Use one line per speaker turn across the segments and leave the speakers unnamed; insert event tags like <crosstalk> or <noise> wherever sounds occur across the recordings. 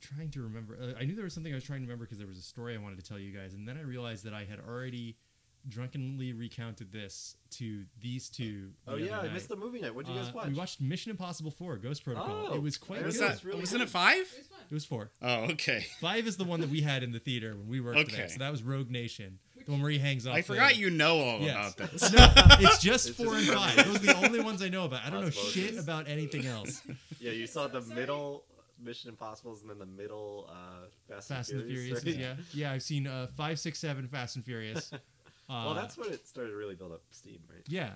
trying to remember. Uh, I knew there was something I was trying to remember because there was a story I wanted to tell you guys, and then I realized that I had already drunkenly recounted this to these two. the
Oh
other
yeah, I
night.
missed the movie night. What did you guys
Uh,
watch?
We watched Mission Impossible Four: Ghost Protocol.
Oh,
it was quite
that
Was
good.
was
that,
really
wasn't
good.
it five?
It was fun.
It was four.
Oh, okay.
Five is the one that we had in the theater when we worked there.
Okay.
So that was Rogue Nation, the one where he hangs off.
I forgot
the-
you know all
Yes.
about this.
No, it's just
It's
four
just
and
funny.
five. Those are the only ones I know about. I don't know
Osmosis.
shit about
<laughs>
anything else.
yeah, you saw the
Sorry.
middle Mission Impossibles and then the middle uh, Fast,
Fast and the Furious.
right?
Yeah, yeah. I've seen uh, five, six, seven, Fast and Furious. Uh,
<laughs> Well, that's when it started to really build up steam, right?
yeah.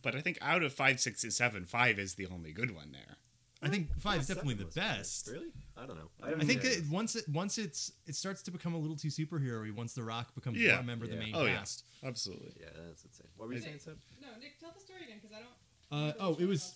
But I think out of five, six, and seven, five is the only good one there.
I think five is
Yeah,
definitely
seven
the
was fine.
best.
Really? I don't know.
I think
that
that once it once it's it starts to become a little too superhero-y once The Rock becomes
Yeah.
one member of the
Yeah.
main
Oh, yeah.
cast.
Absolutely.
Yeah, that's insane. What were you saying, Seb?
<laughs>
No, Nick, tell the story again because I don't.
Uh, oh, it was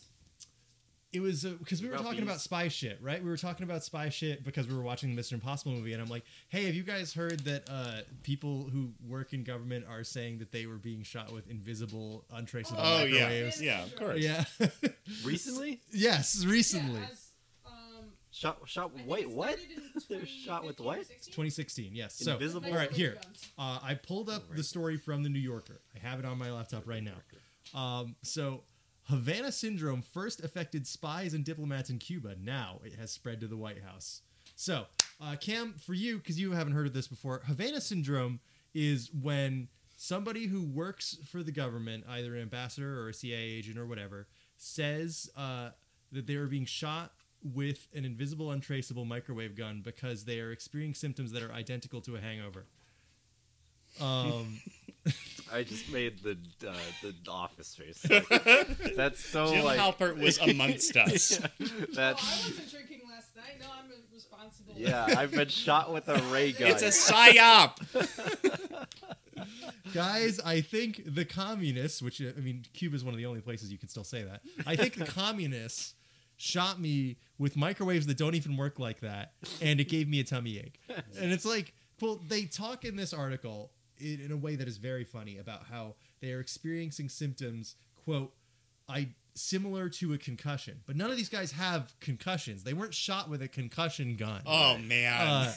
it was because we were
Ralphie's.
talking about spy shit, right? We were talking about spy shit because we were watching the Mission Impossible movie, and I'm like, hey, have you guys heard that uh, people who work in government are saying that they were being shot with invisible, untraceable
Oh, yeah.
microwaves?
Yeah, of course.
Yeah. <laughs>
Recently?
yes, recently.
Yeah, as, um,
Shot? Shot?
I think
Wait,
it
what?
started
<laughs>
in
They were shot with
2015 or
what?
16?
2016, yes. So,
Invisible-
all right, here.
Guns.
Uh, I pulled up the story from The New Yorker. I have it on my laptop right now. Um, so, Havana syndrome first affected spies and diplomats in Cuba. Now it has spread to the White House. So, uh, Cam, for you, because you haven't heard of this before, Havana syndrome is when somebody who works for the government, either an ambassador or a CIA agent or whatever, says uh, that they are being shot with an invisible, untraceable microwave gun because they are experiencing symptoms that are identical to a hangover. Um,
I just made the uh, the office
<laughs>
face. Like, that's so
Jim
like
Halpert
<laughs>
was amongst us.
Oh,
that's.
I
<laughs>
wasn't drinking last night. No, I'm a responsible.
Yeah, I've been shot with a ray gun.
<laughs> It's a psyop.
Guys, I think the communists, which uh, I mean, Cuba is one of the only places you can still say that. I think the communists shot me with microwaves that don't even work like that, and it gave me a tummy ache. And it's like, well, they talk in this article in, in a way that is very funny about how they are experiencing symptoms, quote, I similar to a concussion, but none of these guys have concussions. They weren't shot with a concussion gun.
Oh man.
Uh,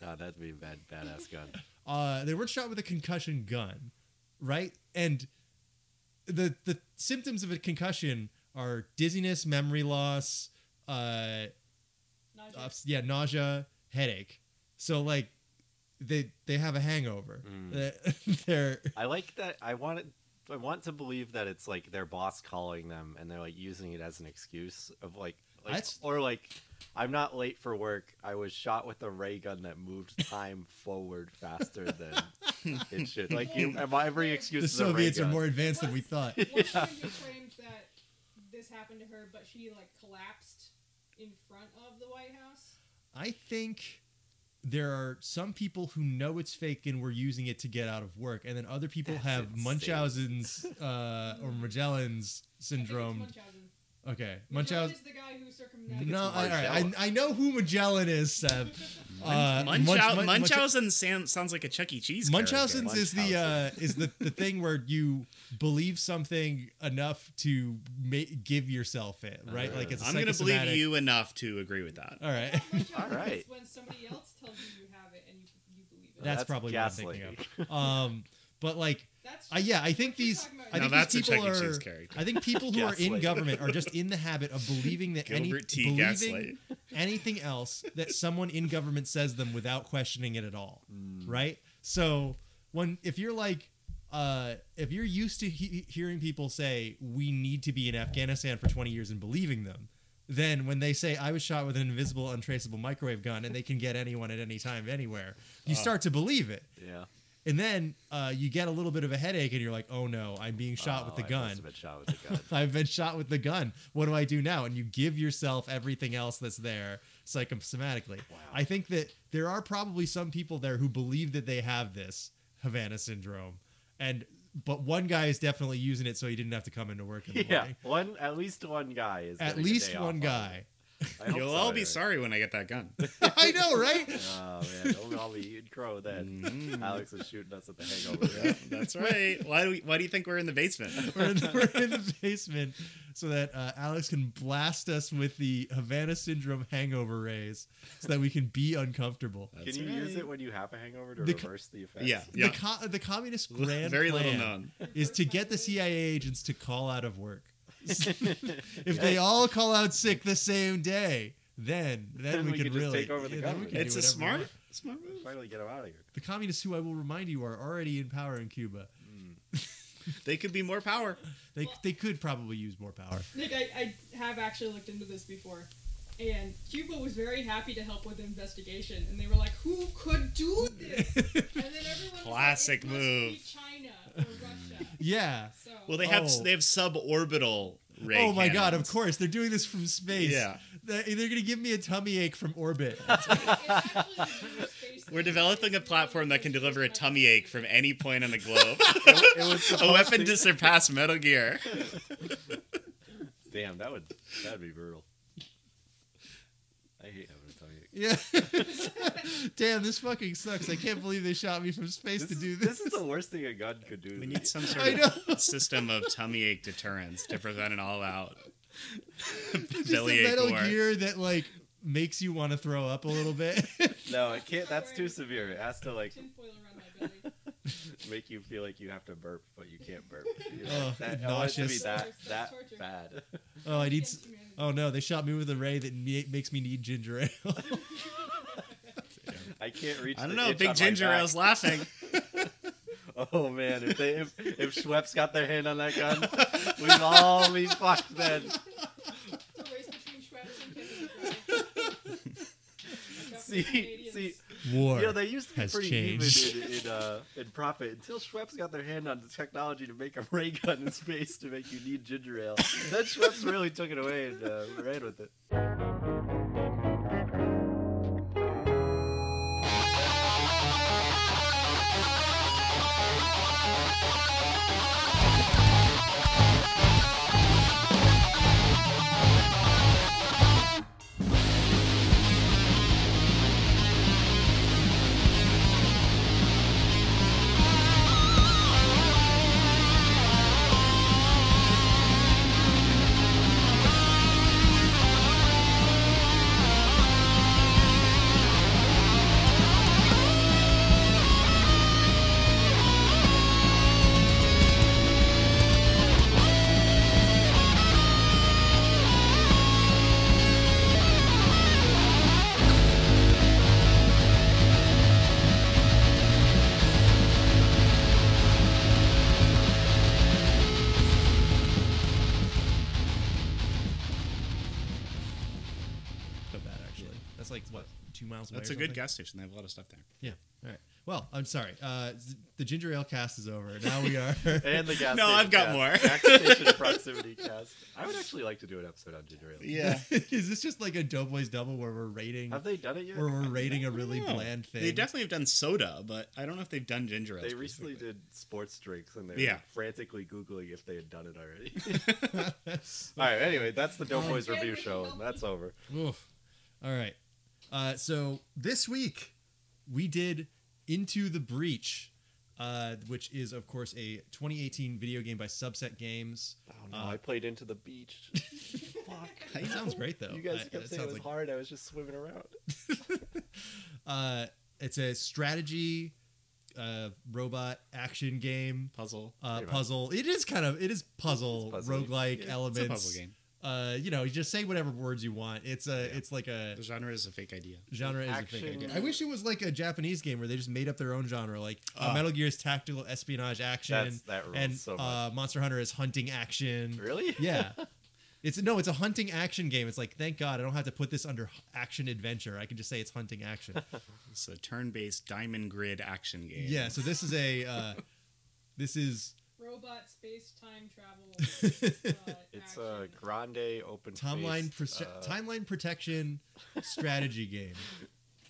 God, that'd be a bad badass gun.
uh, they weren't shot with a concussion gun, right? And the the symptoms of a concussion are dizziness, memory loss, uh,
Not
ups-
just-
yeah, nausea, headache. So like, they they have a hangover.
Mm.
<laughs> They're- They're
I like that. I want it. I want to believe that it's like their boss calling them, and they're like using it as an excuse of like, like
That's-
or like, I'm not late for work. I was shot with a ray gun
<laughs>
that moved time forward faster than it should. Like, you, my every excuse
the
is a ray
Soviets are
gun.
more advanced than we
<laughs>
thought.
One
<laughs>
woman who claimed that this happened to her, but she like collapsed in front of the White House.
I think there are some people who know it's fake and were using it to get out of work, and then other people
That's
have
insane.
Munchausen's uh, or
I
Magellan's
think it's
syndrome.
Munchausen.
Okay,
Munchausen
Munchausen.
is the guy who
No,
circumnavigated.
all right. I,
Marcella.
I know who Magellan is, Seb. Uh,
Munch-
Munch-
Munchau-
Mun-
Munchausen san- sounds like a Chuck E. Cheese.
Munchausen's
character.
is the uh, is the, the thing where you believe something enough to ma- give yourself it, right?
Uh,
like it's a
I'm gonna believe
psychosomatic- Uh,
you enough to agree with that.
All right, <laughs>
Munchausen
All right.
is when somebody else tells you you have it and you, you believe it.
That's probably what I'm thinking <laughs>
gaslighting.
um, but like,
That's
I yeah, I think
You're
these.
talking
I
about-
now
think
that's a
these
Chuck
people
E. Cheese
are-
character.
I think people who are in
Gaslight.
government are just in the habit of believing that any
Gilbert T.
believing
Gaslight.
anything else that someone in government says them without questioning it at all,
Mm.
right? So when if you're like uh, if you're used to he- hearing people say we need to be in Afghanistan for 20 years and believing them, then when they say I was shot with an invisible untraceable microwave gun and they can get anyone at any time anywhere,
Uh.
you start to believe it.
Yeah.
And then uh, you get a little bit of a headache and you're like, "Oh no, I'm being shot
Oh,
with the
I
gun."
must have been shot
<laughs>
with the gun. <laughs>
I've been shot with the gun. What do I do now? And you give yourself everything else that's there psychosomatically.
Wow.
I think that there are probably some people there who believe that they have this Havana syndrome, and but one guy is definitely using it so he didn't have to come into work in the
yeah,
morning.
one at least one guy is
At
getting a
least
day off
one
on
guy.
I hope
You'll
so,
all be
anyway.
sorry when I get that gun.
<laughs> I know, right?
Oh man, don't all be eating
<laughs>
crow then.
Mm-hmm.
Mhm.
Alex is shooting us at the hangover.
Yeah, that's right. Why do we, why do you think we're in the basement?
<laughs> We're in, we're in the basement so that uh, Alex can blast us with the Havana Syndrome hangover rays so that we can be uncomfortable.
<laughs> That's
Can you use
right.
it when you have a hangover to
The co-
reverse the effects? <laughs>
Yeah, <laughs>
The,
yeah.
co- the communist grand
Very little
plan
known.
is to get the CIA agents to call out of work. If they all call out sick the same day, then then,
Then
we,
we
can
can just
really
take over the
yeah, then we
government.
can do
It's a
whatever we
smart,
want.
smart move.
Finally get him out of here.
The communists, who I will remind you, are already in power in Cuba.
They could be more power.
They
Well-
they could probably use more power. <laughs>
Nick, I, I have actually looked into this before. And Cuba was very happy to help with the investigation. And they were like, who could do this? And then everyone
Classic
was like, it
move.
must be China or Russia.
yeah.
So,
<laughs> Well, they have
Oh.
they have suborbital ray.
oh my god! Of
cannons.
course, they're doing this from space.
Yeah.
they're, they're gonna give me a tummy ache from orbit. <laughs>
it's
<laughs>
actually the Jewish space
We're
thing.
developing a
It's
platform that
really
can
just
deliver a
like-
tummy ache from any point
<laughs>
on the globe.
It, it was
a weapon
supposed
to surpass
<laughs>
Metal Gear.
Damn, that would that'd be brutal. I hate having to tell you.
yeah. <laughs> Damn, this fucking sucks. I can't believe they shot me from space
This
to
is,
do
this
this.
is the worst thing a gun could do.
We
to
need
me.
some
I
sort
know.
of system of tummy ache deterrence to prevent an all-out
It's just
belly
a
ache
Metal
war.
Gear that like makes you want to throw up a little
<laughs>
bit.
No, it can't. That's too severe. It has to
<laughs>
like
Tinfoil around my belly.
make you feel like you have to burp, but you can't
<laughs>
burp. You know,
Ugh,
that, I want it to be
Oh, nauseous.
that
Torture,
that
torture.
bad.
oh, I need. s-
Against humanity.
Oh no, they shot me with a ray that ne- makes me need ginger ale. <laughs>
I can't reach.
I
the
don't know.
itch on
Big
my
Ginger
back.
<laughs>
Ale's laughing.
Oh man, if they if, if Schweppes got their hand on that
<laughs>
gun, we'd all be fucked then.
Oh.
<laughs> It's a race between Schweppes and Canada.
<laughs>
See, see,
War.
you know they used to be
has
pretty
changed.
even in, in, uh, in profit until Schweppes got their hand on the technology to make a ray gun in space to make you need ginger ale. Then Schweppes really took it away and uh, ran with it.
so bad actually. That's like what two miles away.
That's
or
a good
something?
gas station. They have a lot of stuff there.
Yeah. All right. Well, I'm sorry. Uh, z- the ginger ale cast is over. Now we
<laughs>
are.
And the gas.
No,
station
I've got
cast.
more.
Gas station proximity cast. I would actually like to do an episode on ginger ale.
Yeah.
<laughs> is this just like a Doughboys double where we're rating
Have they done it yet?
where we're rating a really
No.
bland thing?
They definitely have done soda, but I don't know if they've done ginger ale.
They recently
specifically.
did sports drinks and they were
Yeah.
frantically googling if they had done it already.
<laughs>
All right. Anyway, that's the Dope Boys review show. and That's over.
Oof. All right. Uh, so this week we did Into the Breach, uh, which is of course a 2018 video game by Subset
<laughs>
Games.
Oh no!
Uh,
I played into the beach. Fuck.
It sounds great though.
You guys
Uh,
kept
it
saying it
sounds
was
like-
hard. I was just swimming around.
Uh, it's a strategy, uh, robot action game.
puzzle.
Uh,
Pretty much.
puzzle. It is kind of it is puzzle,
It's puzzly.
roguelike
Yeah,
elements.
It's a puzzle game.
Uh, you know, you just say whatever words you want. It's a it's like a
The genre is a fake idea.
genre is a
Action.
thing. I wish it was like a Japanese game where they just made up their own genre. Like uh,
Ah.
Metal Gear is tactical espionage action,
That's that rules
and
so much.
uh, Monster Hunter is hunting action.
Really? <laughs>
Yeah. It's no, it's a hunting action game. It's like, thank God, I don't have to put this under h- action adventure. I can just say it's hunting action.
It's a turn-based diamond grid action game.
yeah. So this is a, uh, this is
Robot space time
<laughs>
travel. Uh,
It's a
action.
grande open
timeline
space, uh,
prote- timeline protection strategy game.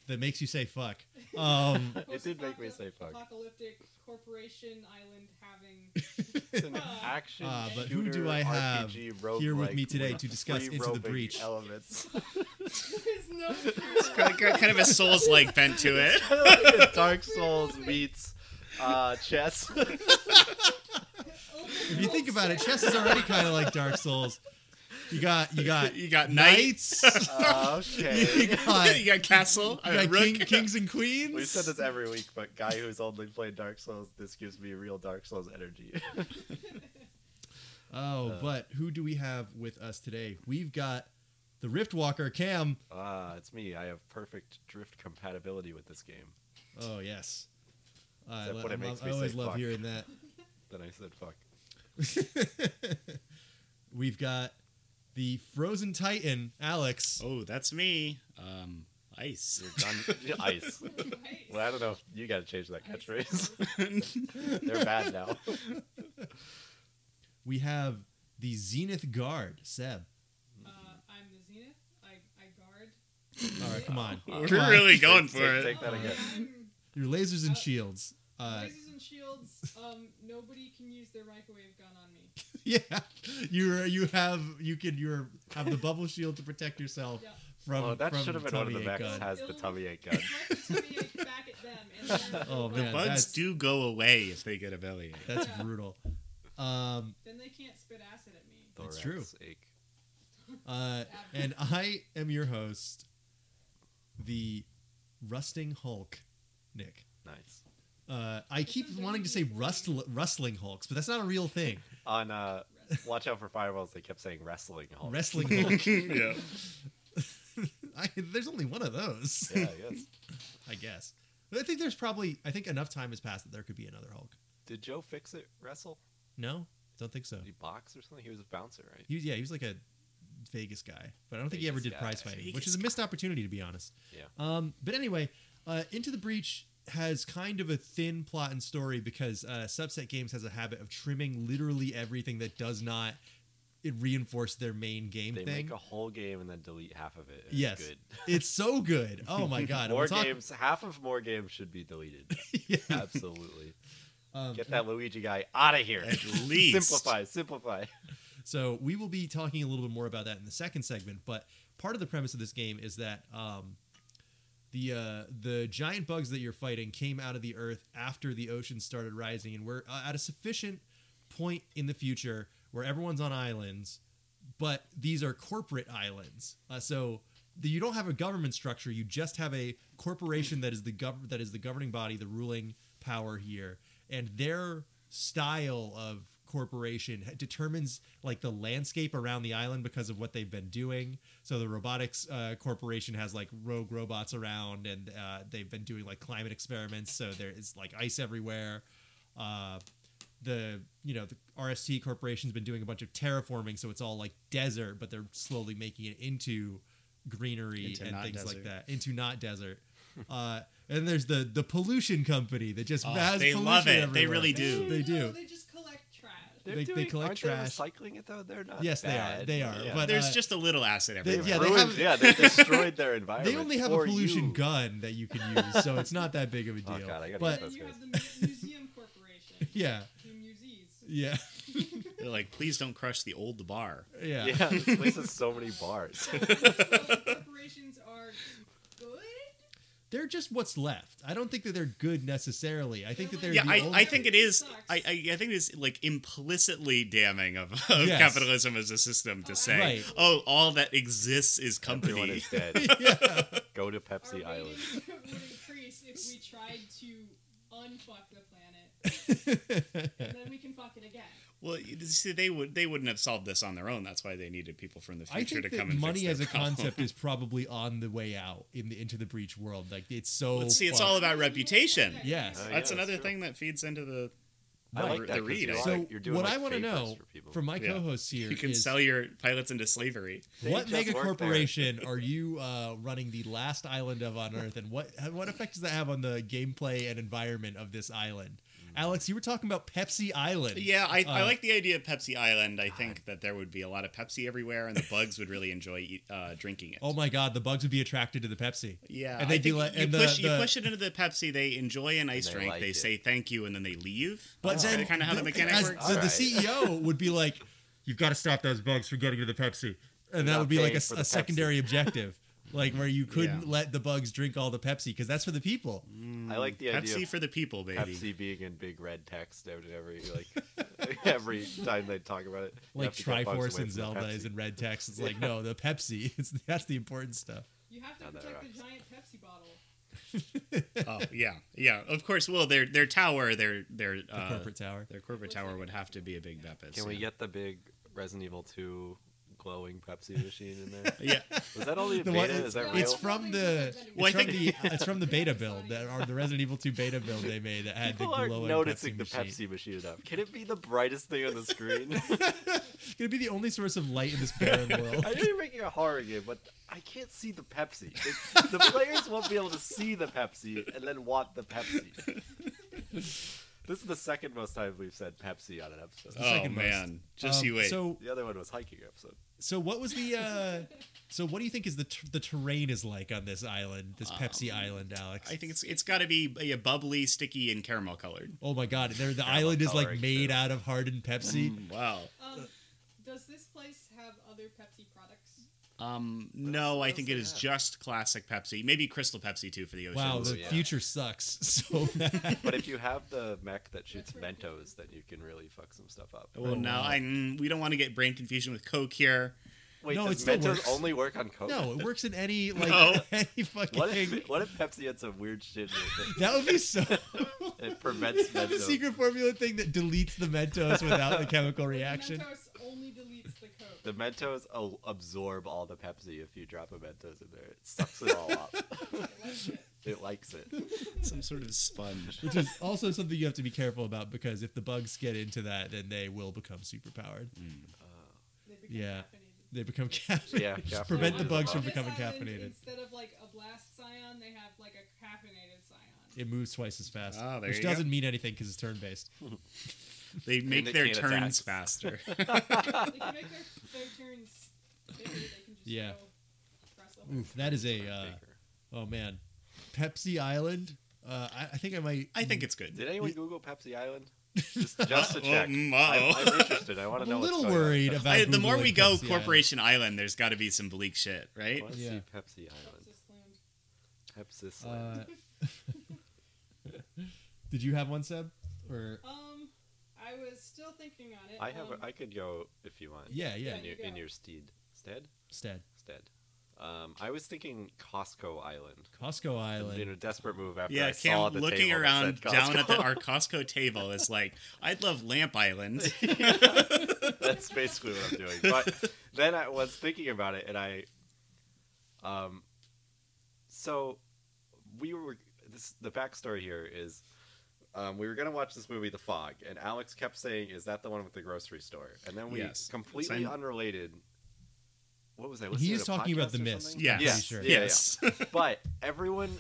that makes you say fuck. Um,
It did make me say fuck.
Apocalyptic corporation island
<laughs>
having. <laughs>
It's an
Uh,
action
Uh, but who
shooter,
do I have
RPG,
here with
roguelike
me today
with
to discuss
free
Into the
roaming
Breach? <laughs>
Elements. <laughs>
There's no.
Got, got kind of a Souls like bent to it.
Like Dark Souls meets uh,
<laughs>
chess. <laughs>
if you think about it, chess is already kind of like Dark Souls. You got you got
You got knight.
knights. <laughs>
<laughs>
you
Uh, okay.
got,
<laughs> you got castle.
you
uh,
got
rook.
king, kings and queens.
We said this every week, but guy who's only played Dark Souls, this gives me real Dark Souls energy. <laughs>
Oh,
Uh,
but who do we have with us today? We've got the Riftwalker Cam.
Ah, it's me. I have perfect drift compatibility with this game.
Oh yes, I,
Except
lo-
when it
I
makes
love- I
me say
always love
fuck.
hearing that. <laughs>
Then I said, "Fuck."
We've got the Frozen Titan, Alex.
Oh, that's me. Um, ice.
Done- <laughs> Ice.
<laughs>
Well, I don't know. if You got to change that catchphrase. <laughs> They're bad now.
We have the Zenith Guard, Seb.
Uh, I'm the Zenith. I, I guard.
All right, come
<laughs>
on,
<laughs> We're
Come on.
really going
Take-
for
take-
it.
take that again.
Um, I'm
your lasers and
Uh,
shields. Uh,
Blazes and shields. Um, nobody can use their microwave gun on me.
<laughs> yeah, you you have you can you have the bubble shield to protect yourself
Yeah.
from
oh, that
from
should have been one of the
tummy
Max
gun.
has the
It'll-
tummy ache gun.
Microwave back at them. And they're-
<laughs> Oh,
they're
man.
like,
Bugs
that's-
do go away if they get a
<laughs>
belly.
That's
Yeah.
brutal. Um,
Then they can't spit acid at me.
<laughs> That's
Thorax
true.
ache.
Uh, and I am your host, the Rusting Hulk, Nick.
Nice.
Uh, I keep
sounds
wanting to say
really
rust, rustling Hulks, but that's not a real thing.
On uh, Watch Out for Fireballs, they kept saying wrestling. Hulk.
<laughs>
Wrestling Hulk.
yeah.
<laughs> I, there's only one of those,
Yeah,
<laughs>
yes.
I guess. But I think there's probably I think enough time has passed that there could be another Hulk.
Did Joe fix it? Wrestle?
No, don't think so.
Did he box or something? He was a bouncer, right?
He was yeah, he was like a Vegas guy, but I don't think he ever
Vegas
did
guy.
prize fighting, which
Vegas
is a missed opportunity to be honest.
Yeah.
Um, but anyway, uh, Into the Breach has kind of a thin plot and story because uh, Subset Games has a habit of trimming literally everything that does not it reinforce their main game
They
thing.
make a whole game and then delete half of it. and
yes,
It's good.
it's so good. Oh my
<laughs>
god, And
More
we'll talk-
games, half of more games should be deleted.
<laughs> yeah.
Absolutely.
Um,
Get that Luigi guy out of here.
At
<laughs>
least.
Simplify, simplify.
So we will be talking a little bit more about that in the second segment. But part of the premise of this game is that um, the uh, the giant bugs that you're fighting came out of the earth after the ocean started rising, and we're uh, at a sufficient point in the future where everyone's on islands, but these are corporate islands. Uh, so the, you don't have a government structure; you just have a corporation that is the gov- that is the governing body, the ruling power here, and their style of corporation ha- determines like the landscape around the island because of what they've been doing so the robotics uh, corporation has like rogue robots around and uh, they've been doing like climate experiments so there is like ice everywhere uh, the you know the RST corporation's been doing a bunch of terraforming, so it's all like desert, but they're slowly making it into greenery
Into
and
not
things like
desert.
that into not desert. uh, and there's the the pollution company that just
Oh,
has
they
pollution
love it. They
everywhere.
really do.
They
No,
do.
They just collect trash.
They're
They- they
doing,
collect
aren't
trash.
They recycling it though. They're not.
Yes, they are.
bad.
They are,
Yeah.
but-
There's
uh,
just a little acid
they-
everywhere.
They've
yeah, they
ruined-
haven't-
yeah, they
<laughs>
destroyed their environment.
They only have a
for
pollution
you.
gun that you can use, so it's not that big of a deal.
<laughs> Oh, God, I gotta
but
get
and
those
then you
guys.
have the mu- museum
<laughs>
corporation.
yeah,
The musees.
<laughs> yeah,
They're like, please don't crush the old bar.
yeah, <laughs>
Yeah, this place has so many bars. <laughs>
So corporations are good.
They're just what's left. I don't think that they're good necessarily. I think that they're
Yeah,
the
I,
only-
I think it is.
Sucks.
I, I, I think it is like implicitly damning of, of
Yes.
capitalism as a system to
Oh,
say,
Right.
oh, all that exists is
Everyone
company.
is dead.
<laughs> yeah.
Go to
Our
Pepsi Island.
ratings would increase if we tried to unfuck the
<laughs>
planet, and then we can fuck it again.
Well, you see, they would they wouldn't have solved this on their own. That's why they needed people from the future
I think
to
that
come and
money
fix
as
their
a
problem.
concept is probably on the way out in the into the breach world. Like it's so.
Let's see, it's
far-
all about reputation.
Yes.
Oh, yeah,
<laughs> That's another
that's true.
thing that feeds into the.
I
the-
like that
the
'cause
read.
you're
I-
like-
So
you're doing,
what
like,
I want to
favors
know
for people.
from my
Yeah.
co-hosts here
You can
is
sell your pilots into slavery.
They
what
just
mega
work there.
corporation are you uh, running the uh,
Mm.
last island of on Earth, and what what effect does that have on the gameplay and environment of this island? Alex, you were talking about Pepsi Island.
Yeah, I, I
Uh,
like the idea of Pepsi Island. I think that there would be a lot of Pepsi everywhere, and the bugs would really enjoy eat, uh, drinking it.
Oh my God, the bugs would be attracted to the Pepsi.
yeah,
and they
I
do
think
like-
you,
and the-
push, you
the-
push it into the Pepsi. They enjoy an ice
they
drink.
like
they
it.
say thank you, and then they leave.
But
That's
then,
kind of how the mechanic
as-
works.
The, the
Alright. <laughs>
CEO would be like, "You've got to stop those bugs from getting to the Pepsi," and that
Not
would be like a,
paying for the
a secondary objective, like where you couldn't
Yeah.
let the bugs drink all the Pepsi because that's for the people.
I like the idea
Pepsi
of
for the people, baby.
Pepsi being in big red text every every like <laughs> every time they talk about it. You
Like
have to get bugs away
Triforce
from
and
the
Zelda is
Pepsi.
in red text.
<laughs>
It's like, no, the Pepsi. <laughs> It's, that's the important stuff.
You have to
Now that
protect the
rocks.
giant Pepsi bottle.
Oh yeah, yeah. Of course. Well, their their tower, their their
The
uh,
corporate tower.
their corporate tower would have to be a big Beppis.
Can we
yeah.
get the big Resident Evil 2 glowing Pepsi machine in
<laughs>
there?
Yeah.
Was that only a
The one-
beta? Is that
It's
real?
from the-
Well, I
it's, from
think-
the, it's from the beta build that or the Resident Evil 2 beta build they made that had
People
the
are
glowing
noticing
Pepsi
the
machine.
Pepsi machine enough. Can it be the brightest thing on the screen?
It's gonna be the only source of light in this barren world.
<laughs> <laughs> I know you're making a horror game, but I can't see the Pepsi. It- the players won't be able to see the Pepsi and then want the Pepsi. <laughs> This is the second most time we've said Pepsi on an episode.
the
Oh
second most.
man, just
Um,
you wait.
So
The other one was hiking episode.
So what was the uh so what do you think is the ter- the terrain is like on this island, this Pepsi island, Alex?
I think it's it's got to be uh, bubbly, sticky, and caramel colored.
oh my god, there the island is like
coloring,
made
too.
out of hardened Pepsi.
Wow.
Um, does this place have other Pepsi products?
Um, no, I
else
think
they
it is
have?
just classic Pepsi. Maybe Crystal Pepsi too for the ocean.
Wow, the
yeah.
future sucks <laughs> so bad.
But if you have the mech that shoots Mentos, then you can really fuck some stuff up.
well, now
wow.
I mm, we don't want to get brain confusion with Coke here.
Wait,
No, it
does
still
Mentos
works.
only work on Coke?
No, it works in any like
No.
<laughs> any fucking
What if, what if Pepsi had some weird shit in it
That would be so
that it <laughs> prevents
have a
Mentos?
secret formula thing that deletes the Mentos without the chemical reaction.
Mentos only deletes the Coke.
The Mentos o- absorb all the Pepsi if you drop a Mentos in there. It sucks it all up. it likes it.
Some sort
<laughs>
of sponge.
Which is also something you have to be careful about because if the bugs get into that, then they will become superpowered.
They become
Yeah.
caffeinated.
They become <laughs> caffeinated.
Yeah, caffeinated
prevent
So
the
is a
bugs from
on this
becoming
island,
caffeinated.
Instead of like a blast scion, they have like a caffeinated scion.
It moves twice as fast,
Ah, there
which
you go.
doesn't mean anything because it's turn based.
They make
they
their
can't
turns
attack. <laughs>
faster.
they can make their, their turns. bigger, They can just
Yeah.
go wrestle.
That is a uh,
Baker.
oh man, Pepsi Island. Uh, I, I think I might.
I think it's good.
Did anyone Google Pepsi Island? Just,
Uh,
just to
Uh-oh,
check.
mm, uh-oh.
I'm, I'm interested. I want
I'm
to know.
<laughs> a little
what's going
worried
on.
about.
<laughs> I- the more
Googling
we go
Pepsi
Corporation Island, there's got to be some bleak shit,
I
right?
want to
Yeah.
see Pepsi Island.
Pepsi slammed.
Pepsi
Island.
Island.
Uh, <laughs> did you have one, Seb? Or
Um, I was still thinking on it.
I have.
Um,
A, I could go if you want.
yeah, yeah,
Yeah.
In your, in
go.
your steed. Stead.
Stead,
Stead. Um, I was thinking Costco Island.
Costco
I was in
Island.
a desperate move after
Yeah,
I saw
Cam
the
looking
table
around
that said
down at the,
Costco.
our Costco table is like, I'd love Lamp Island.
<laughs>
<laughs>
That's basically what I'm doing. But then I was thinking about it, and I, um, so we were this the backstory here is. Um, we were gonna watch this movie, The Fog, and Alex kept saying, "Is that the one with the grocery store?" And then we
Yes.
completely
Same.
unrelated. What was I?
He
listening
is
to a
talking about
podcast
the
or
mist.
something?
I'm
Yes.
pretty sure.
Yeah, yeah.
yes.
but everyone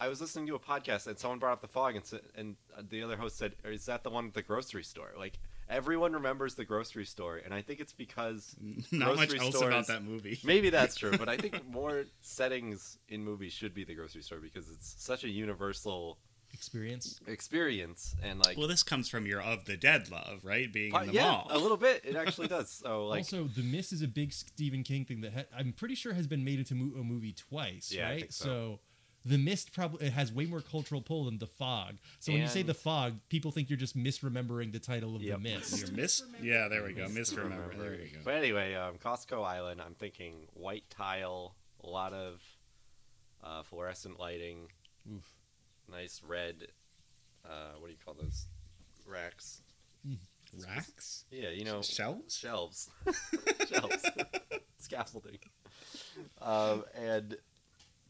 i was listening to a podcast and someone brought up the fog and, s- and the other host said is that the one at the grocery store like everyone remembers the grocery store and i think it's
<laughs>
because
Not much
grocery
else
stores-
about that movie.
maybe that's true but i think more settings in movies should be the grocery store because it's such a universal
Experience.
experience and like
Well, this comes from your of the dead love, right? Being
pa-
in the
yeah
mall.
a little bit
<laughs>
it actually does so like
also, The Mist is a big Stephen King thing that ha- I'm pretty sure has been made into mo- a movie twice,
Yeah, I
right?
think so.
The Mist probably it has way more cultural pull than The Fog. So when you say
And-
The Fog, people think you're just misremembering the title of
Yep.
The Mist.
<laughs>
Your mis- yeah, there we go. Misremember. There we go.
But anyway, um, Costco Island. I'm thinking white tile, a lot of uh, fluorescent lighting,
Oof.
nice red. Uh, what do you call those racks?
Racks?
Yeah, you know
Shelves? <laughs>
shelves, shelves, <laughs> scaffolding, um, and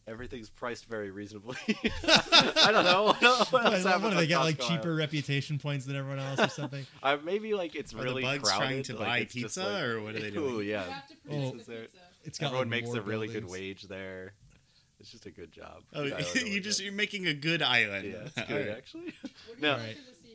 everything's priced very reasonably. <laughs> I don't know. What else
What,
happened
what do
with
they get like
Costco
cheaper
Island?
reputation points than everyone else or
<laughs>
something?
Uh, maybe like it's
Are
really
the bugs
crowded.
trying to
like,
buy
it's just,
pizza,
like-
or what are
<laughs>
they
Ooh,
doing?
yeah.
You have to produce
Oh.
the
There-
pizza.
It's got
Everyone
like,
makes
more
a really
buildings.
good wage there. It's just a good job.
Oh, <laughs>
I don't know
you
what
just
it-
you're making a good island.
yeah, it's
All <laughs>
good
right.
actually. <laughs>
What do
No.
you think of the E sea?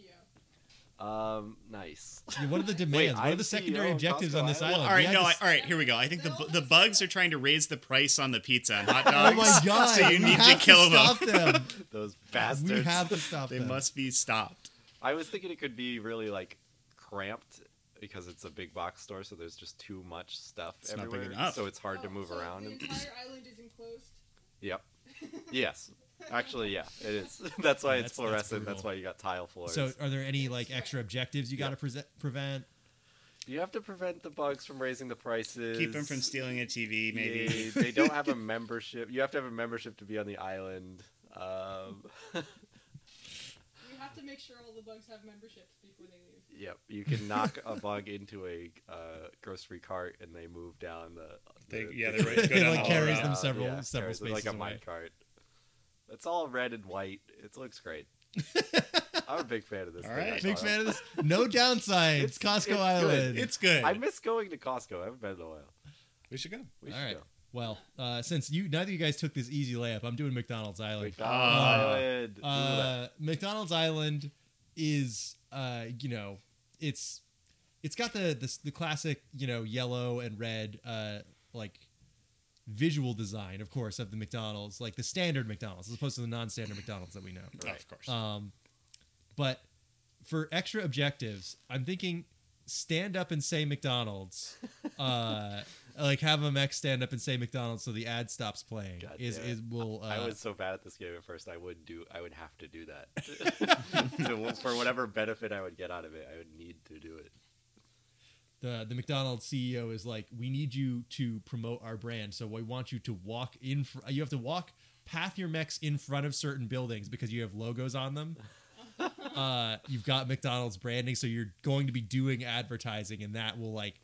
Um, nice. <laughs>
Yeah, what are the demands? what are
I'm E
the secondary
CEO of
objectives
Costco,
on this
I-
island?
All right,
We had
no, I,
this-
all right, here we go. I think the bu- the bugs are trying to raise the price on the
<laughs>
pizza and hot
oh
dogs.
my god!
<laughs> So you
we
need to
have
kill them.
stop them.
Those
we
bastards.
have to stop
They
them.
must be stopped.
I was thinking it could be really like cramped because it's a big box store, so there's just too much stuff
It's not big
everywhere.
enough.
So it's hard to
Oh,
move
so
around.
The
And,
entire island is enclosed.
yep.
<laughs>
Yes. Actually, yeah, it is. <laughs> That's why
Yeah, that's-
it's
that's
fluorescent. That's,
brutal.
why you got tile floors.
So, are there any like extra objectives you got to present prevent?
you have to prevent the bugs from raising the prices.
Keep them from stealing a TV,
<laughs>
maybe.
They, they don't have a membership. You have to have a membership to be on the island. Um,
We have to make sure all the bugs have memberships before they leave.
yep, you can knock
<laughs>
a bug into a uh, grocery cart and they move down the.
They-
the- <laughs>
yeah,
the-
they're ready to go
It,
down
like,
all
carries
around.
them several- several
carries them like
spaces
a
away.
mine cart. It's all red and white. It looks
<laughs>
great. I'm a big fan of this.
All
thing. I
right.
Big
thought-
fan of this. No downsides.
It's-
Costco
it's good.
Island.
It's good.
I miss going to Costco. I haven't been in a while.
we should go.
We
All
should
right.
go.
Well, uh, since you neither of you guys took this easy layup, I'm doing McDonald's Island.
Ah.
McDonald's Island. Ooh,
Uh, McDonald's Island is, uh, you know, it's it's got the, the the classic, you know, yellow and red, uh, like visual design, of course, of the McDonald's, like the standard McDonald's, as opposed to the non-standard McDonald's that we know.
Oh,
Right.
of course.
Um, but for extra objectives, I'm thinking stand up and say McDonald's. Uh,
<laughs>
like have a mech stand up and say McDonald's so the ad stops playing.
God
is
damn it.
is will uh,
I was so bad at this game at first. I would do. I would have to do <laughs> that To- for whatever benefit I would get out of it. I would need to do it.
the the McDonald's CEO is like, we need you to promote our brand, so we want you to walk in. Fr- you have to walk path your mechs in front of certain buildings because you have logos on
<laughs>
them. uh, you've got McDonald's branding, so you're going to be doing advertising, and that will like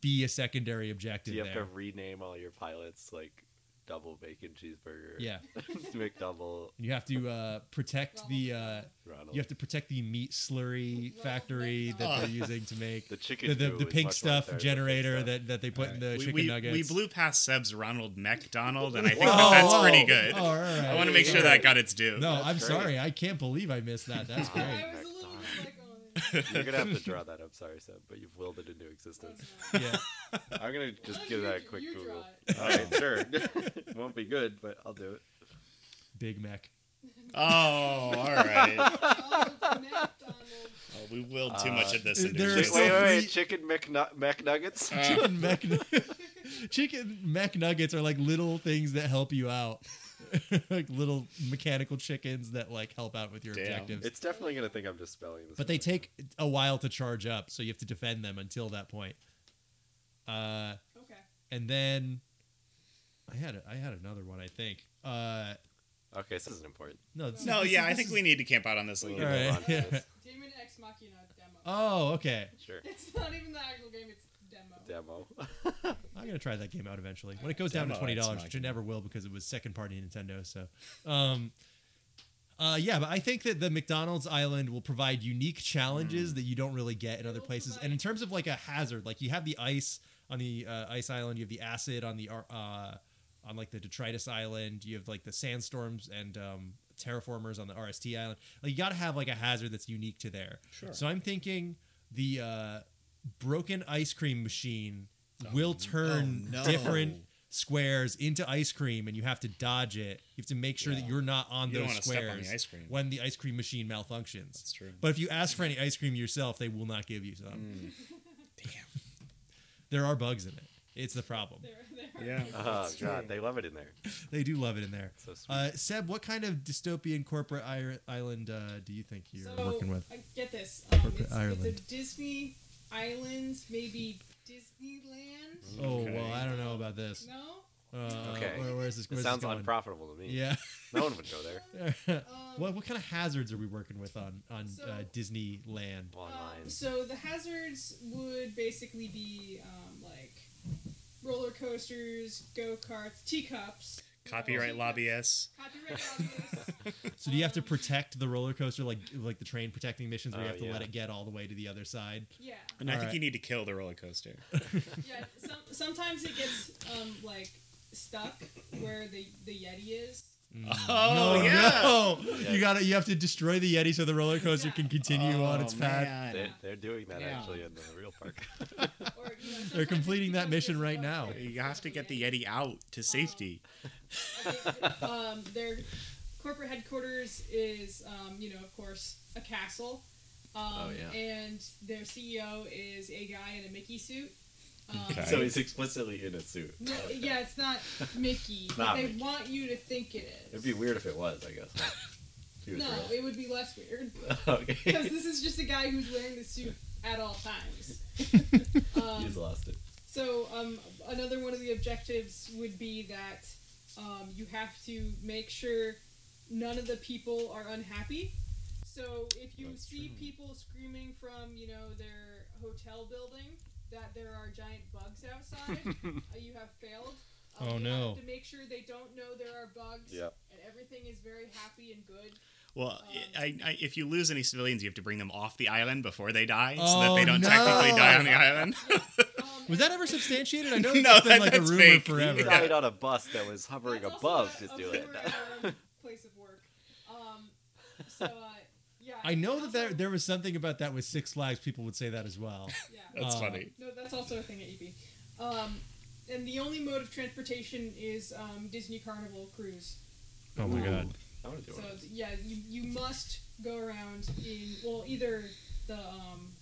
be a secondary objective
Do you have
there.
to rename all your pilots like double bacon cheeseburger?
Yeah,
<laughs> McDouble.
and you have to uh, protect the uh,
Ronald.
you have to protect the meat slurry factory that
<laughs>
they're using to make
the chicken.
the the,
goo
the
is
pig
much more
stuff
better than
generator
stuff.
that, that they put in the
We-
chicken
we,
nuggets.
we blew past Seb's Ronald McDonald, and I think
Whoa,
that that's
whoa.
pretty good.
Oh, all right.
I want to make sure that got its <laughs> due.
No,
That's
I'm
great.
sorry. I can't believe I missed that.
<laughs>
That's
Ah.
great.
I was a little bit like, oh,
You're gonna have to
<laughs>
draw that. I'm sorry, Sam, but you've willed it into
that's
existence.
not-
Yeah.
<laughs> I'm gonna just
Why
give
don't
that a
you-
quick
you
Google.
draw it?
All right, sure. <laughs> Won't be good, but I'll do it.
Big Mac.
Oh, all
<laughs>
right.
Donald, McDonald.
Oh, we willed too much of this.
Uh,
into
there are
Wait,
existence.
so
wait, wait,
free-
Chicken McNu- McNuggets.
<laughs> Uh,
Chicken Mac. <laughs> chicken Mac nuggets are like little things that help you out. <laughs> like little mechanical chickens that like help out with your
Damn.
objectives.
It's definitely gonna think I'm just spelling this.
but they take a while to charge up, so you have to defend them until that point. Uh
Okay.
and then I had a, I had another one, I think. Uh
Okay, so this isn't important.
no, this is-
no,
this is-
yeah, I
this
think
is-
we need to camp out on this a
We
little
can
bit.
All
move
right,
on to
<laughs> yeah.
this.
Demon X Machina demo.
Oh, okay.
Sure.
It's not even the actual game, it's demo.
<laughs> Demo.
I'm gonna try that game out eventually. When it goes down to
Demo,
twenty
it's
dollars,
not
which it
gonna-
never will because it was second party Nintendo. So, um, uh, yeah, but I think that the McDonald's Island will provide unique
Mm.
challenges that you don't really get in other
will
places.
provide-
And in terms of like a hazard, like you have the ice on the uh, ice island, you have the acid on the ar- uh, on like the detritus island, you have like the sandstorms and um, terraformers on the RST island. Like you got to have like a hazard that's unique to there.
Sure.
So I'm thinking the uh, broken ice cream machine will turn
Oh, no.
different squares into ice cream, and you have to dodge it. You have to make sure that
Yeah.
you're not on
You
those
don't wanna
squares
step on the ice cream.
when the ice cream machine malfunctions.
That's true.
But if you ask for any ice cream yourself, they will not give you some.
Mm.
<laughs> There are bugs in it. It's the problem.
There, there.
Yeah.
Oh
That's
god,
true.
they love it in there.
They do love it in there.
So sweet.
Uh, Seb, what kind of dystopian corporate ir- island uh, do you think you're
so,
working with?
I get this. Um,
Corporate
it's, it's a
Ireland.
Disney Islands, maybe Disneyland?
Oh
Okay.
well, I don't know about this.
No?
Uh,
Okay.
where- where is this?
It
where's this
sounds
going?
unprofitable to me.
Yeah. <laughs>
No one would go
Um,
<laughs>
there.
what what kind of hazards are we working with on on
So-
uh,
Oh,
Disneyland?
Online.
Um, so the hazards would basically be um, like roller coasters, go karts, teacups.
Copyright
Teacups.
lobbyists.
Copyright
<laughs>
lobbyists.
So do you have to
um,
protect the roller coaster like like the train protecting missions where you
Uh,
Oh,
have to let
yeah.
it get all the way to the other side?
yeah,
And I
All
think
right.
you need to kill the roller coaster.
yeah. Some, sometimes it gets um, like stuck where the the yeti is.
<laughs> Oh
Mm. no,
yeah.
no.
Yeah.
You gotta you have to destroy the Yeti so the roller coaster can continue
Oh,
on its path.
man.
They're, they're doing that
Yeah.
actually in the real
<laughs>
park.
Or, you know,
They're completing that
sometimes
mission
it's
right
so
now.
scary.
You have to get the Yeti out to safety.
um, their corporate headquarters is, um, you know, of course, a castle. Um,
Oh, yeah.
And their CEO is a guy in a Mickey suit. Um,
Okay.
So he's explicitly in a suit.
no- yeah, it's not Mickey. but
Not
they
Mickey.
want you to think it is.
It'd be weird if it was, I guess. <laughs> If he was
no,
real.
it would be less weird <laughs>
<laughs>
because
okay.
this is just a guy who's wearing the suit at all times. um,
He's lost it.
So um, another one of the objectives would be that um, you have to make sure none of the people are unhappy. So if you
That's
see people screaming from you know their hotel building that there are giant bugs outside,
<laughs>
uh, you have failed. Um,
Oh,
you
no.
Have to make sure they don't know there are bugs.
Yep.
And everything is very happy and good.
Well,
Um,
I, I, if you lose any civilians, you have to bring them off the island before they die, so
Oh,
that they don't
no.
technically die on the island. <laughs>
Um,
Was that ever substantiated? I know
No,
it's been like a
that's
rumor
fake.
forever.
He
Yeah.
died on a bus that was hovering
That's
above
also
to
a-
do
a
it.
rumor at
<laughs>
our place of work. Um, so, uh, yeah.
I know that there
Also-
there was something about that with Six Flags. People would say that as well.
Yeah.
That's
Uh,
funny.
No, that's also a thing at EB. Um, and the only mode of transportation is um, Disney Carnival cruise.
Oh my god.
I want to do
So
it.
yeah, you, you must go around in well either the um,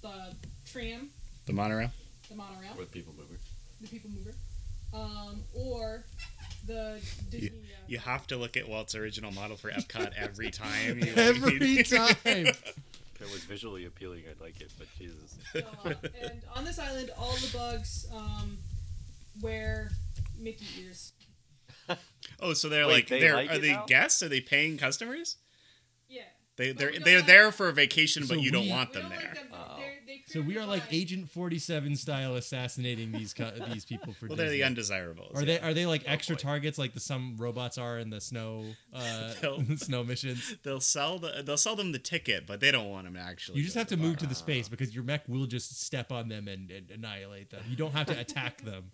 the tram,
The monorail.
the monorail,
With people mover.
the people mover, um, or the Disney. uh,
You have to look at Walt's original model for Epcot every
<laughs>
time. You <laughs>
Every time.
If it was visually appealing, I'd like it, but Jesus.
Uh, <laughs> and on this island, all the bugs um, wear Mickey ears.
Oh, so they're
Wait,
like
they
they're
like
are
it
they
now?
guests? Are they paying customers?
Yeah.
They they're
we don't
they're
like
there
them.
for a vacation,
So
but you don't
we-
want
We
them
don't
there.
like them.
Oh.
They're, they
So we are like
creep
Agent Forty Seven style assassinating these co- these people for.
Well, they're the
Disney.
undesirables.
Are
yeah.
they are they like
Oh,
extra
boy.
targets like the some robots are in the
<laughs>
snow uh,
No.
<laughs> snow missions?
They'll sell the they'll sell them the ticket, but they don't want them to actually.
You just
go
have to move to
bar.
the space because your mech will just step on them and, and annihilate them. You don't have to
<laughs>
attack them.
on.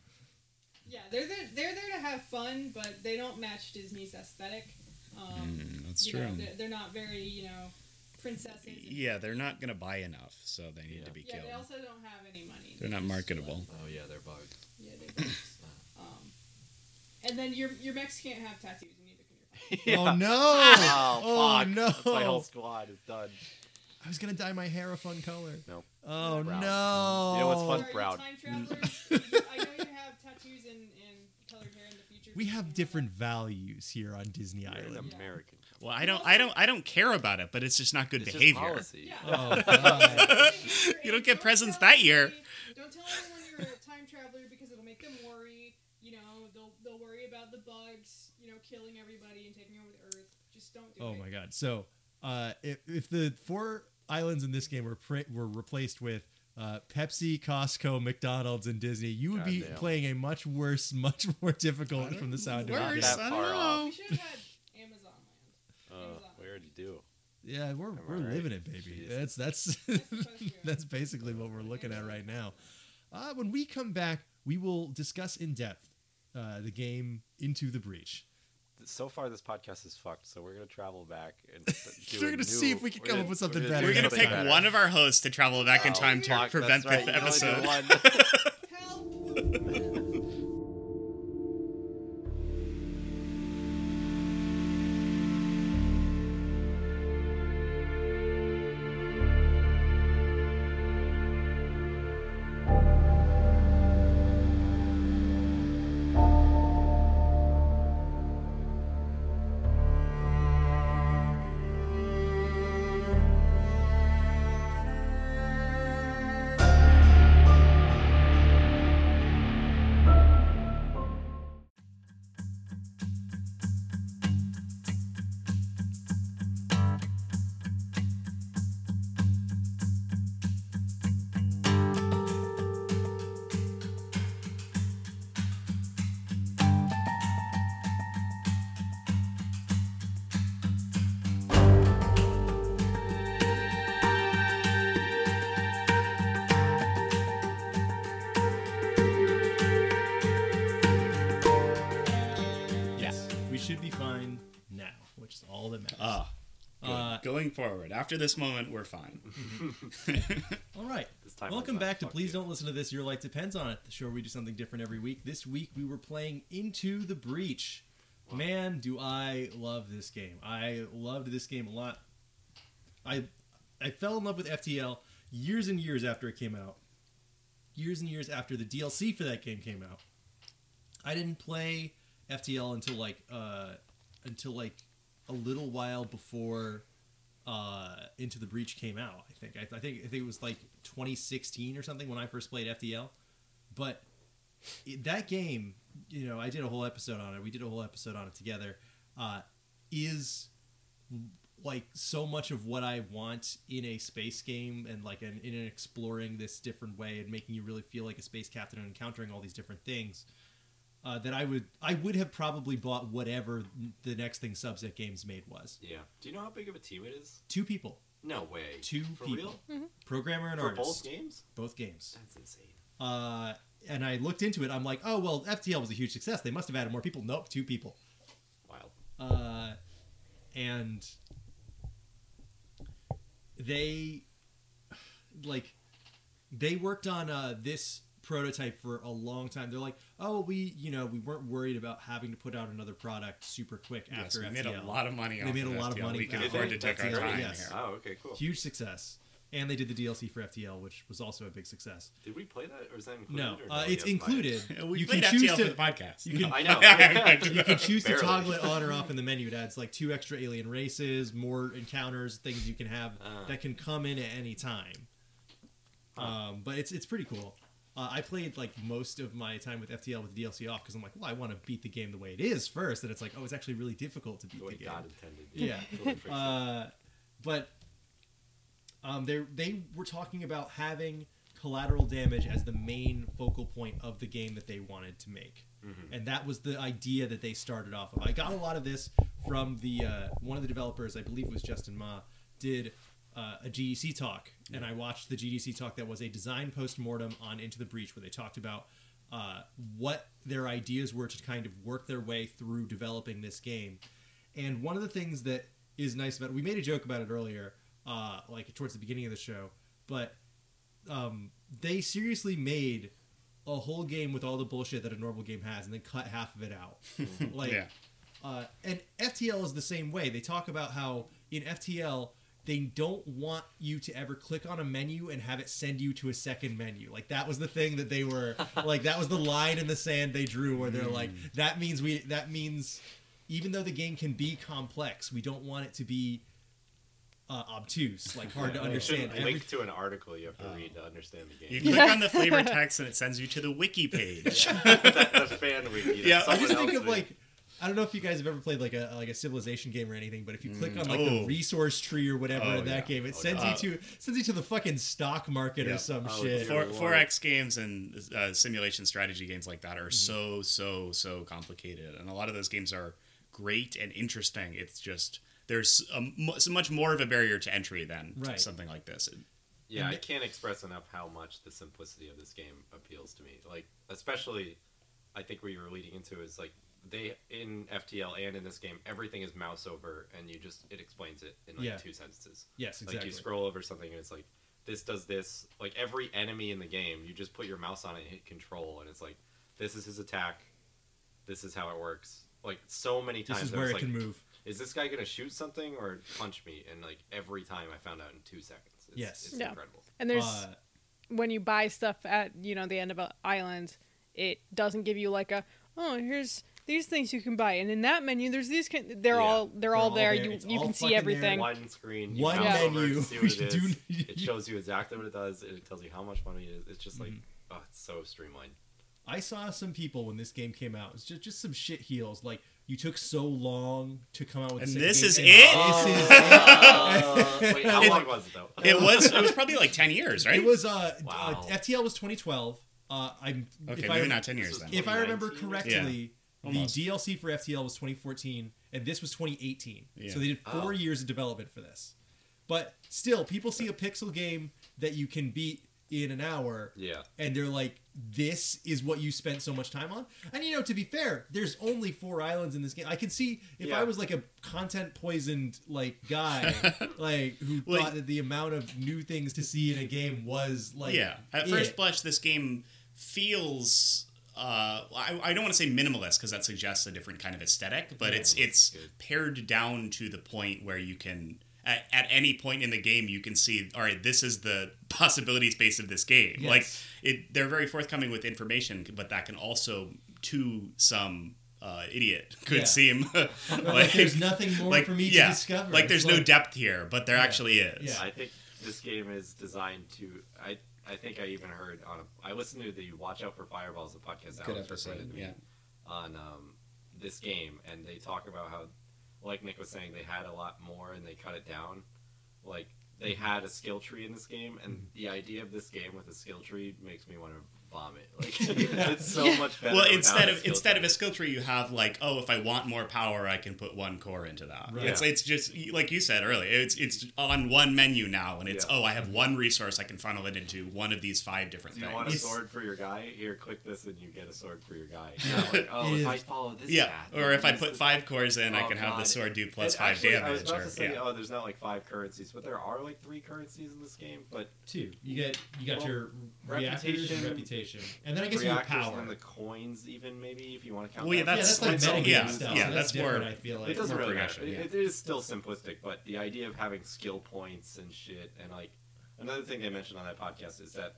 Yeah, they're there, they're there to have fun, but they don't match Disney's aesthetic. Um,
Mm, that's
you
true.
Know, they're, they're not very you know princesses. and-
yeah, they're not gonna buy enough, so they need
Yeah.
to be
Yeah,
killed.
they also don't have any money.
They're not
just,
marketable.
<laughs> Oh, yeah, they're bugged.
like, yeah, they're bugs. um, and then your your Mex can't have tattoos, and neither can your.
Oh no!
<laughs> Oh,
oh
fuck.
no!
That's my whole squad is done.
I was gonna dye my hair a fun color.
Nope.
Oh
Brown.
no!
You know what's
Are
fun?
you
<laughs>
Proud.
time travelers? You- I know you have tattoos and, and colored hair in the future.
We
but
have
you
different values here on Disney
You're an
Island.
Yeah.
American.
Well, I don't, I don't, I don't care about it, but it's just not good
It's just
behavior.
policy. Uh,
Yeah.
Oh god!
<laughs> You don't get presents that year.
Don't tell anyone you're a time traveler because it'll make them worry. You know, they'll they'll worry about the bugs. You know, killing everybody and taking over the Earth. Just don't do
Oh
it.
my god! So, uh, if, if the four islands in this game were pre- were replaced with uh, Pepsi, Costco, McDonald's, and Disney, you would be
Goddamn.
playing a much worse, <laughs> much more difficult
don't-
from the sound of
Not
it.
Worse,
Yeah,
that
I don't
far off.
We should have had Amazon Land.
Uh, we already do.
Yeah, we're
Am I
we're
right?
living it, baby. That's
Jeez.
that's <laughs> that's basically what we're looking at right now. Uh, when we come back, we will discuss in depth uh, the game Into the Breach.
So far, this podcast is fucked. So we're gonna travel back and do
We're
a
gonna
new-
see if we can
we're
come
gonna-
up with something
do
better.
We're gonna
something
pick
matter.
one of our hosts to travel back in
Oh,
time to
fuck,
prevent
that's right,
the
you only do
episode.
one.
Help!
now, which is all that matters.
Ah, good.
Uh,
going forward. After this moment, we're fine.
All right.
This time
Welcome
I'm not
back to
fucking
Please
you.
Don't Listen to This. Your Life Depends on It, the show where we do something different every week. This week we were playing Into the Breach. Man, do I love this game. I loved this game a lot. I I fell in love with FTL years and years after it came out. Years and years after the DLC for that game came out. I didn't play FTL until like uh until like a little while before uh, Into the Breach came out. I think. I, I think. I think it was like 2016 or something when I first played FTL. But it, that game, you know, I did a whole episode on it. We did a whole episode on it together. Uh, is like so much of what I want in a space game and like an, in an exploring this different way and making you really feel like a space captain and encountering all these different things. Uh, that I would I would have probably bought whatever the next thing Subset Games made was
Yeah. Do you know how big of a team it is?
two people
No way.
two
For
people,
real?
programmer and
For
artist,
both games?
both games.
That's insane.
Uh, and I looked into it. I'm like, oh well, FTL was a huge success. They must have added more people. Nope, two people.
Wild.
Uh, and they like they worked on uh, this prototype for a long time. They're like, oh, we you know we weren't worried about having to put out another product super quick
yes,
after
we
FTL.
made a lot of money.
They
off
made a
of
lot of
FTL.
money
We could
out of
afford to
it.
take our
That's
time
great. Yes.
here.
Oh, okay, cool.
Huge success. And they did the DLC for FTL, which was also a big success.
Did we play that, or is that included?
No,
or
uh,
we
it's
haven't played it?
included.
<laughs> We
you
played
can choose
FTL
to
for the podcast.
you
<laughs>
can-
I know.
you can
<laughs>
choose
Barely.
to toggle it on or off in the menu. It adds like two extra alien races, more encounters, things you can have
Ah.
that can come in at any time. Um, but it's it's pretty cool. Uh, I played like most of my time with FTL with DLC off because I'm like, well, I want to beat the game the way it is first, and it's like, oh, it's actually really difficult to beat
the
the
way
game.
God intended.
Yeah.
Totally freaks out.
Uh, but um, they they were talking about having collateral damage as the main focal point of the game that they wanted to make, and that was the idea that they started off of. I got a lot of this from the uh, one of the developers, I believe it was Justin Ma, did. Uh, a GDC talk, and I watched the GDC talk that was a design postmortem on Into the Breach, where they talked about uh, what their ideas were to kind of work their way through developing this game. And one of the things that is nice about we made a joke about it earlier, uh, like towards the beginning of the show, but um, they seriously made a whole game with all the bullshit that a normal game has, and then cut half of it out. like,
Yeah.
uh, and FTL is the same way. They talk about how in FTL they don't want you to ever click on a menu and have it send you to a second menu. Like that was the thing that they were like that was the line in the sand they drew where they're like that means we that means even though the game can be complex, we don't want it to be uh, obtuse, like hard to
You
understand.
shouldn't
Every- Oh.
link to an article you have to read to understand the
You
game. <laughs>
click on the flavor text and it sends you to the wiki page.
the fan wiki. that
Yeah,
I
I
someone
just think
else
of
made.
like I don't know if you guys have ever played like a like a civilization game or anything, but if you click on like
Oh.
the resource tree or whatever
Oh,
in that
yeah.
game, it
Mm. Oh,
sends
yeah.
you to sends you to the fucking stock market
Yeah.
or some
Oh,
shit.
yeah.
Four, 4X games and uh, simulation strategy games like that are so, so, so complicated. And a lot of those games are great and interesting. It's just, there's a, mu- so much more of a barrier to entry than to
Right.
something like this.
Yeah,
and
I
the-
can't express enough how much the simplicity of this game appeals to me. Like, especially, I think what you were leading into is like they in FTL and in this game, everything is mouse over, and you just it explains it in like
Yeah.
two sentences.
Yes,
Like
exactly.
you scroll over something, and it's like this does this. Like every enemy in the game, you just put your mouse on it and hit control, and it's like this is his attack. This is how it works. Like so many
this
times,
is
I
where
was
it
like,
can move.
is this guy gonna shoot something or punch me? And like every time, I found out in two seconds. It's,
Yes.
it's
Yeah.
incredible.
And there's
Uh,
when you buy stuff at you know the end of an island, it doesn't give you like a oh here's these things you can buy, and in that menu there's these. Can-. They're
Yeah,
all they're, all there. You
It's
you
all fucking
can see
there.
everything.
one screen, you
One
mouse over
menu. <laughs>
to see what
You
it
do
is.
need-
It shows you exactly what it does, and it tells you how much money it is. It's just like,
Mm-hmm.
oh, it's so streamlined.
I saw some people when this game came out. It's just just some shit heels. Like you took so long to come out with.
And
the same
this
game
is
thing.
it?
This is <laughs>
<laughs> Uh, <laughs> wait, how
It-
long was it though?
It was, it was probably like 10 years, right?
it. Was uh,
Wow.
uh FTL was 2012. Uh, I'm
okay,
if
maybe
I,
not 10 years
was
then.
if I remember
2019 or
correctly, the
Almost.
DLC for FTL was 2014, and this was 2018.
Yeah.
So they did four
Oh.
years of development for this. But still, people see a pixel game that you can beat in an hour
Yeah.
and they're like, "This is what you spent so much time on." And you know, to be fair, there's only four islands in this game. I can see if
Yeah.
I was like a content poisoned like
<laughs>
guy, like who
Well,
thought that the amount of new things to see in a game was like,
yeah. At first
it.
blush, this game feels. Uh, I, I don't want to say minimalist because that suggests a different kind of aesthetic, but it's it's pared down to the point where you can at, at any point in the game you can see all right this is the <laughs> possibility space of this game. Like
Yes.
it, they're very forthcoming with information, but that can also to some uh, idiot <laughs> could
Yeah.
seem
Like, <laughs> there's nothing more for me to discover.
Like
It's
there's no
like-
depth here, but there actually is.
Yeah.
I think this game is designed to. I I think I even heard on. A, I listened to the Watch Out for Fireballs, the podcast
Good
Alex
episode.
recommended me
Yeah.
on um, this game, and they talk about how, like Nick was saying, they had a lot more and they cut it down. Like they
Mm-hmm.
had a skill tree in this game, and the idea of this game with a skill tree makes me want to vomit. <laughs> Like
<laughs>
it's so
Yeah.
much better.
well
without
instead
a
of
skill
instead
tree.
of a skill tree you have like oh if i want more power i can put one core into that
Right.
it's, it's just like you said earlier it's it's on one menu now and it's
Yeah.
oh i have one resource i can funnel it into one of these five different
Do you
things
want a
It's-
sword for your guy? Here, click this, and you get a sword for your
<laughs>
guy. Not like, oh, if I follow this
yeah
path,
or if i
this
put
is-
five cores in i
Oh,
can have the
God.
sword do plus
And
five
actually,
damage
I was about
or,
to say,
yeah.
oh, there's not like five currencies, but there are like three currencies in this game. But
two. You get you got
Well,
your reactors and reputation,
reputation-
and then I guess you have
reactors
power.
and the coins, even maybe if you want to count.
Well, yeah,
that.
that's-
yeah, that's like
that's-
metagame
yeah,
stuff.
yeah,
so that's,
that's more-
different. I feel like
it doesn't
more
really matter.
progression,
It, it is still simplistic, but the idea of having skill points and shit, and like another thing they mentioned on that podcast is that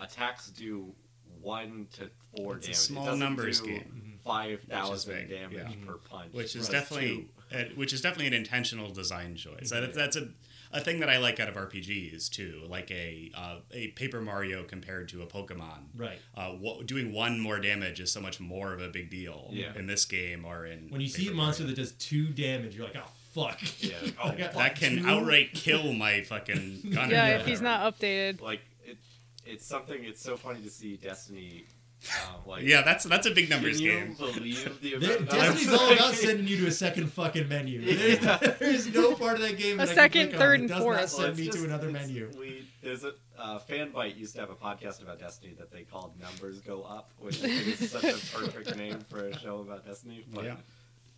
attacks do one to four
It's a
damage. It
small
doesn't
numbers
do
Mm-hmm.
game.
Five thousand
big, yeah.
damage per punch,
which is
Right.
definitely uh, which is definitely an intentional design choice. That-
Yeah.
That's a a thing that I like out of RPGs too, like a uh, a Paper Mario compared to a Pokemon.
Right.
Uh, wha- doing one more damage is so much more of a big deal
Yeah.
in this game or in
When you see a
Paper
monster
Mario.
that does two damage, you're like, oh fuck.
<laughs>
Yeah. Oh,
I got,
that
like,
can
two?
outright kill
<laughs>
my fucking gunner.
Yeah,
Yeah.
if he's not updated.
like it, it's something. It's so funny to see Destiny. Um, like
Yeah, that's that's a big numbers
Can you
game.
<laughs>
believe
They-
the amount of
Destiny's
times-
all about sending you to a second fucking menu. There's,
<laughs> Yeah.
there's no part of that game.
A
that I
second,
can click
third,
on.
and
that
fourth.
Does not
Well,
send
it's
me
just-
to another
it's-
menu.
We, there's a uh, fanbite used to have a podcast about Destiny that they called "Numbers Go Up," which I
<laughs>
think is such a perfect name for a show about Destiny. But
Yeah.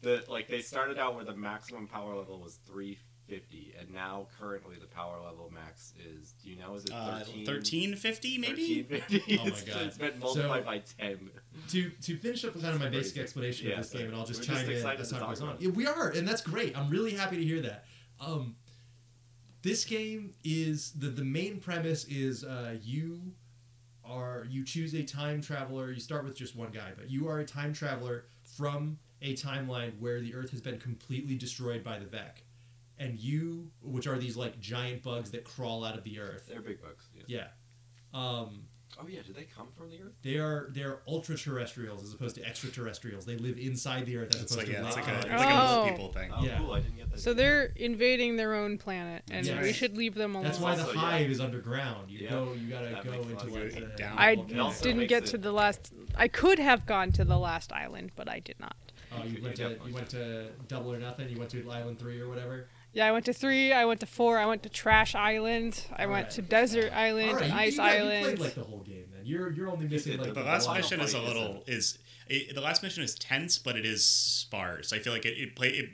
the like they started out where the maximum power level was 350, and now currently the power level max is do you know is it
Uh,
13?
Thirteen fifty, maybe.
1350?
Oh my
<laughs> It's-
God.
it's been multiplied
So-
by ten.
to to finish up with kind of my basic explanation
Yeah,
of this
so
game, and I'll just
we're
chime
just
in
excited
as
to
time
talk
goes on.
about it.
Yeah, we are, and that's great. I'm really happy to hear that. Um, this game is the the main premise is uh, you are you choose a time traveler. You start with just one guy, but you are a time traveler from a timeline where the Earth has been completely destroyed by the Vec, and you, which are these like giant bugs that crawl out of the Earth.
They're big bucks. Yeah.
Yeah. Um,
Oh yeah, do they come from the Earth?
they are they're ultra terrestrials as opposed to extraterrestrials. They live inside the earth as
It's
opposed
like, yeah,
to
it's
live
like
on
a, it's
it.
like a little
Oh.
people thing.
Oh,
Yeah.
cool. I didn't get that.
So they're invading their own planet, and
Yes.
we should leave them alone.
That's why the
Also, yeah.
hive is underground. You
Yeah.
go, you gotta
That
go
makes a lot
into
of
like
sense.
the
Down.
I
It also
didn't
makes
get
it-
to the last. I could have gone to the last island, but I did not.
Oh, you went to you went to Double or Nothing. You went to Island Three or whatever.
Yeah, I went to three. I went to four. I went to Trash Island. I went
Alright.
to Desert Island,
All right, you,
Ice
you, got- you played
Island.
like the whole game. Then you're you're only missing
did
like
the
The
A
last
lot of
mission is a
fight,
little is it, the last mission is tense, but it is sparse. I feel like it, it play it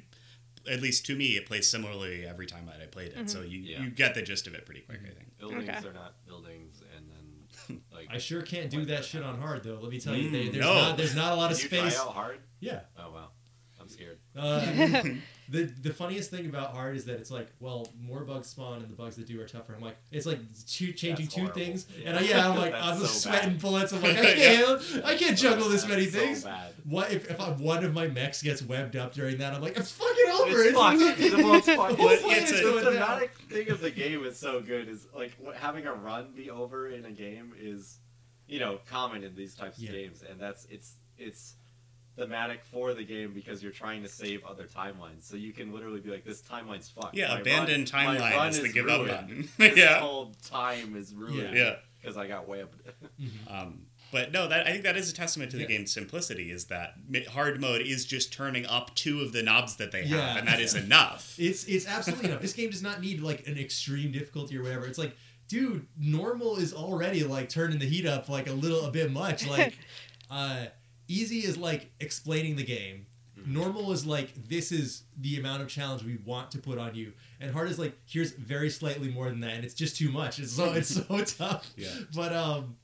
at least to me it plays similarly every time that I played it.
Mm-hmm.
So you
Yeah.
you get the gist of it pretty quick. I think.
buildings
Okay.
are not buildings,
<laughs>
and then like
I sure can't do that shit on hard though. Let me tell you,
Mm,
there- there's
no.
not there's not a lot of
Did you
space.
try out hard.
<laughs>
Yeah.
Oh wow, I'm scared.
<laughs>
Uh, the the funniest thing about hard is that it's like, well, more bugs spawn and the bugs that do are tougher. I'm like, it's like two, changing
That's
two
horrible.
things,
Yeah.
and I, yeah, I'm
<laughs>
like,
That's
I'm just
so
sweating
bad.
bullets.
<laughs>
I'm like, I can't, I can't juggle this
That's
many
so
things.
bad.
What if, if I, one of my mechs gets webbed up during that? I'm like, it's fucking over.
It's
<laughs>
fucked. <laughs> The world's fucked.
What
It's, it's
is
going down?
the thematic thing of the game is so good. Is like what, having a run be over in a game is, you know, common in these types
Yeah.
of games, and that's it's it's thematic for the game because you're trying to save other timelines. So you can literally be like, this timeline's fucked.
Yeah,
My run-
abandon
my
timeline
run
is the give
ruined.
up button.
<laughs> This
yeah,
whole time is ruined.
yeah.
Because I got webbed.
Mhm.
Um, but no, that I think that is a testament to the
Yeah.
game's simplicity. Is that mi- hard mode is just turning up two of the knobs that they have,
Yeah.
and that is enough.
<laughs>
It's it's absolutely enough. This game does not need like an extreme difficulty or whatever. It's like dude, normal is already like turning the heat up like a little a bit much. Like uh easy is like explaining the game. Normal is like this is the amount of challenge we want to put on you, and hard is like here's very slightly more than that, and it's just too much. It's so it's so tough.
Yeah.
But um,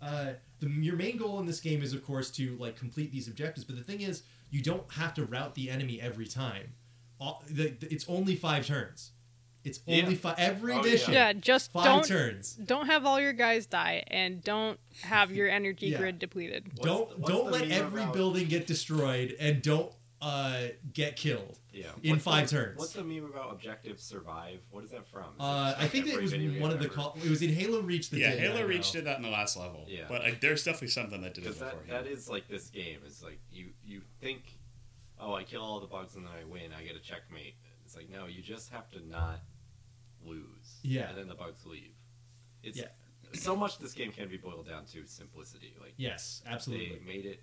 uh, the, your main goal in this game is of course to like complete these objectives. But the thing is, you don't have to route the enemy every time. All, the, the- it's only five turns. It's
Yeah.
only five every
Oh, yeah.
mission.
Yeah, just
5
don't
turns.
don't have all your guys die and don't have your energy
<laughs> Yeah.
grid depleted.
What's
don't
the- what's
don't
the
let
meme
every
about-
building get destroyed and don't uh get killed.
Yeah.
in
What's
five
the-
turns.
What's the meme about objective survive? What is that from? Is
Uh,
just
I
like
think that it
every
was
video game
one of the
ever?
call. It was in Halo Reach that
yeah,
did
Halo
that,
Reach
though.
did that in the last level.
Yeah.
But like, there's definitely something that did it
Because that,
beforehand.
that is like this game. It's like you you think, oh, I kill all the bugs and then I win. I get a checkmate. It's like no, you just have to not lose.
Yeah.
And then the bugs leave. It's
Yeah.
so much. This game can be boiled down to simplicity. Like
Yes, absolutely.
they made it.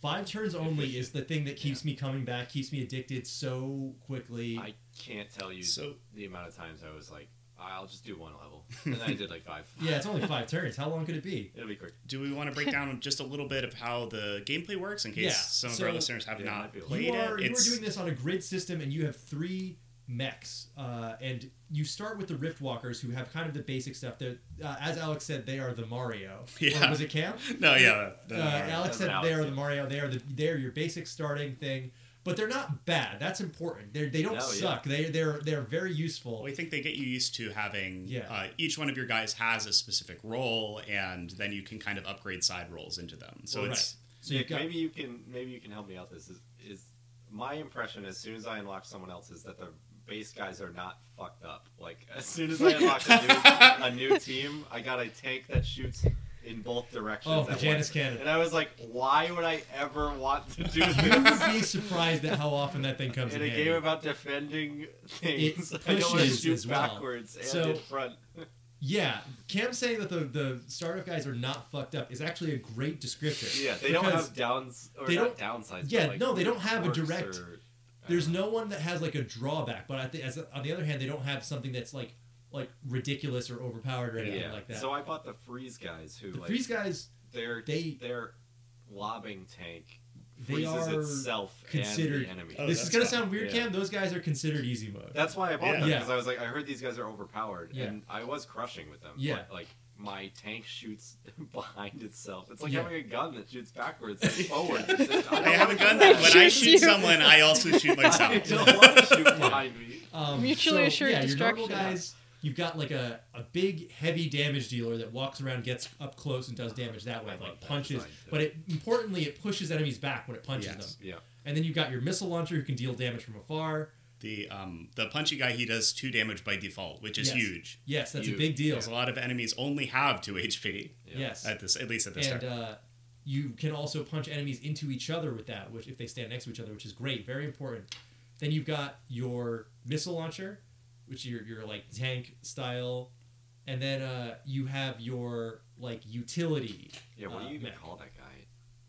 Five turns only is the thing that keeps me coming back, keeps me addicted so quickly.
I can't tell you
So
the amount of times I was like, I'll just do one level, and then I did like five.
yeah, it's only five turns. How long could it be?
it'll be quick.
do we want
<laughs>
to break down just a little bit of how the gameplay works in case
Yeah,
some of
so-
our listeners have
Yeah,
not
might be a
played
you are
it?
you are
It's
doing this on a grid system, and you have three mechs, uh, and you start with the Rift Walkers, who have kind of the basic stuff. They're, uh, as Alex said, they are the
<laughs>
Mario.
Yeah.
Or was it Cam?
<laughs> no, yeah, the-
uh, Alex
That's
said
Alex,
they are the
yeah.
Mario. They are the they are your basic starting thing, but they're not bad. That's important. They they don't
No, Oh, yeah.
suck. They they're they're very useful.
Well, I think they get you used to having
Yeah.
uh, each one of your guys has a specific role, and then you can kind of upgrade side roles into them. So
Well,
it's
So you've
Nick,
got
maybe you can maybe you can help me out. This is is my impression. As soon as I unlock someone else, is that the base guys are not fucked up. Like as soon as I unlock a new, a
<laughs>
new team, I got a tank that shoots in both directions.
Oh,
at
the Janus
once.
cannon.
And I was like, why would I ever want to
<laughs>
do
you would be
this?
surprised at how often that thing comes
In
in,
a
handy.
game about defending things, <laughs>
It
I don't want to
pushes
shoot
as well.
backwards and
So-
in front.
Yeah, Cam saying that the the startup guys are not fucked up is actually a great descriptor.
Yeah, they don't
because
have downs or
they
not downsides. but,
yeah,
like,
no, they don't have a
quirks
direct-
or- I
There's
don't know.
no one that has like a drawback, but I think as on the other hand, they don't have something that's like like ridiculous or overpowered or anything
yeah.
like that.
So I bought the freeze guys who
the
like
freeze guys
they're
they-
their lobbing tank
they
freezes
are
itself
considered-
and the enemy.
Oh,
this is
that's
gonna
fun.
sound weird,
Yeah.
Cam. Those guys are considered easy mode.
That's why I bought
Yeah.
them
Yeah.
because I was like, I heard these guys are overpowered,
Yeah.
and I was crushing with them.
Yeah.
but, like my tank shoots <laughs> behind itself. It's like
Yeah.
having a gun that shoots
<laughs>
backwards and forwards. It's just, I,
I have a
don't
gun
want
that
to-
when I
Shoots
shoot
you.
someone, I also
<laughs>
<laughs>
shoot
I
myself.
don't want to shoot behind me.
Um,
Mutually
so,
assured
yeah, Your normal
destruction.
guys, you've got like a, a big, heavy damage dealer that walks around, gets up close, and does damage that way,
I like
like
that
punches.
design, too.
But it importantly, it pushes enemies back when it punches
Yes.
them.
Yeah,
And then you've got your missile launcher who can deal damage from afar.
the um, the punchy guy he does two damage by default, which is
Yes.
huge.
Yes, that's
You-
a big deal.
Because a lot of enemies only have two HP
yeah.
Yes,
at this, at least at this
and
time.
uh, you can also punch enemies into each other with that, which if they stand next to each other, which is great, very important. Then you've got your missile launcher, which your your like tank style, and then uh, you have your like utility.
yeah. What do
uh,
you even
mech.
call that guy?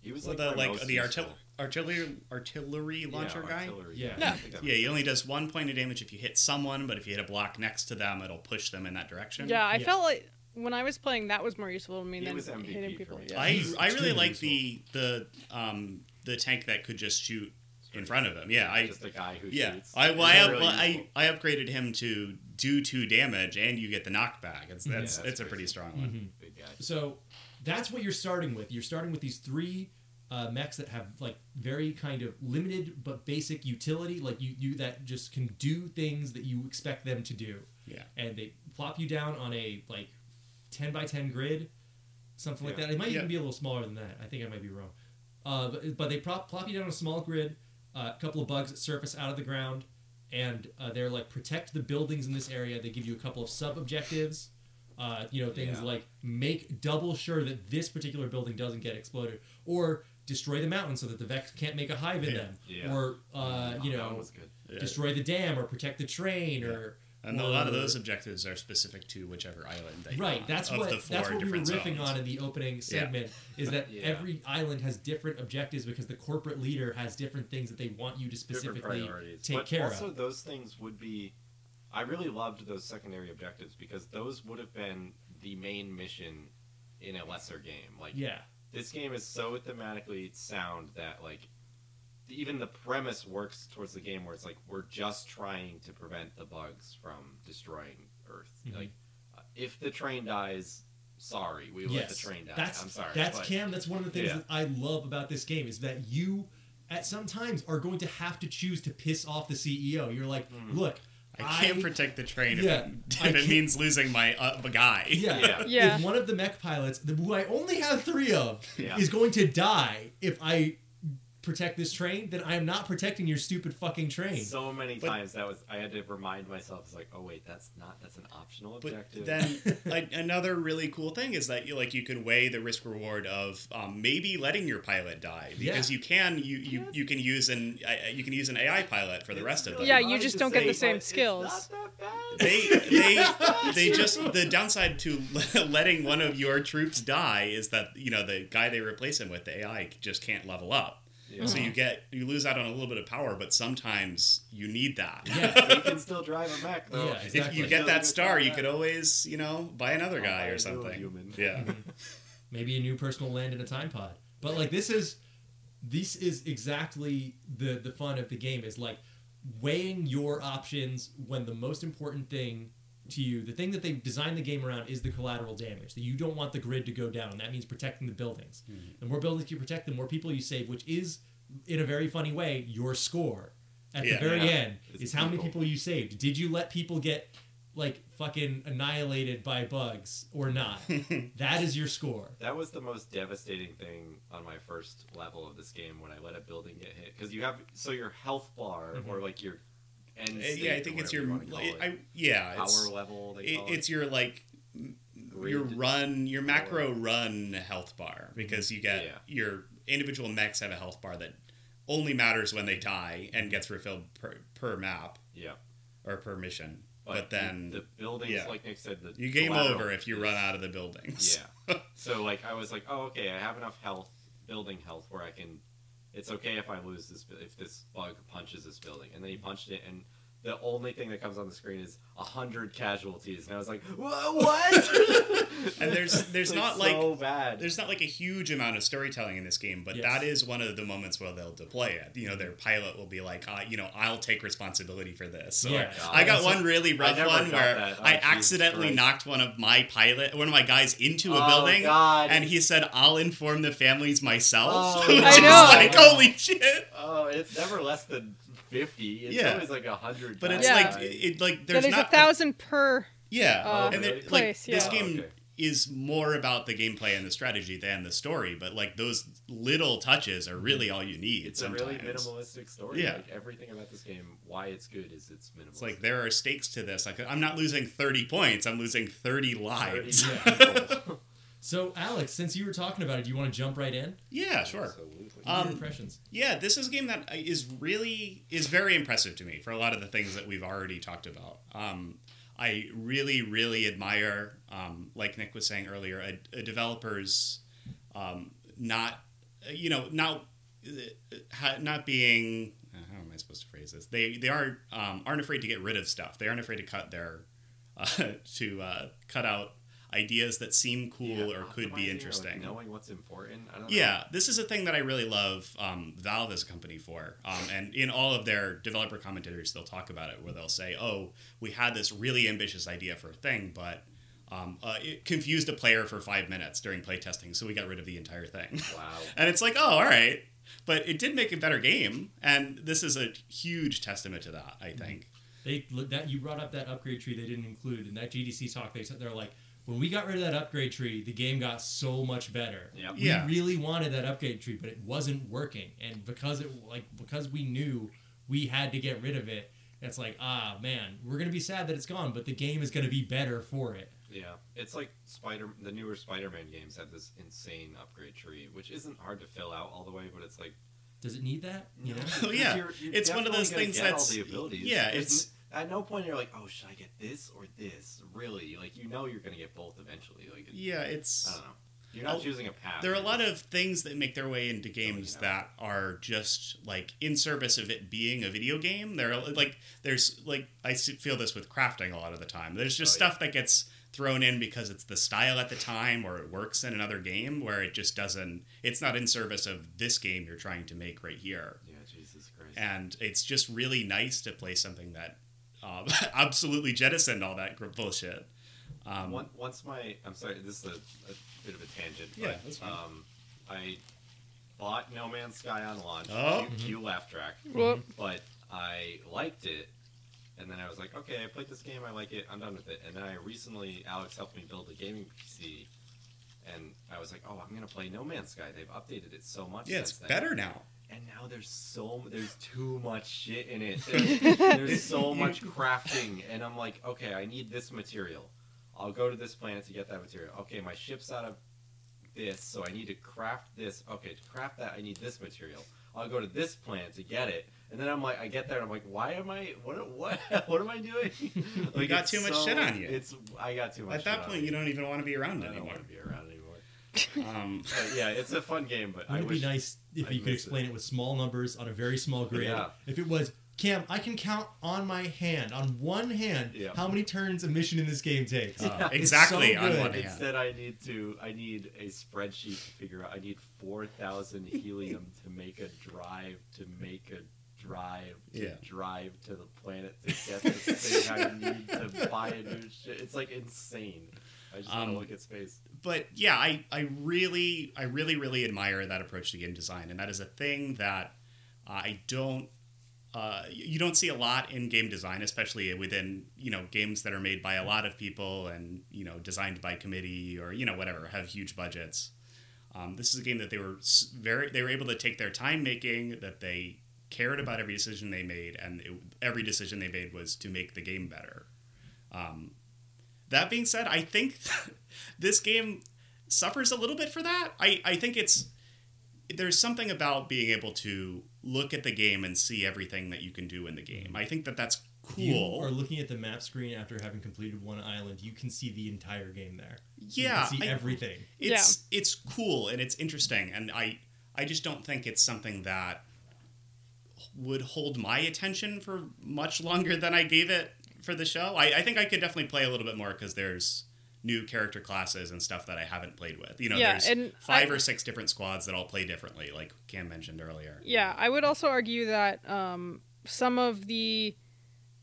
He was
Well,
like,
the
my
like
most
the
useful-
artil- artillery artillery
yeah,
launcher guy.
artillery.
Yeah.
I
No.
think that
Yeah, he only does one point of damage if you hit someone, but if you hit a block next to them, it'll push them in that direction.
Yeah, I
Yeah.
felt like when I was playing, that was more useful to me
He
than
was MVP
hitting
for
people.
me.
Yeah.
I,
He's
I really
extremely
like the the um the tank that could just shoot in front of him. Yeah, I
just a guy who
yeah
shoots.
I well,
It's
I, up-
really
well, I
useful.
I upgraded him to do two damage and you get the knockback. It's that's
Yeah, that's
it's a pretty
crazy.
strong
Mm-hmm.
one.
Big guy.
So that's what you're starting with. You're starting with these three uh, mechs that have like very kind of limited but basic utility, like you you that just can do things that you expect them to do.
Yeah.
and they plop you down on a like 10 by 10 grid something like
Yeah.
that it might
Yeah.
even be a little smaller than that i think i might be wrong uh, but, but they prop, plop you down on a small grid uh, a couple of bugs that surface out of the ground and uh, they're like protect the buildings in this area they give you a couple of sub objectives uh, you know things
Yeah.
like make double sure that this particular building doesn't get exploded or destroy the mountain so that the vex can't make a hive in
Yeah. Mm-hmm.
them
Yeah.
or uh, you
Oh, that
know
one was good.
Yeah.
destroy the dam or protect the train or
And a lot of
or-
those objectives are specific to whichever island. That you're
Right,
on,
that's
of
what
the four
that's what we were
different
riffing
zones.
on in the opening segment is
<laughs>
that
Yeah.
every island has different objectives because the corporate leader has different things that they want you to
Different
specifically
priorities.
take
but
care
also
of.
those things would be I really loved those secondary objectives because those would have been the main mission in a lesser game. Like
Yeah.
this game is so thematically sound that like even the premise works towards the game where it's like we're just trying to prevent the bugs from destroying Earth.
Mhm.
Like uh, if the train dies, sorry, we let the train die.
That's,
I'm sorry.
That's
but-
Cam. That's one of the things
Yeah.
that I love about this game is that you, at some times, are going to have to choose to piss off the CEO. You're like,
Mhm.
look,
I can't
I-
protect the train
Yeah,
if,
I
it, <laughs> if
can't-
it means losing my uh, guy.
Yeah.
Yeah.
Yeah.
If one of the mech pilots, the- who I only have three of,
Yeah.
is going to die if I protect this train, then I am not protecting your stupid fucking train.
So many
But-
times that was I had to remind myself it's like, oh wait, that's not that's an optional objective.
But then
<laughs>
a, another really cool thing is that you like you can weigh the risk reward of um, maybe letting your pilot die because
Yeah.
you can you, you you can use an I- you can use an AI pilot for the rest of them.
Yeah, you
Hard
just
to
don't get the same
but it's
skills.
not that bad.
They they they just the downside to <laughs> letting one of your troops die is that you know the guy they replace him with the AI just can't level up.
Yeah. Uh-huh.
So you get you lose out on a little bit of power, but sometimes you need that.
Yeah.
you can still drive a Mac though.
Yeah,
If
exactly.
If you get that star, you could always, you know, buy another
I'll
guy
buy a
or
dual
something.
human.
Yeah.
Mm-hmm. maybe a new personal land in a time pod. But like this is this is exactly the the fun of the game is like weighing your options when the most important thing to you, the thing that they've designed the game around is the collateral damage. That you don't want the grid to go down. That means protecting the buildings.
Mm-hmm.
The more buildings you protect, the more people you save, which is in a very funny way your score at
Yeah.
the very
Yeah.
end
It's
is how many
people.
people you saved. Did you let people get like fucking annihilated by bugs or not? that is your score.
That was the most devastating thing on my first level of this game when I let a building get hit because you have so your health bar or like your end.
Uh,
State
Mm-hmm. yeah, I
or
think it's
whatever
your
you wanna call
I,
it.
I- yeah,
power
it's
level. They
it,
call
it's your like
Grid.
your run your macro
Power.
run health bar because you get
Yeah.
your individual mechs have a health bar that only matters when they die and gets refilled per, per map
yeah.
or per mission. But,
the-
then
the buildings,
yeah.
like Nick said, the
you game
collateral
over if you
is-
run out of the buildings.
Yeah. so like I was like, oh okay, I have enough health, building health where I can. It's okay if I lose this bu- if this bug punches this building, and then he punched it, and the only thing that comes on the screen is a hundred casualties, and I was like, Wha what?
<laughs> <laughs> And there's-
<laughs>
there's
It's
not,
so
like-
bad.
There's not like a huge amount of storytelling in this game, but
Yes.
that is one of the moments where they'll deploy it. You know, their pilot will be like, uh, you know, I'll take responsibility for this. Or,
Yeah.
I got
So-
one really rough
never
one
got
where
that. Oh,
I
Jesus
accidentally
Christ.
knocked one of my pilot, one of my guys into a
Oh,
building,
God.
and he said, "I'll inform the families myself." <laughs>
Oh,
Which
I
is
know.
like, holy shit!
Oh, it's never less than fifty. It's
Yeah.
always like a hundred.
But it's
Yeah.
like it like
That
there's
is
not
a thousand per.
yeah,
uh,
and there- like
place,
this
yeah.
game.
Oh, okay.
Is more about the gameplay and the strategy than the story, but like those little touches are really all you need.
Mm-hmm. It's
sometimes.
a really minimalistic story.
Yeah.
Like everything about this game, why it's good is it's minimal.
It's like there are stakes to this. Like I'm not losing 30 points. I'm losing 30 lives.
<laughs>
So, Alex, since you were talking about it, do you want to jump right in?
<laughs> yeah, sure.
Absolutely.
What are
Um,
your impressions.
Yeah, this is a game that is really is very impressive to me for a lot of the things that we've already talked about. Um, I really, really admire, um, like Nick was saying earlier, a, a developer's um, not, you know, not uh, ha- not being. uh, How am I supposed to phrase this? They they are um, aren't afraid to get rid of stuff. They aren't afraid to cut their uh, <laughs> to uh, cut out ideas that seem cool
Yeah,
or could
optimizing
be
or,
interesting.
Like knowing what's important. I don't know.
Yeah, this is a thing that I really love um, Valve as a company for. Um, and in all of their developer commentators, they'll talk about it where they'll say, oh, we had this really ambitious idea for a thing, but um, uh, it confused a player for five minutes during playtesting, so we got rid of the entire thing. <laughs>
Wow.
and it's like, oh, all right. But it did make a better game, and this is a huge testament to that, I think.
They that you brought up that upgrade tree they didn't include in that GDC talk. They said- they're like, when we got rid of that upgrade tree, the game got so much better.
Yep.
We
Yeah.
really wanted that upgrade tree, but it wasn't working. And because it like because we knew we had to get rid of it, it's like ah man, we're gonna be sad that it's gone, but the game is gonna be better for it.
Yeah. It's like Spider. The newer Spider-Man games have this insane upgrade tree, which isn't hard to fill out all the way, but it's like.
Does it need that? You know?
Oh, yeah. <laughs>
you're- you're
It's one of
definitely
those
gonna
things
get
that's-
all the abilities.
yeah,
There's
it's-
n- At no point you're like, oh, should I get this or this? Really, like you know you're gonna get both eventually. Like, it,
Yeah, it's.
I don't know. You're not
Well,
choosing a path.
There are a lot of things that make their way into games
Oh,
that are just like in service of it being a video game. There are like there's like I s- feel this with crafting a lot of the time. There's just
Oh, yeah.
stuff that gets thrown in because it's the style at the time or it works in another game where it just doesn't it's not in service of this game you're trying to make right here.
Yeah, Jesus Christ.
And it's just really nice to play something that um, <laughs> absolutely jettisoned all that gr- bullshit. Um,
Once, once my, I'm sorry, this is a, a bit of a tangent.
Yeah,
but,
that's fine.
Um, I bought No Man's Sky on launch.
Oh.
Cue- cue laugh track.
Mm-hmm.
Whoop.
But I liked it, and then I was like, okay, I played this game, I like it, I'm done with it. And then I recently, Alex helped me build a gaming PC, and I was like, oh, I'm gonna play No Man's Sky. They've updated it so much.
yeah, it's
since then.
better now.
And now there's so there's too much shit in
<laughs>
it. There's, there's so much crafting, and I'm like, okay, I need this material. I'll go to this planet to get that material. Okay, my ship's out of this, so I need to craft this. Okay, to craft that, I need this material. I'll go to this planet to get it, and then I'm like, I get there, and I'm like, why am I? What? What? <laughs> What am I
<laughs>
doing? Like,
got
it's
too much shit on you.
It's I got too much.
At that
shit
point,
on
you don't even want to be around
I don't
anymore.
want to be around anymore.
<laughs>
Um,
But yeah, it's a fun game, but <laughs> I
Wouldn't it
wish
be nice if
I
you could
miss
explain
it.
it. with small numbers on a very small grid?
Yeah.
If it was, Cam, I can count on my hand, on one hand,
Yeah.
how many turns a mission in this game takes.
uh, exactly.
so
on
good.
one
Yeah.
hand.
Instead, I need to. I need a spreadsheet to figure out. I need four thousand helium to make a drive to make a drive to
Yeah.
drive to the planet to get this thing. I need to buy a new shit. It's like insane. I just want
Um,
to look at space.
But yeah, I, I really, I really, really admire that approach to game design, and that is a thing that uh, I don't. Uh, y- you don't see a lot in game design, especially within you know games that are made by a lot of people and you know designed by committee or you know whatever have huge budgets. Um, this is a game that they were s- very they were able to take their time making that they cared about every decision they made and it, every decision they made was to make the game better. Um, that being said, I think <laughs> this game suffers a little bit for that. I, I think it's there's something about being able to look at the game and see everything that you can do in the game. I think that that's
If Mm-hmm. you
cool.
are looking at the map screen after having completed one island, you can see the entire game there.
Yeah,
You can see
I-
everything.
it's it's cool and it's interesting and i i just don't think it's something that would hold my attention for much longer than i gave it for the show i, I think i could definitely play a little bit more because there's new character classes and stuff that i haven't played with you know
Yeah,
there's
and
five
I-
or six different squads that all play differently like cam mentioned earlier
Yeah, I would also argue that um, some of the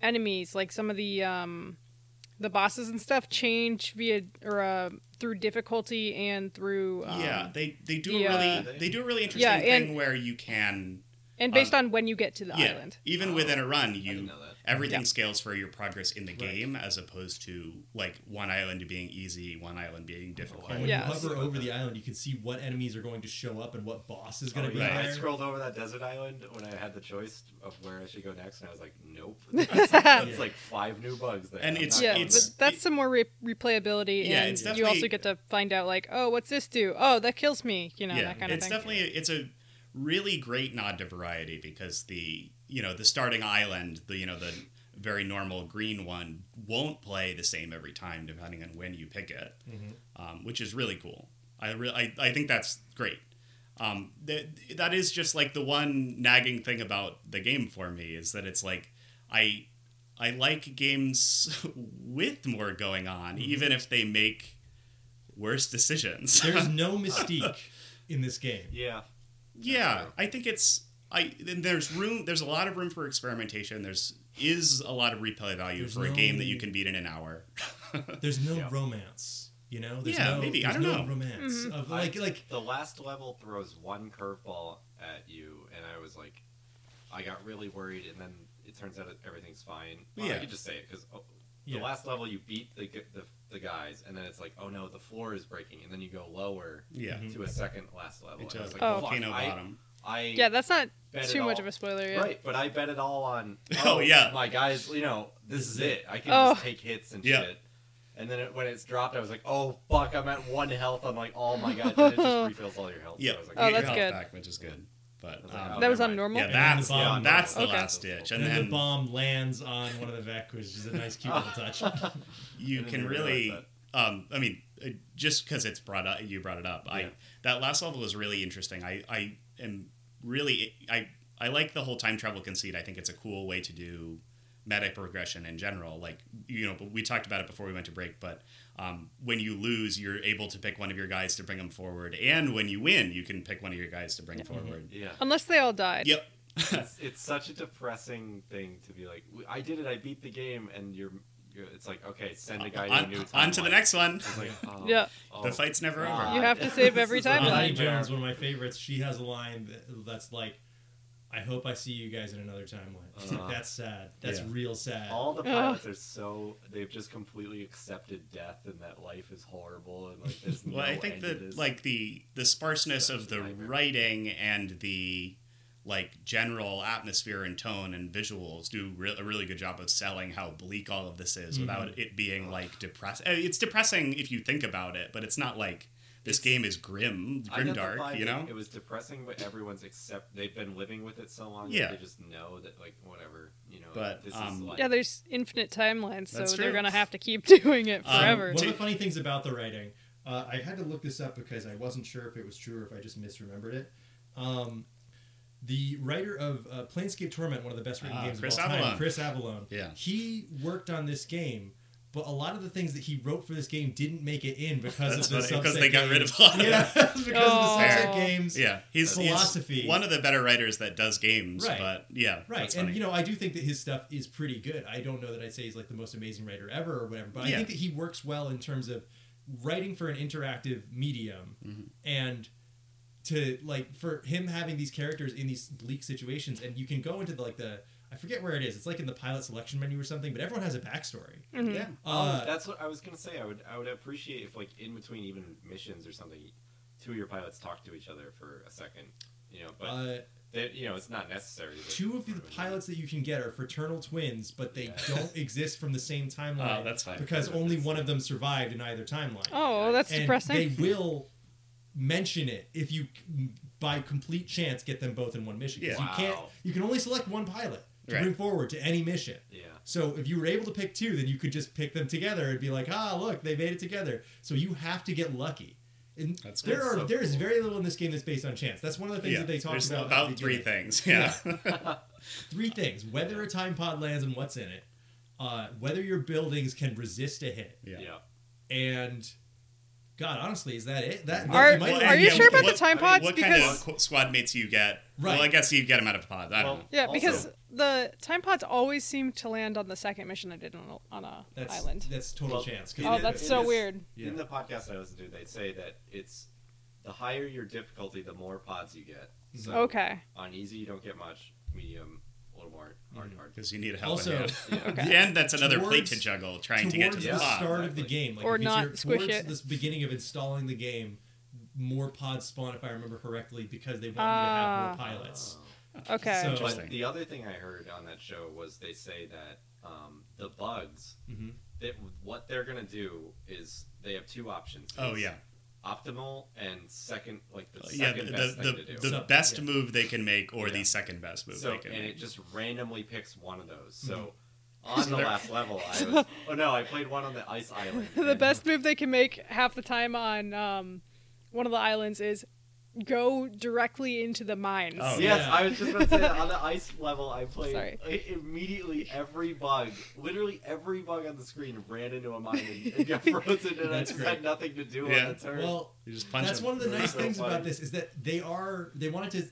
enemies, like some of the um, the bosses and stuff, change via or uh, through difficulty and through um,
yeah they they do a
yeah.
really they do a really interesting
Yeah,
thing
and-
where you can
and based on when you get to the
um, yeah
island.
even
Oh,
within a run
I didn't
you
know that.
everything
Yeah.
scales for your progress in the
Right.
game as opposed to like one island being easy one island being difficult
And when
Yeah.
you hover over the island, you can see what enemies are going to show up and what boss is going
Oh,
to be
yeah, I
there.
scrolled over that desert island when I had the choice of where I should go next, and I was like, nope. It's like, that's like five new bugs there.
And
I'm
it's-
not
Yeah,
going
it's-
there.
but that's some more re- replayability.
Yeah,
and
it's
you also
definitely-
get to find out like, oh, what's this do? Oh, that kills me. You know
yeah
that kind of
it's
thing.
definitely it's a really great nod to variety because the you know the starting island the you know the very normal green one won't play the same every time depending on when you pick it um, which is really cool i really I, I think that's great um, that that is just like the one nagging thing about the game for me is that it's like I I like games <laughs> with more going on, even if they make worse decisions.
There's no mystique in this game.
yeah.
yeah, I think it's I and there's room there's a lot of room for experimentation. There's is a lot of replay value
There's
for a
no-
game that you can beat in an hour.
There's no
Yeah.
romance. You know, there's
Yeah,
no,
maybe, I
there's
don't
no
know. Mm-hmm.
romance of like like
the last level throws one curveball at you, and I was like, I got really worried, and then it turns out everything's fine. Well, I
Yeah.
can just say it because oh,
Yeah.
the last level you beat the, gu- the the guys, and then it's like, oh no, the floor is breaking, and then you go lower
Yeah.
Mhm.
to a second last level.
It's
and I
a
was like,
Oh.
fuck,
Mm-hmm. volcano
I,
bottom.
I
yeah. That's not
bet it
too much
all-
of a spoiler. Yeah.
Right, but I bet it all on.
Oh, yeah.
my guys. You know, this is it. I can
Oh.
just take hits and
Yeah.
shit. And then it, when it's dropped, I was like, "Oh fuck, I'm at one health." I'm like, "Oh my god!" Then it
<laughs>
just refills all your health.
yeah,
So I was like,
Oh,
you get your
that's
health
good.
Back, which is good. But
That's
um,
Oh,
that was
never
on
mind.
normal.
yeah,
And then
that's
the bomb-
that's the
Okay.
last ditch,
and
and
then,
then
the
<laughs>
bomb lands on one of the Vec, which is a nice cute little touch.
you
I didn't
can
even realize
really
that.
Um, I mean, uh, just because it's brought up, you brought it up.
Yeah.
I that last level is really interesting. I I am really I I like the whole time travel conceit. I think it's a cool way to do meta progression in general. Like you know, but we talked about it before we went to break. But um, when you lose, you're able to pick one of your guys to bring them forward, and when you win, you can pick one of your guys to bring forward. <laughs>
Yeah. Mm-hmm.
Unless they all died.
Yep.
it's, it's such a depressing thing to be like, "W- I did it, I beat the game, and you're, you're it's like, okay, send a guy to a
Uh, on,
new
on to
timeline.
the next one.
It's like, oh,
Yeah.
oh,
The fight's never over.
God.
You have to save
This
every
is a
timeline.
Lottie
nightmare.
Jones, one of my favorites, she has a line that- that's like, "I hope I see you guys in another timeline."
Uh-huh.
<laughs> that's sad. That's
Uh. Yeah.
real sad.
All the pilots are so they've just completely accepted death and that life is horrible and like there's no
<laughs> well i think
end it
that
is.
like the the sparseness of the
Nightmare.
writing and the like general atmosphere and tone and visuals do re- a really good job of selling how bleak all of this is without it being like depressing it's depressing if you think about it but it's not like
It's-
this game is grim
I got the
grimdark
vibe
you
that
know
it was depressing, but everyone's accept they've been living with it so long
Yeah.
that they just know that like whatever you know.
But,
this is
um,
life.
Yeah, there's infinite timelines, so
That's
they're
true.
gonna have to keep <laughs> doing it
Um,
forever.
One of
Do-
the funny things about the writing, uh, I had to look this up because I wasn't sure if it was true or if I just misremembered it. Um, the writer of uh, Planescape Torment, one of the best written
Ah,
games
Chris
of all
Avellone.
time, Chris Avalon.
Yeah.
he worked on this game, but a lot of the things that he wrote for this game didn't make it in because
That's
of the subset
funny, because they got rid
games.
of a lot
<laughs>
of
yeah,
it.
because of the subset
Oh.
games.
yeah he's, he's
Philosophy.
one of the better writers that does games
Right.
but yeah
Right,
that's
and
funny.
you know, I do think that his stuff is pretty good. I don't know that I'd say he's like the most amazing writer ever or whatever, but I
Yeah.
think that he works well in terms of writing for an interactive medium
Mm-hmm.
and to like for him having these characters in these bleak situations and you can go into the, like the I forget where it is. It's like in the pilot selection menu or something, but everyone has a backstory.
Mm-hmm. Mm.
yeah
Oh,
Uh,
that's what I was gonna say. I would I would appreciate if like in between even missions or something, two of your pilots talk to each other for a second. You know, but
uh,
they, you know it's not necessary. but-
two of the pilots that you can get are fraternal twins, but they
Yeah.
don't <laughs> exist from the same timeline.
Oh, that's fine.
Because only one of them survived in either timeline.
Oh, that's
and
depressing.
They will mention it if you, by complete chance, get them both in one mission. 'Cause
Yeah.
You can't.
Wow.
You can only select one pilot to
Right.
bring forward to any mission.
Yeah.
So if you were able to pick two, then you could just pick them together and be like, ah, look, they made it together. So you have to get lucky. And
That's
there
cool.
are
So
there is
cool.
very little in this game that's based on chance. That's one of the things
yeah.
that they talk
There's
about. at the
about three
beginning.
things yeah, <laughs>
Three things: whether a time pod lands and what's in it, uh, whether your buildings can resist a hit,
Yeah.
and God, honestly, is that it? That, that
Are-
you might
Well,
not
are you
be
sure
able
about
to-
the
what-
time
I mean,
pods?
what
because
kind of qu- squad mates you get?
Right.
Well, I guess you get them out of pods. I
Well,
don't know.
yeah, because
Also-
the time pods always seem to land on the second mission I did on a, on a
That's,
island.
That's total
Well,
chance. 'cause
it
Oh,
is-
that's
it
so
is-
weird.
Yeah.
In the podcast I listen to, they say that it's the higher your difficulty, the more pods you get.
Mm-hmm.
So
Okay.
On easy, you don't get much. Medium, a little more
Mm-hmm.
hard. <laughs> hard.
Because you need a helping
Also, <laughs>
hand.
Okay.
And that's another plate
Towards-
to juggle, trying
towards
to get to
the
the
Yeah.
pod.
start of the
Exactly.
game, like
Or
if
not
you're
squish
towards
it.
this beginning of installing the game, more pods spawn, if I remember correctly, because they want you
Ah.
to have more pilots.
Okay.
So-
But
Interesting.
the other thing I heard on that show was they say that um, the bugs,
Mhm.
that what they're gonna do is they have two options.
Oh
It's
yeah,
optimal and second, like the
Uh, yeah. The
second best
the,
thing to do.
the, the
So-
best
yeah.
move they can make, or
Yeah.
the second best move
so
they can
and it
make. Mm-hmm.
just randomly picks one of those. So on the
They're-
last level, I was,
<laughs>
oh no, I played one on the ice island.
the
and-
best move they can make half the time on um, one of the islands is go directly into the mines.
Oh,
yes,
yeah.
I was just about to say that
<laughs>
on the ice level, I played
Sorry.
I, immediately every bug, literally every bug on the screen ran into a mine and, and
<laughs>
got frozen, and I
That's
just
great.
had nothing to do
Yeah.
on the turn.
Well,
You just punch
that's
them.
one of the
They're
nice
so
things about
funny.
this is that they are they wanted to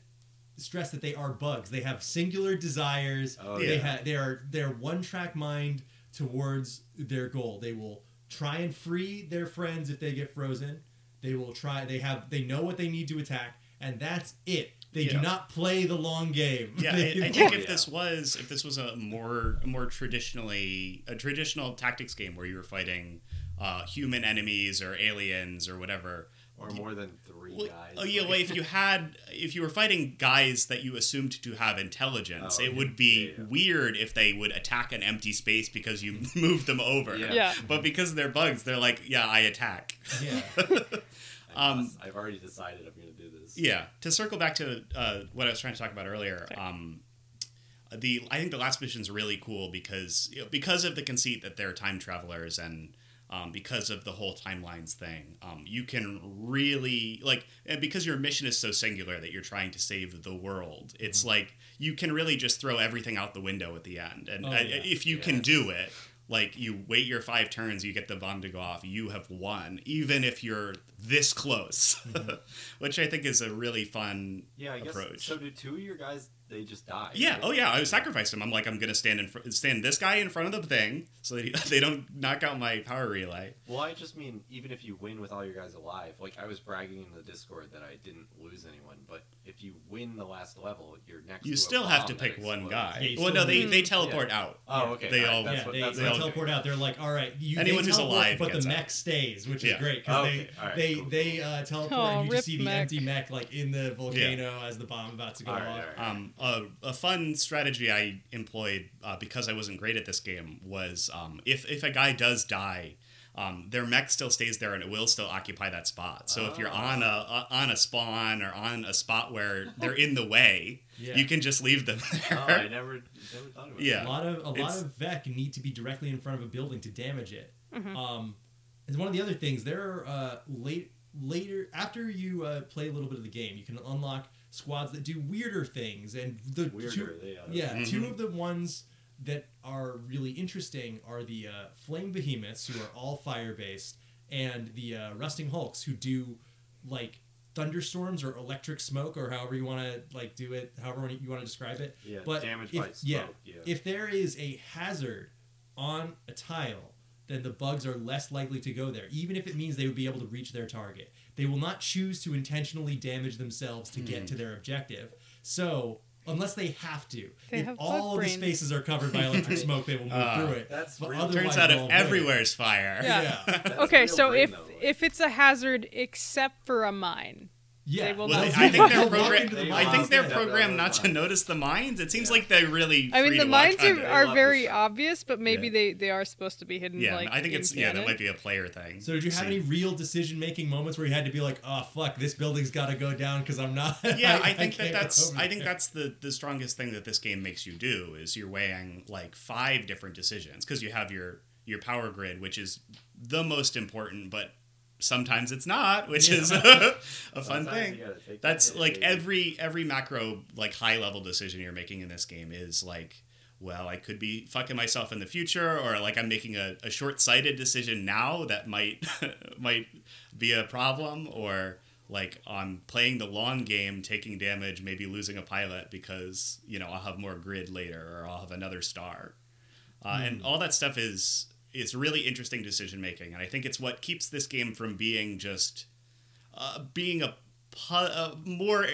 stress that they are bugs. They have singular desires.
Oh,
they
yeah.
ha- they are they're one track mind towards their goal. They will try and free their friends if they get frozen. They will try. They have they know what they need to attack, and that's it. They do
Yeah.
not play the long game. <laughs>
Yeah,
They-
I, I think
Yeah.
if this was if this was a more a more traditionally a traditional tactics game where you were fighting uh, human enemies or aliens or whatever,
or more than three
Well,
guys.
oh yeah,
like- <laughs>
well if you had if you were fighting guys that you assumed to have intelligence,
Oh,
it
yeah.
would be
Yeah, yeah.
weird if they would attack an empty space because you <laughs> moved them over.
Yeah.
Yeah.
But because they're bugs, they're like, yeah, I attack.
yeah.
I
um,
must- I've already decided I'm going to do this.
Yeah. To circle back to uh, what I was trying to talk about earlier, um, the I think the last mission's really cool because you know, because of the conceit that they're time travelers and um, because of the whole timelines thing. Um, you can really like, and because your mission is so singular that you're trying to save the world, it's
Mm-hmm.
like you can really just throw everything out the window at the end. And
Oh,
I,
yeah.
if you can
Yeah.
do it, like you wait your five turns, you get the bomb to go off, you have won, even if you're this close,
Mm-hmm.
<laughs> which I think is a really fun
Yeah, I guess.
approach.
So do two of your guys? They just die.
Yeah. Oh, yeah. I sacrificed him. I'm like, I'm gonna stand in fr- stand this guy in front of the thing so that he, <laughs> they don't knock out my power relay.
Well, I just mean even if you win with all your guys alive, like I was bragging in the Discord that I didn't lose anyone, but if you win the last level, you're next.
You
to a
still have
bomb
to
that
pick one
explodes.
guy.
Yeah, you
well,
still
no, they
have-
they teleport out.
Oh, okay.
They all-
That's
yeah,
what,
they,
that's
they
what I'm
teleport
doing.
out. They're like, all right, you,
Anyone
they
who's
teleport,
alive
but
gets
the
out.
mech stays, which
Yeah.
is great because
Okay, all right,
they
cool,
they, they
cool.
uh, teleport
Oh,
and you just
rip
see the
mech.
empty mech like in the volcano as the bomb about to go
All right,
off.
all right.
Um, a, a fun strategy I employed uh, because I wasn't great at this game was um, if if a guy does die. Um, their mech still stays there and it will still occupy that spot. So if you're on a uh, on a spawn or on a spot where they're in the way,
Yeah.
you can just leave them <laughs> there.
Oh, I never, never thought about
Yeah.
That.
A lot of a lot
It's-
of Vec need to be directly in front of a building to damage it.
Mm-hmm.
Um, and one of the other things there are uh, late later after you uh, play a little bit of the game, you can unlock squads that do weirder things and the
Weirder, uh,
two,
yeah.
yeah
Mhm.
two of the ones that are really interesting are the uh, flame behemoths who are all fire based and the uh, rusting hulks who do like thunderstorms or electric smoke or however you want to like do it however you want to describe it
Yeah,
but
damage
if,
by smoke,
yeah,
yeah.
if there is a hazard on a tile then the bugs are less likely to go there even if it means they would be able to reach their target they will not choose to intentionally damage themselves to
Hmm.
get to their objective so unless they have to
They
if
have bug
all of the
brain.
spaces are covered by
<laughs>
electric smoke they will move
Ah.
through it
That's
but
real-
otherwise
Turns out
they'll
if
avoid it.
everywhere's fire. <laughs>
Yeah. <laughs>
yeah
That's
okay,
real
so
brain,
if
though, like-
if it's a hazard except for a mine,
yeah
They will
Well,
Well,
I think
they'll
they're
walk
programmed.
into the
they
I
mines
think they're
then.
pro-
programmed not to
Yeah.
notice the mines. It seems like they're really.
I mean
free
the
to walk
mines are,
under.
are
love
very
this.
obvious, but maybe
Yeah.
they, they are supposed to be hidden.
Yeah,
like,
I think
in
it's yeah. That
canon.
might be a player thing.
so did you have
See.
any real decision making moments where you had to be like oh fuck this building's got to go down because i'm not
<laughs>
<laughs>
yeah, I think that
can't go
that's
over
I
there."
think that's the the strongest thing that this game makes you do is you're weighing like five different decisions because you have your your power grid, which is the most important, but sometimes it's not, which is <laughs> a fun
Sometimes
thing.
you gotta take that
That's
hit,
like
baby.
every every macro like high level decision you're making in this game is like well I could be fucking myself in the future or like I'm making a, a short sighted decision now that might <laughs> might be a problem or like I'm playing the long game taking damage maybe losing a pilot because you know I'll have more grid later or I'll have another star uh,
Hmm.
and all that stuff is is really interesting decision making and I think it's what keeps this game from being just uh, being a, pu- a more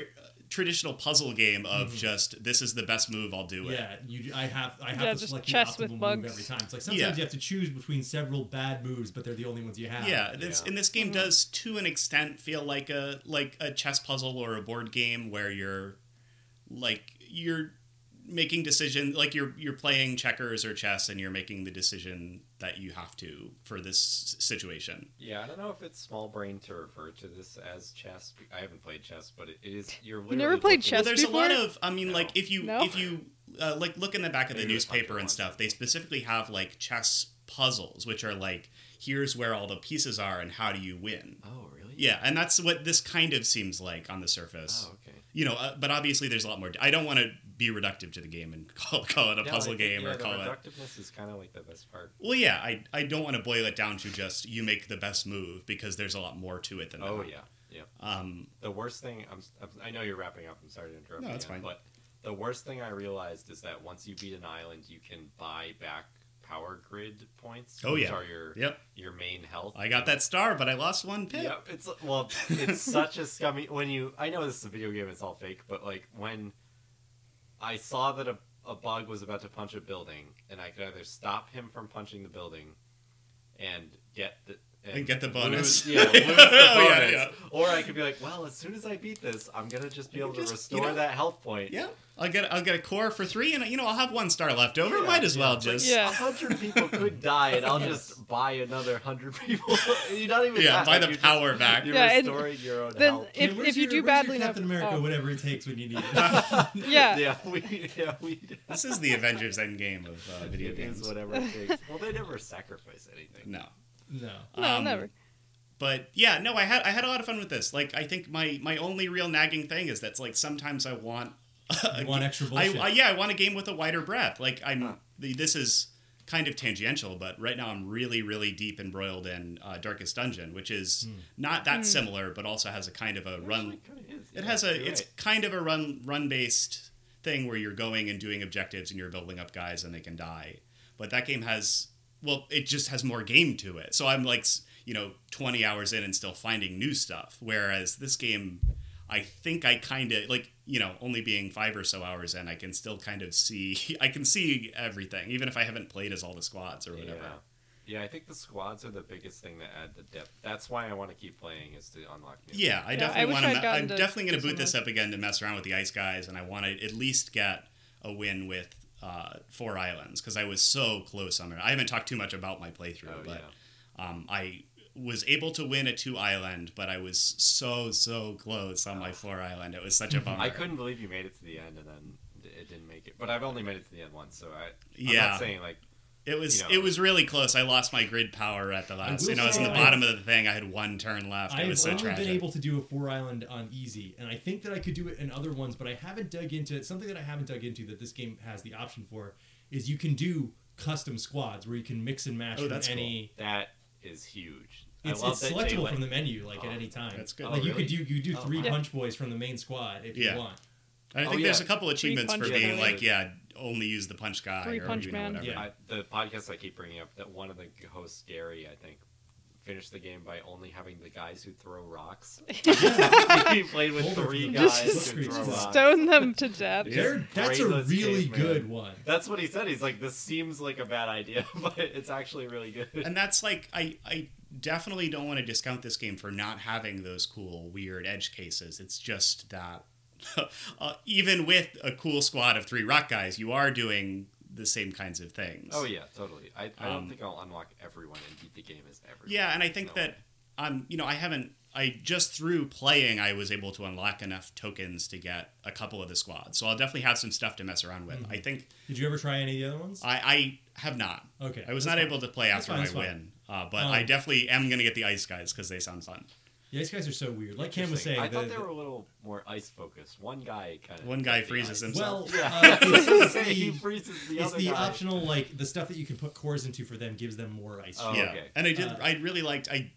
traditional puzzle game of just this is the best move I'll do it.
Yeah, you. I have. I have
Yeah,
to
just
select the
chess with
optimal move
bugs.
every time. It's like sometimes
Yeah.
you have to choose between several bad moves, but they're the only ones you have.
Yeah, this
Yeah.
and this game does to an extent feel like a like a chess puzzle or a board game where you're like you're making decisions like you're you're playing checkers or chess and you're making the decision that you have to for this s- situation.
Yeah, I don't know if it's small brain to refer to this as chess. I haven't played chess, but it is. You're literally
never played
looking-
chess?
Well, there's a lot
before?
of. I mean,
No.
like if you
No?
if you uh, like look in the back of the
Maybe it's
newspaper
like
and stuff, they specifically have like chess puzzles, which are like here's where all the pieces are and how do you win.
Oh, really?
Yeah, and that's what this kind of seems like on the surface.
Oh, okay.
You know, uh, but obviously there's a lot more. I don't want to be reductive to the game and <laughs> call, call it a
Yeah,
puzzle
I think,
game
yeah,
or
the
call it.
reductiveness is kind of like the best part.
Well, yeah, I, I don't want to boil it down to just you make the best move because there's a lot more to it than
Oh
that.
yeah, yeah.
Um,
The worst thing I'm, I'm I know you're wrapping up. I'm sorry to interrupt.
No,
you,
that's
Ian,
fine.
But the worst thing I realized is that once you beat an island, you can buy back power grid points.
Oh,
which
yeah.
Are your
Yep.
your main health?
I got that star, but I lost one pip.
Yeah, it's well, it's such a scummy when you. I know this is a video game; it's all fake. But like when I saw that a, a bug was about to punch a building, and I could either stop him from punching the building, and get the
And get the bonus.
lose- yeah, lose the bonus.
Oh, <laughs> yeah, yeah.
Or I could be like, well, as soon as I beat this, I'm gonna just be
You
able to
just-
restore
you know-
that health point.
Yeah, I'll get I'll get a core for three, and you know I'll have one star left over. Might as well just
Yeah.
A hundred people could die, and I'll
Yes.
<laughs>
just buy another hundred people. <laughs> You're not even
yeah
that,
buy
like,
the
you're just-
power back.
You're
Yeah, and
restoring your own
Then
health.
Yeah,
if,
where's
if you
your-
do
where's
badly
your
enough,
Captain America,
oh,
whatever it takes when you need
<laughs>
it.
<laughs>
yeah,
yeah, we, yeah, we.
This is the Avengers Endgame of uh, video
It is
games.
whatever it takes. Well, they never sacrifice anything.
No,
No.
No,
Um, <laughs>
never.
but yeah, no, I had I had a lot of fun with this. Like, I think my my only real nagging thing is that's like sometimes I want
You want extra
I,
bullshit.
I yeah, I want a game with a wider breadth. Like I'm the this is kind of tangential, but right now I'm really really deep embroiled in uh, Darkest Dungeon, which is not
Hmm.
that similar, but also has a kind of a run. It has a it's kind of a run run based thing where you're going and doing objectives and you're building up guys and they can die. But that game has well, it just has more game to it. So I'm like, s- you know, 20 hours in and still finding new stuff whereas this game I think I kind of like, you know, only being 5 or so hours in, I can still kind of see <laughs> I can see everything even if I haven't played as all the squads or whatever.
Yeah. Yeah, I think the squads are the biggest thing that add the depth. That's why I want to keep playing is to unlock new.
Yeah, I
Yeah, I
definitely
wish
want
I'd
to.
gotten
I'm
to
definitely going
do
to
some
boot this up again to mess around with the ice guys, and I want to at least get a win with uh, Four Islands because I was so close on it. I haven't talked too much about my playthrough,
Oh,
but um, I was able to win a two island, but I was so so close on my Four Island. It was such a bummer.
Oh. <laughs> I couldn't believe you made it to the end and then d- it didn't make it. But I've only made it to the end once, so I. I'm
Yeah.
not saying like
It was
you know.
it was really close. I lost my grid power at the last.
will
You know, I was in
say
the
I-
bottom of the thing. I had one turn left. It
I've
was so
only
tragic.
been able to do a four island on easy, and I think that I could do it in other ones, but I haven't dug into it. Something that I haven't dug into that this game has the option for is you can do custom squads where you can mix and match
Oh,
from
that's cool.
any.
that is huge.
It's,
I love
it's
that they
selectable
let-
from the menu, like
Oh,
at any time.
that's good.
Like
Oh,
you could do you do
Oh,
three
wow.
punch boys from the main squad if
Yeah.
you want.
And I
Oh,
think there's
yeah.
a couple achievements for
punch
being
man.
like, yeah, only use the punch guy
Three
or
punch
you know,
man.
whatever.
Yeah.
I, the podcast I keep bringing up that one of the hosts, Gary, I think, finished the game by only having the guys who throw rocks. <laughs>
<laughs>
he played with
Older
three
from the
guys
Just-
who throw
just
rocks.
Stone them to death.
Yeah.
There, that's a
Brainless
really
game, man.
good one.
That's what he said. He's like, this seems like a bad idea, <laughs> but it's actually really good.
<laughs> and that's like I I definitely don't want to discount this game for not having those cool weird edge cases. It's just that <laughs> uh, even with a cool squad of three rock guys, you are doing the same kinds of things.
Oh yeah, totally. I, I don't
Um,
think I'll unlock everyone and beat the game as everyone.
Yeah, and I think
No.
that um, you know, I haven't. I just through playing, I was able to unlock enough tokens to get a couple of the squads. So I'll definitely have some stuff to mess around with.
Mm-hmm.
I think
Did you ever try any of the other ones?
I, I have not.
Okay,
Uh, I was
that's
not
fine.
able to play
That's
after
fine,
my
that's fine.
win, uh, but
Um,
I definitely am going to get the ice guys because they sound fun.
Yeah, these guys are so weird. Like Cam was
Interesting.
saying,
I
the-
thought they
the-
were a little more ice focused. One guy kind <laughs> of.
One guy freezes
him.
himself.
well,
<laughs>
<laughs>
uh, it's just
he
the-
freezes the
it's
other
the
guy.
optional like the stuff that you can put cores into for them gives them more ice.
Oh,
shield.
yeah,
okay.
and I did.
Uh,
I really liked. I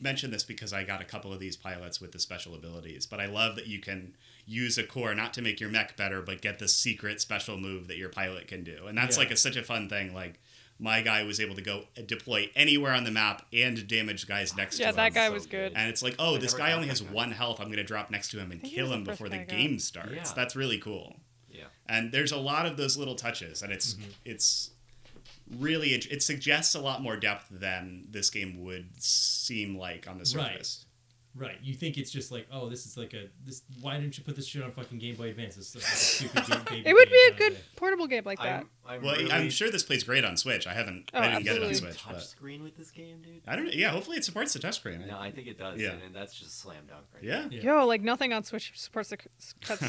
mentioned this because I got a couple of these pilots with the special abilities, but I love that you can use a core not to make your mech better, but get the secret special move that your pilot can do, and that's
Yeah.
like a, such a fun thing. Like my guy was able to go uh, deploy anywhere on the map and damage guys next
Yeah,
to
that
him.
guy
so
was good.
And it's like, oh,
I
this
never
guy
got
only
that
has
guy.
one health. I'm going to drop next to him and
think he
kill
was
him
the first
before the
guy I got.
game starts.
Yeah.
That's really cool
Yeah.
and there's a lot of those little touches and
Mm-hmm.
it's it's really int- it suggests a lot more depth than this game would seem like on the
Right.
surface
Right. You think it's just like, oh, this is like a this. Why didn't you put this shit on fucking Game Boy Advance? This is like a
<laughs>
stupid game, baby
It would
game
be a
kind of
good
thing.
portable game like that.
I'm, I'm
well
really
i'm sure this plays great on switch i haven't
Oh,
i didn't
absolutely.
get it on switch
touch
but
screen with this game, dude.
i don't yeah hopefully it supports the touchscreen
No, I think it does.
Yeah.
And, and that's just slam dunk right
yeah
Yeah.
Yo, like nothing on Switch supports the c-
<laughs>
touch,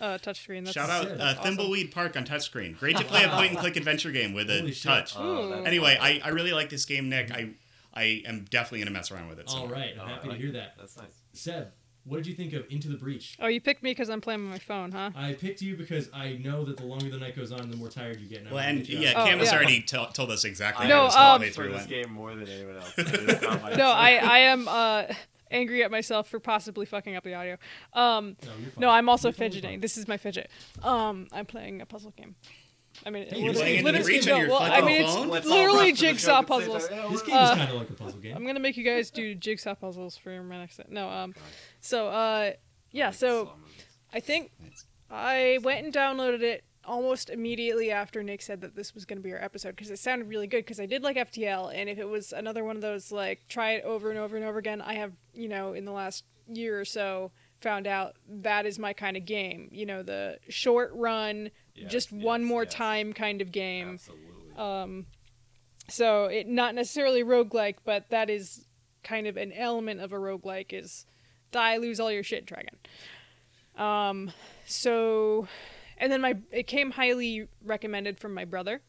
uh, touchscreen. That's
shout out
sick.
uh,
Awesome.
thimbleweed park on touchscreen great
<laughs>
to play a point and click adventure game with a
Holy shit.
touch
there. Oh,
Ooh.
that's
anyway
awesome.
I, I really like this game nick i i am definitely gonna mess around with it
All
somewhere.
right, I'm
Oh, I
happy
like
to hear that.
That's nice.
Seb, what did you think of Into the Breach?
Oh, you picked me because I'm playing on my
<laughs>
phone, huh?
I picked you because I know that the longer the night goes on, the more tired you get. I
well
wanna
and
get you
yeah
out.
Oh,
cam has
yeah.
already t- told us exactly
No,
how his whole
um,
for
playthrough
this
went.
game more than anyone else. It's not my-
<laughs> No, I, I am uh, <laughs> angry at myself for possibly fucking up the audio. Um,
No, you're fine.
no, I'm also
You're totally
fidgeting.
fine.
This is my fidget. Um, I'm playing a puzzle game. I mean,
you're
literally,
playing it in
literally,
reach
on
no,
your
well, I
fucking
mean,
phone?
it's
Let's all
literally
rush to the <laughs>
jigsaw
joke at the same
puzzles.
time. Yeah,
This
"Oh, we're-
game is
Uh,
kind of like a puzzle game.
I'm gonna make you guys do jigsaw puzzles for your next. No, um, so uh, yeah,
like
so
slow movies.
I think I went and downloaded it almost immediately after Nick said that this was going to be our episode because it sounded really good because I did like FTL and if it was another one of those like try it over and over and over again I have you know in the last year or so found out that is my kind of game you know the short run
Yes,
just one
yes,
more
yes.
time kind of game
Absolutely.
um, so it not necessarily roguelike, but that is kind of an element of a roguelike is die, lose all your shit, dragon. Um, so and then my it came highly recommended from my brother.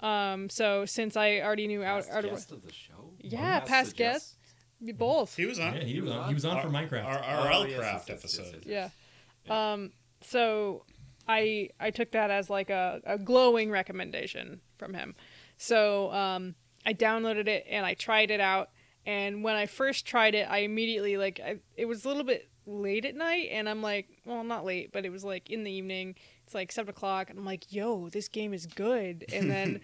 Um, so since I already knew out
Last
out of
guest of the show.
Yeah, past guests, you both.
He was on.
Yeah, he was on. He was on for Minecraft.
Our, our RL
Oh, yes,
Craft
yes, yes, yes,
episode.
yes,
Yeah. Um. So, I I took that as like a, a glowing recommendation from him. So um, I downloaded it and I tried it out. And when I first tried it, I immediately like I, it was a little bit late at night, and I'm like, well, not late, but it was like in the evening. It's like seven o'clock, and I'm like, yo, this game is good. And then.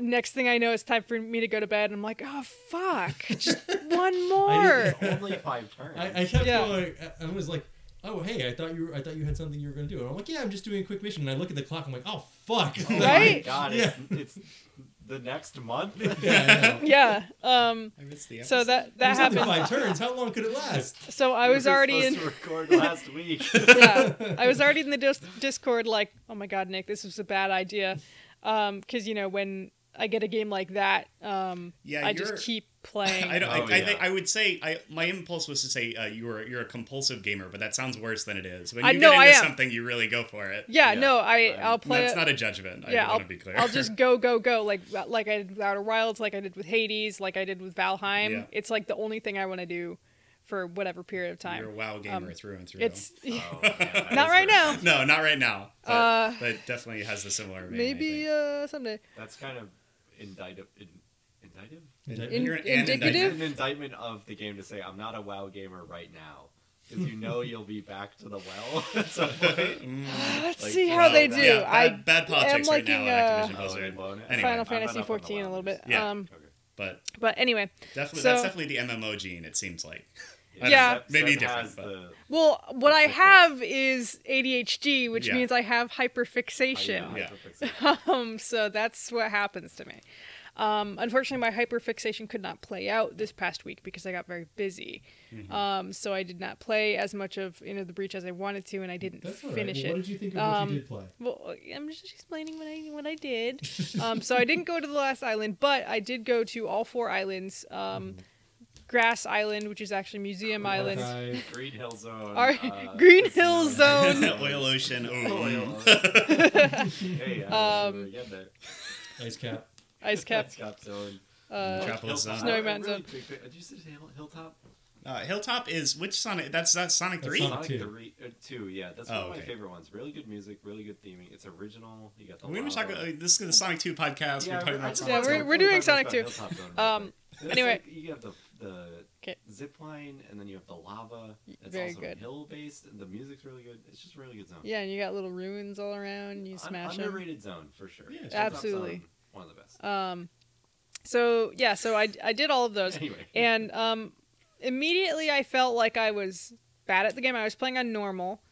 Next thing I know, it's time for me to go to bed, and I'm like, "Oh fuck,
<laughs>
just one more."
Only five
<laughs>
turns.
I, I kept
Yeah.
going. I- I was like, "Oh, hey, I thought you were, I thought you had something you were going to do." And I'm like, "Yeah, I'm just doing a quick mission." And I look at the clock. I'm like, "Oh, fuck!" <laughs>
oh my
<laughs> Right?
god, <laughs> it's, it's the next month. <laughs>
yeah, I know.
yeah. Um.
I missed the
So
episode.
that
It
that
was only
happened.
Five turns. How long could it last?
<laughs> So I was
We were
already in.
supposed to record last week.
<laughs> yeah, I was already in
<laughs>
the dis- Discord. Like, oh my god, Nick, this was a bad idea. Um, because you know when I get a game like that, um,
Yeah,
I just
you're-
<laughs>
keep playing.
<laughs> I, don't,
Oh,
I, I,
yeah.
think I would say I, my impulse was to say uh, you were you're a compulsive gamer, but that sounds worse than it is. When you
I-
get
no,
into
I am.
something, you really go for it.
yeah,
yeah, um,
no, I
I'm-
I'll play.
That's
it-
not a judgment.
yeah,
I
I'll,
want to be clear.
I'll just go go go like uh, like I did with Outer Wilds, like I did with Hades, like I did with Valheim.
Yeah.
It's like the only thing I want to do for whatever period of time.
<laughs> You're a WoW gamer
Um,
through and through.
it's <laughs>
Oh, man, that
not
is
right
very-
now.
no, not right now. But,
Uh,
but definitely has the similar. Vein, I
Maybe
think.
uh, someday.
That's kind of indictive. In, indictive?
uh, in-
You're an
indicative?
It's an indictment of the game to say I'm not a WoW gamer right now, because you know you'll be back to the well <laughs> at some point.
Mm.
Let's
Like,
see how
well,
they
that-
do.
Oh, Yeah,
I
bad, bad politics right now
liking,
at
uh,
Activision Blizzard.
Oh, blown it.
Anyway,
Final
I'm not
Fantasy
up on the
14 a little
WoW
bit.
list.
Yeah.
Um,
Okay.
but
but anyway,
definitely
So-
that's definitely the MMO gene. It seems like. I don't
Yeah.
know,
Seb-
maybe
Seb
different.
has
but-
the-
Well, what I
Hyperfixation.
have is ADHD, which
Yeah.
means I have
I- yeah,
hyperfixation.
Yeah.
<laughs> hyperfixation.
<laughs> Um, so that's what happens to me. Um, unfortunately, my hyperfixation could not play out this past week because I got very busy.
Mm-hmm.
Um, so I did not play as much of Into the Breach as I wanted to, and I didn't
That's all right.
finish
Well,
it.
What did you think of what
Um,
you did play?
Well, I'm just explaining what I what
<laughs>
I did. um, so I didn't go to the last island, but I did go to all four islands. Um,
Mm-hmm.
Grass Island, which is actually
Oh,
Museum Island.
Archive.
Green Hill Zone.
Our
<laughs> uh,
Green
<laughs>
Hill
<laughs>
Zone.
Oil Ocean. oh, mm.
hey,
Um,
um,
Ice cap. <laughs>
Ice cap.
Zone.
Uh,
Tropical Zone.
Snowy Mountain
really
Zone.
big fan- Did you say Hill- Hilltop?
Uh, Hilltop is which Sonic? That's that's Sonic
That's
Three.
Sonic.
Sonic
two.
3, uh, 2, yeah. That's
Oh,
one of my
okay.
favorite ones. Really good music, really good theming. It's original. You got the
We were
lava.
talking. Uh, this is the Sonic Two podcast.
Yeah,
we're talking
I
about
just
Sonic.
Yeah,
wanted to
we're-
talk
we're doing
about
Sonic
Hilltop
2.
Zone real quick.
<laughs> um,
There's,
anyway.
like, you have the, the
'Kay.
zip line, and then you have the lava. It's
Very
also
good.
hill based. The music's really good. It's just a really good zone.
yeah, and you got little ruins all around. You
Un-
smash them.
underrated zone for sure.
Yeah,
Hilltop
Absolutely.
Zone, one of the best.
Um, so yeah, so I I did all of
<laughs> <laughs>
those,
Anyway.
and um, immediately I felt like I was bad at the game. I was playing on normal.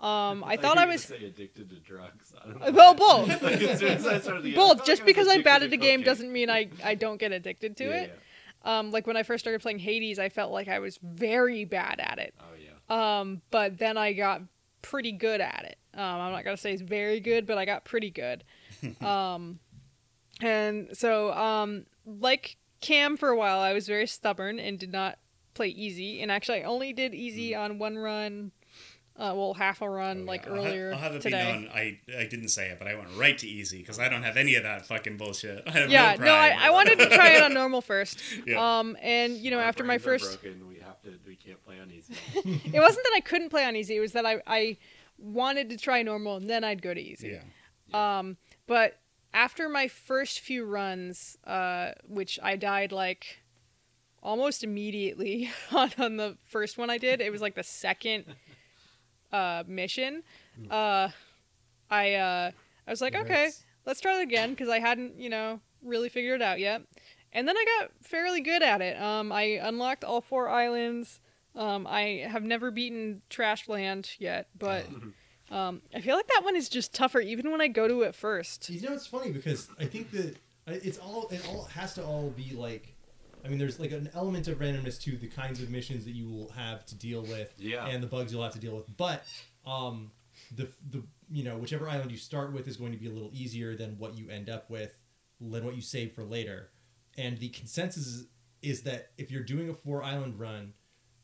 Um, I thought
heard
I
you
was
say addicted to drugs. I don't know.
well both.
<laughs> Like, as soon as I started the game, I felt
<laughs> Both,
like
just
I was
because I'm
addicted
bad
to
at the game
cocaine.
doesn't mean I, I don't get addicted
<laughs>
to
Yeah,
it. Um, like when I first started playing Hades, I felt like I was very bad at it.
yeah. Oh yeah.
Um, but then I got pretty good at it. Um, I'm not gonna say it's very good, but I got
<laughs>
pretty good. um, and so, um, like Cam for a while, I was very stubborn and did not play easy. And actually, I only did easy on one run, uh, well, half a run,
Hmm. Oh,
like
yeah.
earlier
I'll have, I'll have it
today.
be known. I I didn't say it, but I went right to easy because I don't have any of that fucking bullshit. <laughs> I have
yeah,
no,
no, I,
pride.
I wanted to try it on <laughs> normal first.
Yeah.
Um, and you know,
Our
after my
brains are
first, Um,
broken, we have to. We can't play on
<laughs>
easy.
it wasn't that I couldn't play on easy. It was that I I wanted to try normal and then I'd go to easy.
<laughs> yeah.
Um, but after my first few runs, uh, which I died like almost immediately <laughs> on, on the first one I did, it was like the second uh, mission. Uh, I uh, I was like, okay,
Congrats.
let's try it again because I hadn't, you know, really figured it out yet. And then I got fairly good at it. Um, I unlocked all four islands. Um, I have never beaten Trashland yet, but um, I feel like that one is just tougher, even when I go to it first.
You know, it's funny because I think that I- it's all it all has to all be like. I mean, there's like an element of randomness to the kinds of missions that you will have to deal with,
Yeah.
and the bugs you'll have to deal with. But um, the the you know whichever island you start with is going to be a little easier than what you end up with, than what you save for later. And the consensus is, is that if you're doing a four island run,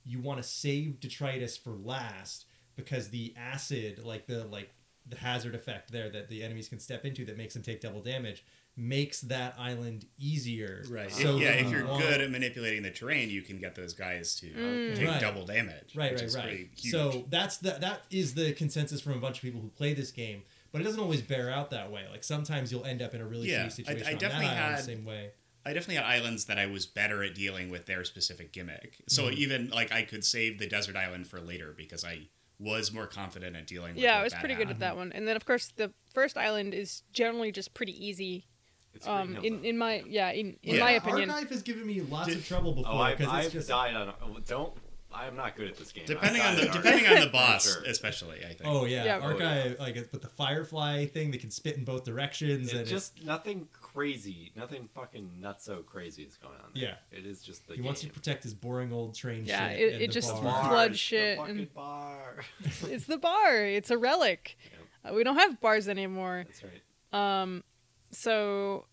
you want to save detritus for last because the acid like the like the hazard effect there that the enemies can step into that makes them take double damage makes that island easier.
Right.
So uh,
if, yeah,
that
if
you
you're
want-
good at manipulating the terrain, you can get those guys to
Mm.
take
Right.
double damage.
right,
which
right,
is
right.
pretty huge.
So that's the that is the consensus from a bunch of people who play this game, but it doesn't always bear out that way. Like sometimes you'll end up in a really
Yeah,
shitty situation.
I- I
on
definitely
that island the
had-
same way.
I definitely had islands that I was better at dealing with their specific gimmick. So
Mm-hmm.
even like I could save the desert island for later because I was more confident at dealing. with
Yeah,
what
I was
that
pretty good at
had.
that one. And then of course the first island is generally just pretty easy.
It's a
Um,
green hill,
in,
though.
in my yeah, in, in
Yeah.
my opinion,
Archive has given me lots
Did-
of trouble before
oh, I've,
because
I've
it's just
died on. oh, Don't. I'm not good at this game. I've
Depending on
died
the
at
depending
<laughs>
on the
Arkham,
boss,
for sure.
especially I think.
Oh yeah,
Yeah.
Oh, yeah.
archive like but the firefly thing that can spit in both directions and
It's
it-
just nothing crazy, nothing fucking not so crazy is going on. There. Yeah, it is just the
he
game.
wants to protect his boring old train.
Yeah,
shit
it-
and
it
the
just
bar.
flood
Bars, the
shit
fucking
and-
bar.
it's the bar. It's a relic. Uh, we don't have bars anymore.
That's right.
Um, so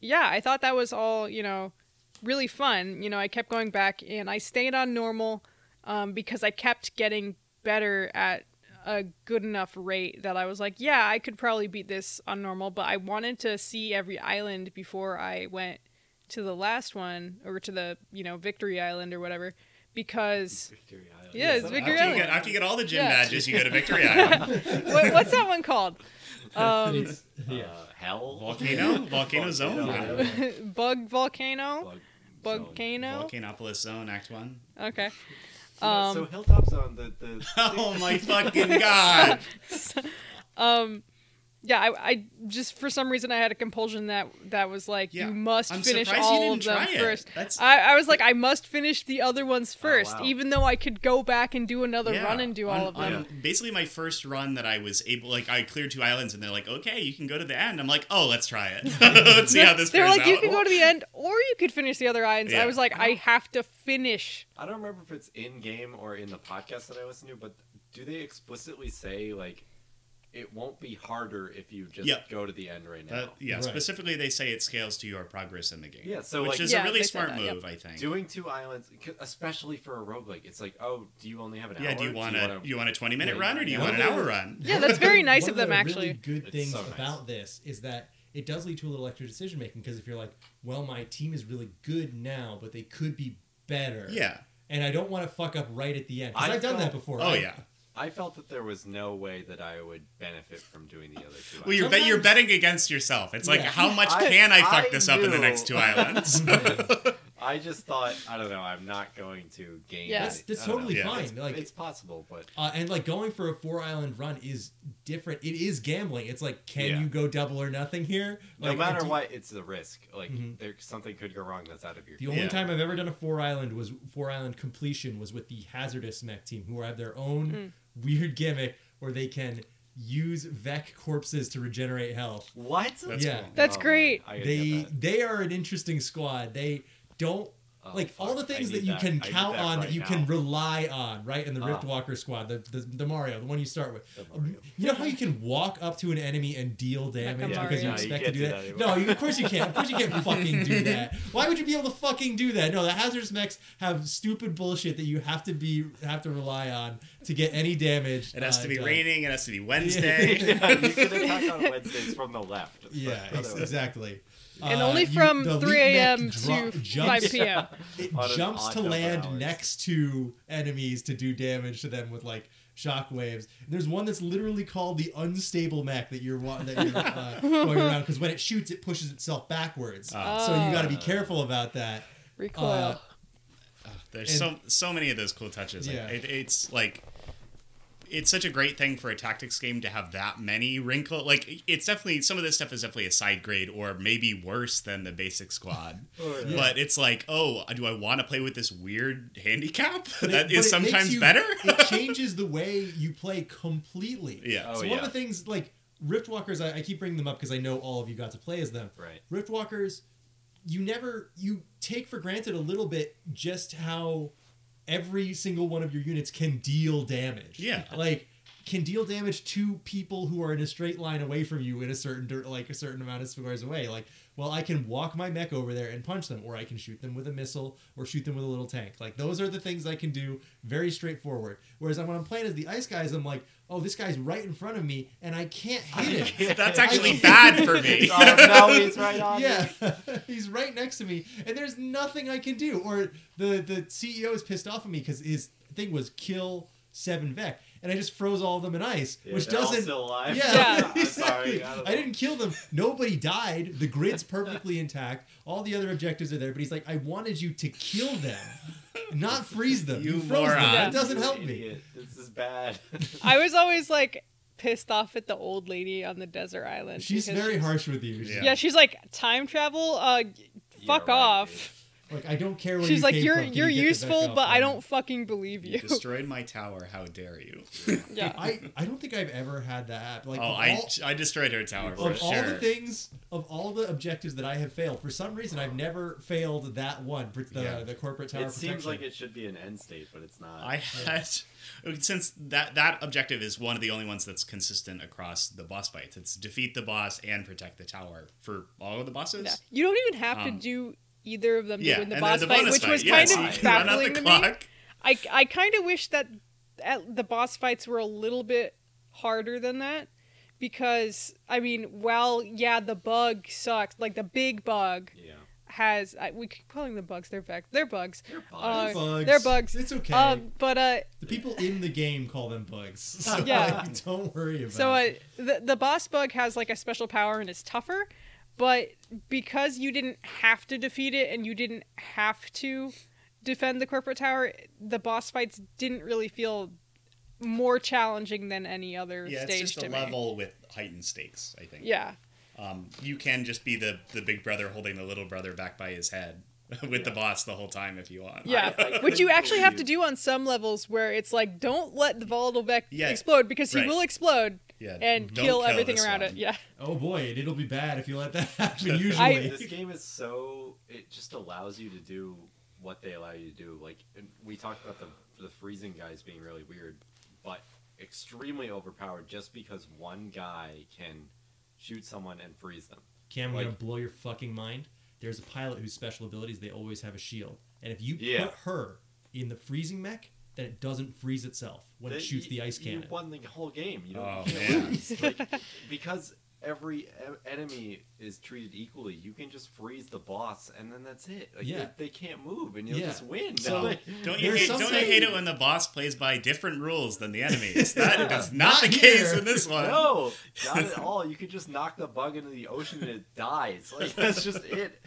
yeah, I thought that was all you know, really fun. You know, I kept going back and I stayed on normal um, because I kept getting better at a good enough rate that I was like, yeah, I could probably beat this on normal, but I wanted to see every island before I went to the last one or to the you know Victory Island or whatever
<laughs>
because
Victory Island.
Yeah, it's
some-
Victory
After you,
Island.
get, after you get all the gym
Yeah.
badges, you go to
<laughs>
Victory Island.
what, what's that one called?
<laughs>
Um,
It's-
Uh,
yeah.
hell. <laughs>
Volcano? Volcano Zone?
Volcano.
Um, <laughs> Bug Volcano.
Volcano.
Volcano.
Volcanopolis Zone, Act One. <laughs>
Okay.
Yeah, so
Um,
hilltop zone. The the.
Oh my fucking god!
<laughs> um, yeah, I, I just for some reason I had a compulsion that that was like
Yeah,
you must
I'm
finish
surprised
all
you
of
didn't
them
try it.
first.
That's-
I, I was like I must finish the other ones
Oh,
first,
wow.
even though I could go back and do another
Yeah,
run and do all
on-
of them.
on basically, my first run that I was able, like, I cleared two islands, and they're like, "Okay, you can go to the end." I'm like, "Oh, let's try it. <laughs> let's see
<laughs>
how this."
They're
plays
like you
out."
could go
<laughs>
to the end, or you could finish the other islands.
Yeah.
I was like I have
<laughs>
to finish.
I don't remember if it's in game or in the podcast that I listen to, but do they explicitly say like it won't be harder if you just
Yeah.
go to the end right now?
Uh, yeah,
Right.
specifically, they say it scales to your progress in the game.
Yeah, so,
which
like-
is
Yeah,
a really
they said
smart
that, yep.
move, I think.
Doing two islands, c- especially for a roguelike, it's like, oh, do you only have an
yeah,
hour?
do you want a
wanna-
you want a 20 minute
Yeah,
run or do you
yeah.
want an hour run?
Yeah, that's very nice
One
of them
the
actually.
Really good
It's
things
so nice.
about this is that it does lead to a little extra decision making because if you're like, well, my team is really good now, but they could be better.
Yeah.
And I don't want to fuck up right at the end because
I
I've done that
felt-
before.
Oh
I-
yeah.
I felt that there was no way that I would benefit from doing the other two.
Well, you're bet you're
Sometimes-
betting against yourself. It's like,
Yeah.
how much
I-
can I fuck
I
this up in the
knew-
next
<laughs>
two islands?
I just thought, I don't know, I'm not going to gain.
Yeah.
That's- that's
I don't know.
totally
Yeah.
fine,
It's,
like-
it's possible, but
Uh, and like going for a four island run is different. It is gambling. It's like, can
Yeah.
you go double or nothing here?
no
Like,
matter
do-
what, it's a risk. Like
Mhm.
there, something could go wrong that's out of your.
The only
Yeah.
time I've ever done a four island was four island completion was with the hazardous mech team, who have their own weird gimmick where they can use Vec corpses to regenerate health.
what?
That's
Yeah.
cool.
That's
Oh, man,
great.
I gotta get
they
that.
they are an interesting squad. They don't
Oh,
like all the
fuck, I
things
need
that you can
I need
count
that
on
right
that you
now. <laughs>
can rely on, right? In the
Ah.
Rift Walker squad, the, the the Mario, the one you start with.
The Mario.
You know how you can walk up to an enemy and deal damage
Mario.
because you
No, you
expect to
can't
do
do
that?
that
no,
anymore.
you, of course you can't. Of course you can't fucking
<laughs>
do that. Why would you be able to fucking do that? No, the hazardous mechs have stupid bullshit that you have to be have to rely on to get any damage.
It has
uh,
to be
done.
raining. It has to
<laughs>
be Wednesday.
yeah, you can attack on Wednesdays from the left. <laughs>
Yeah,
But
ex-
otherwise-
exactly.
And
Uh,
only
you-
from
the
3
lead mech dro-
a.m. to
jumps <laughs>
5 p.m.
it
on an
jumps
odd
to
number of
land
hours.
next to enemies to do damage to them with like shockwaves. There's one that's literally called the unstable mech that you're wa- that you're uh, going around because when it shoots, it pushes itself backwards.
Ah.
So you got to be
Ah.
careful about that.
Recoil.
Uh,
There's so so many of those cool touches. Like,
Yeah.
it, it's like it's such a great thing for a tactics game to have that many wrinkle. Like it's definitely some of this stuff is definitely a side grade or maybe worse than the
<laughs>
basic squad.
Oh, yeah.
But it's like, oh, do I want to play with this weird handicap <laughs>
But
that
it-
is
but it makes
sometimes
you- <laughs>
better?
<laughs>
it changes the way you play completely.
yeah.
Oh,
so one
yeah.
of the things like Riftwalkers, I, I keep bringing them up because I know all of you got to play as them.
Right.
Riftwalkers, you never you take for granted a little bit just how every single one of your units can deal damage.
Yeah.
Like can deal damage to people who are in a straight line away from you in a certain dir- like a certain amount of squares away. Like well, I can walk my mech over there and punch them, or I can shoot them with a missile, or shoot them with a little tank. Like those are the things I can do, very straightforward. Whereas when I'm playing as the ice guys, I'm like, oh, this guy's right in front of me, and I can't hit him. <laughs>
<laughs> That's actually bad for me.
Oh, no, he's right on.
Yeah,
<laughs>
he's right next to me, and there's nothing I can do. Or the the CEO is pissed off at me because his thing was kill seven vec, and I just froze all of them in ice,
Yeah,
which
they're all
doesn't.
still alive.
Yeah,
Yeah.
<laughs>
<laughs>
<laughs>
I'm
exactly.
sorry.
I,
don't
didn't kill them. Nobody died. The grid's perfectly intact. All the other objectives are there, but he's like, I wanted you to kill them, not freeze them. You,
You
froze them.
moron.
That doesn't
You're an
help me.
idiot. This is bad. <laughs>
I was always like pissed off at the old lady on the desert island.
She's
because
very harsh with you. She's
Yeah.
Yeah.
she's like time travel. Uh, fuck
right,
off.
Like I don't care where
she's
you
like
came
you're
from. Can
you're
you get the
useful,
Vec off
but I
me?"
don't fucking believe you.
You <laughs> destroyed my tower. How dare you?
<laughs> yeah.
I, I don't think I've ever had that happen. Like
oh,
of
I,
all-
I destroyed her tower for
of
sure.
all the things of all the objectives that I have failed, for some reason I've never failed that one. For the
Yeah.
the corporate tower.
It seems like
protection.
it should be an end state, but it's not.
I had <laughs> since that that objective is one of the only ones that's consistent across the boss fights. It's defeat the boss and protect the tower for all of the bosses.
Yeah. You don't even have to
Um,
do either of them
Yeah,
to win the
and
boss
then the
fight,
bonus
which
fight.
was
yeah,
kind
so
of
you can <laughs> run out
baffling
the
to me. <laughs>
clock.
I, I kind of wish that at the boss fights were a little bit harder than that because I mean, well, yeah, the bug sucks. Like the big bug
yeah.
has I, we keep calling them bugs. They're vec- they're bugs.
They're
Uh,
bugs.
bugs.
they're bugs.
It's okay.
Um, but uh,
the people in the game call them bugs. <laughs> So
Yeah.
like, don't worry about.
so
it.
uh, the the boss bug has like a special power and it's tougher, but because you didn't have to defeat it and you didn't have to defend the corporate tower, the boss fights didn't really feel more challenging than any other
Yeah, it's
stage
just
to
a
me.
level with heightened stakes. I think.
Yeah.
Um, you can just be the the big brother holding the little brother back by his head <laughs> with the boss the whole time if you want.
Yeah,
I- I
which you
couldn't
actually have to
believe-
do on some levels where it's like, don't let the volatile Vec
Yeah,
explode because he
right.
will explode
Yeah,
and
don't
kill everything
this
around
one.
it. Yeah,
oh boy, and it'll be bad if you let that <laughs> happen. Usually,
I-
this <laughs> game is so it just allows you to do what they allow you to do. Like and we talked about the the freezing guys being really weird, but extremely overpowered just because one guy can shoot someone and freeze them.
Cam, I'm gonna
Like-
blow your fucking mind. There's a pilot whose special abilities they always have a shield, and if you
Yeah.
put her in the freezing mech, then it doesn't freeze itself when it
Then
shoots
you-
the ice
you
cannon.
won the whole game. You
Oh,
don't you can't
man.
lose. Like, because every e- enemy is treated equally. You can just freeze the boss, and then that's it. Like,
Yeah.
they, they can't move, and you'll
Yeah.
just win.
So-
<laughs> Like,
Don't you,
There's
hate, don't you
something-
hate it when the boss plays by different rules than
<laughs>
the enemies? That is not the
Not
case
here.
in this one.
no, not at all. You could just knock the bug into the ocean and it dies. Like that's
<laughs>
just it.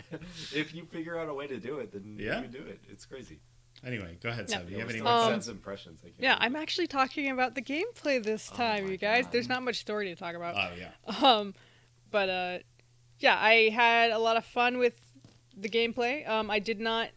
If you figure out a way to do it, then
Yeah.
you can do it. It's crazy.
Anyway, go ahead,
Yeah.
Seb. You have any
It
more
Um,
always
thoughts?
sends impressions. I can't
yeah.
believe
I'm actually talking about the gameplay this
Oh
time,
my
you guys.
God.
There's not much story to talk about.
Oh yeah.
Um, but uh, yeah, I had a lot of fun with the gameplay. Um, I did not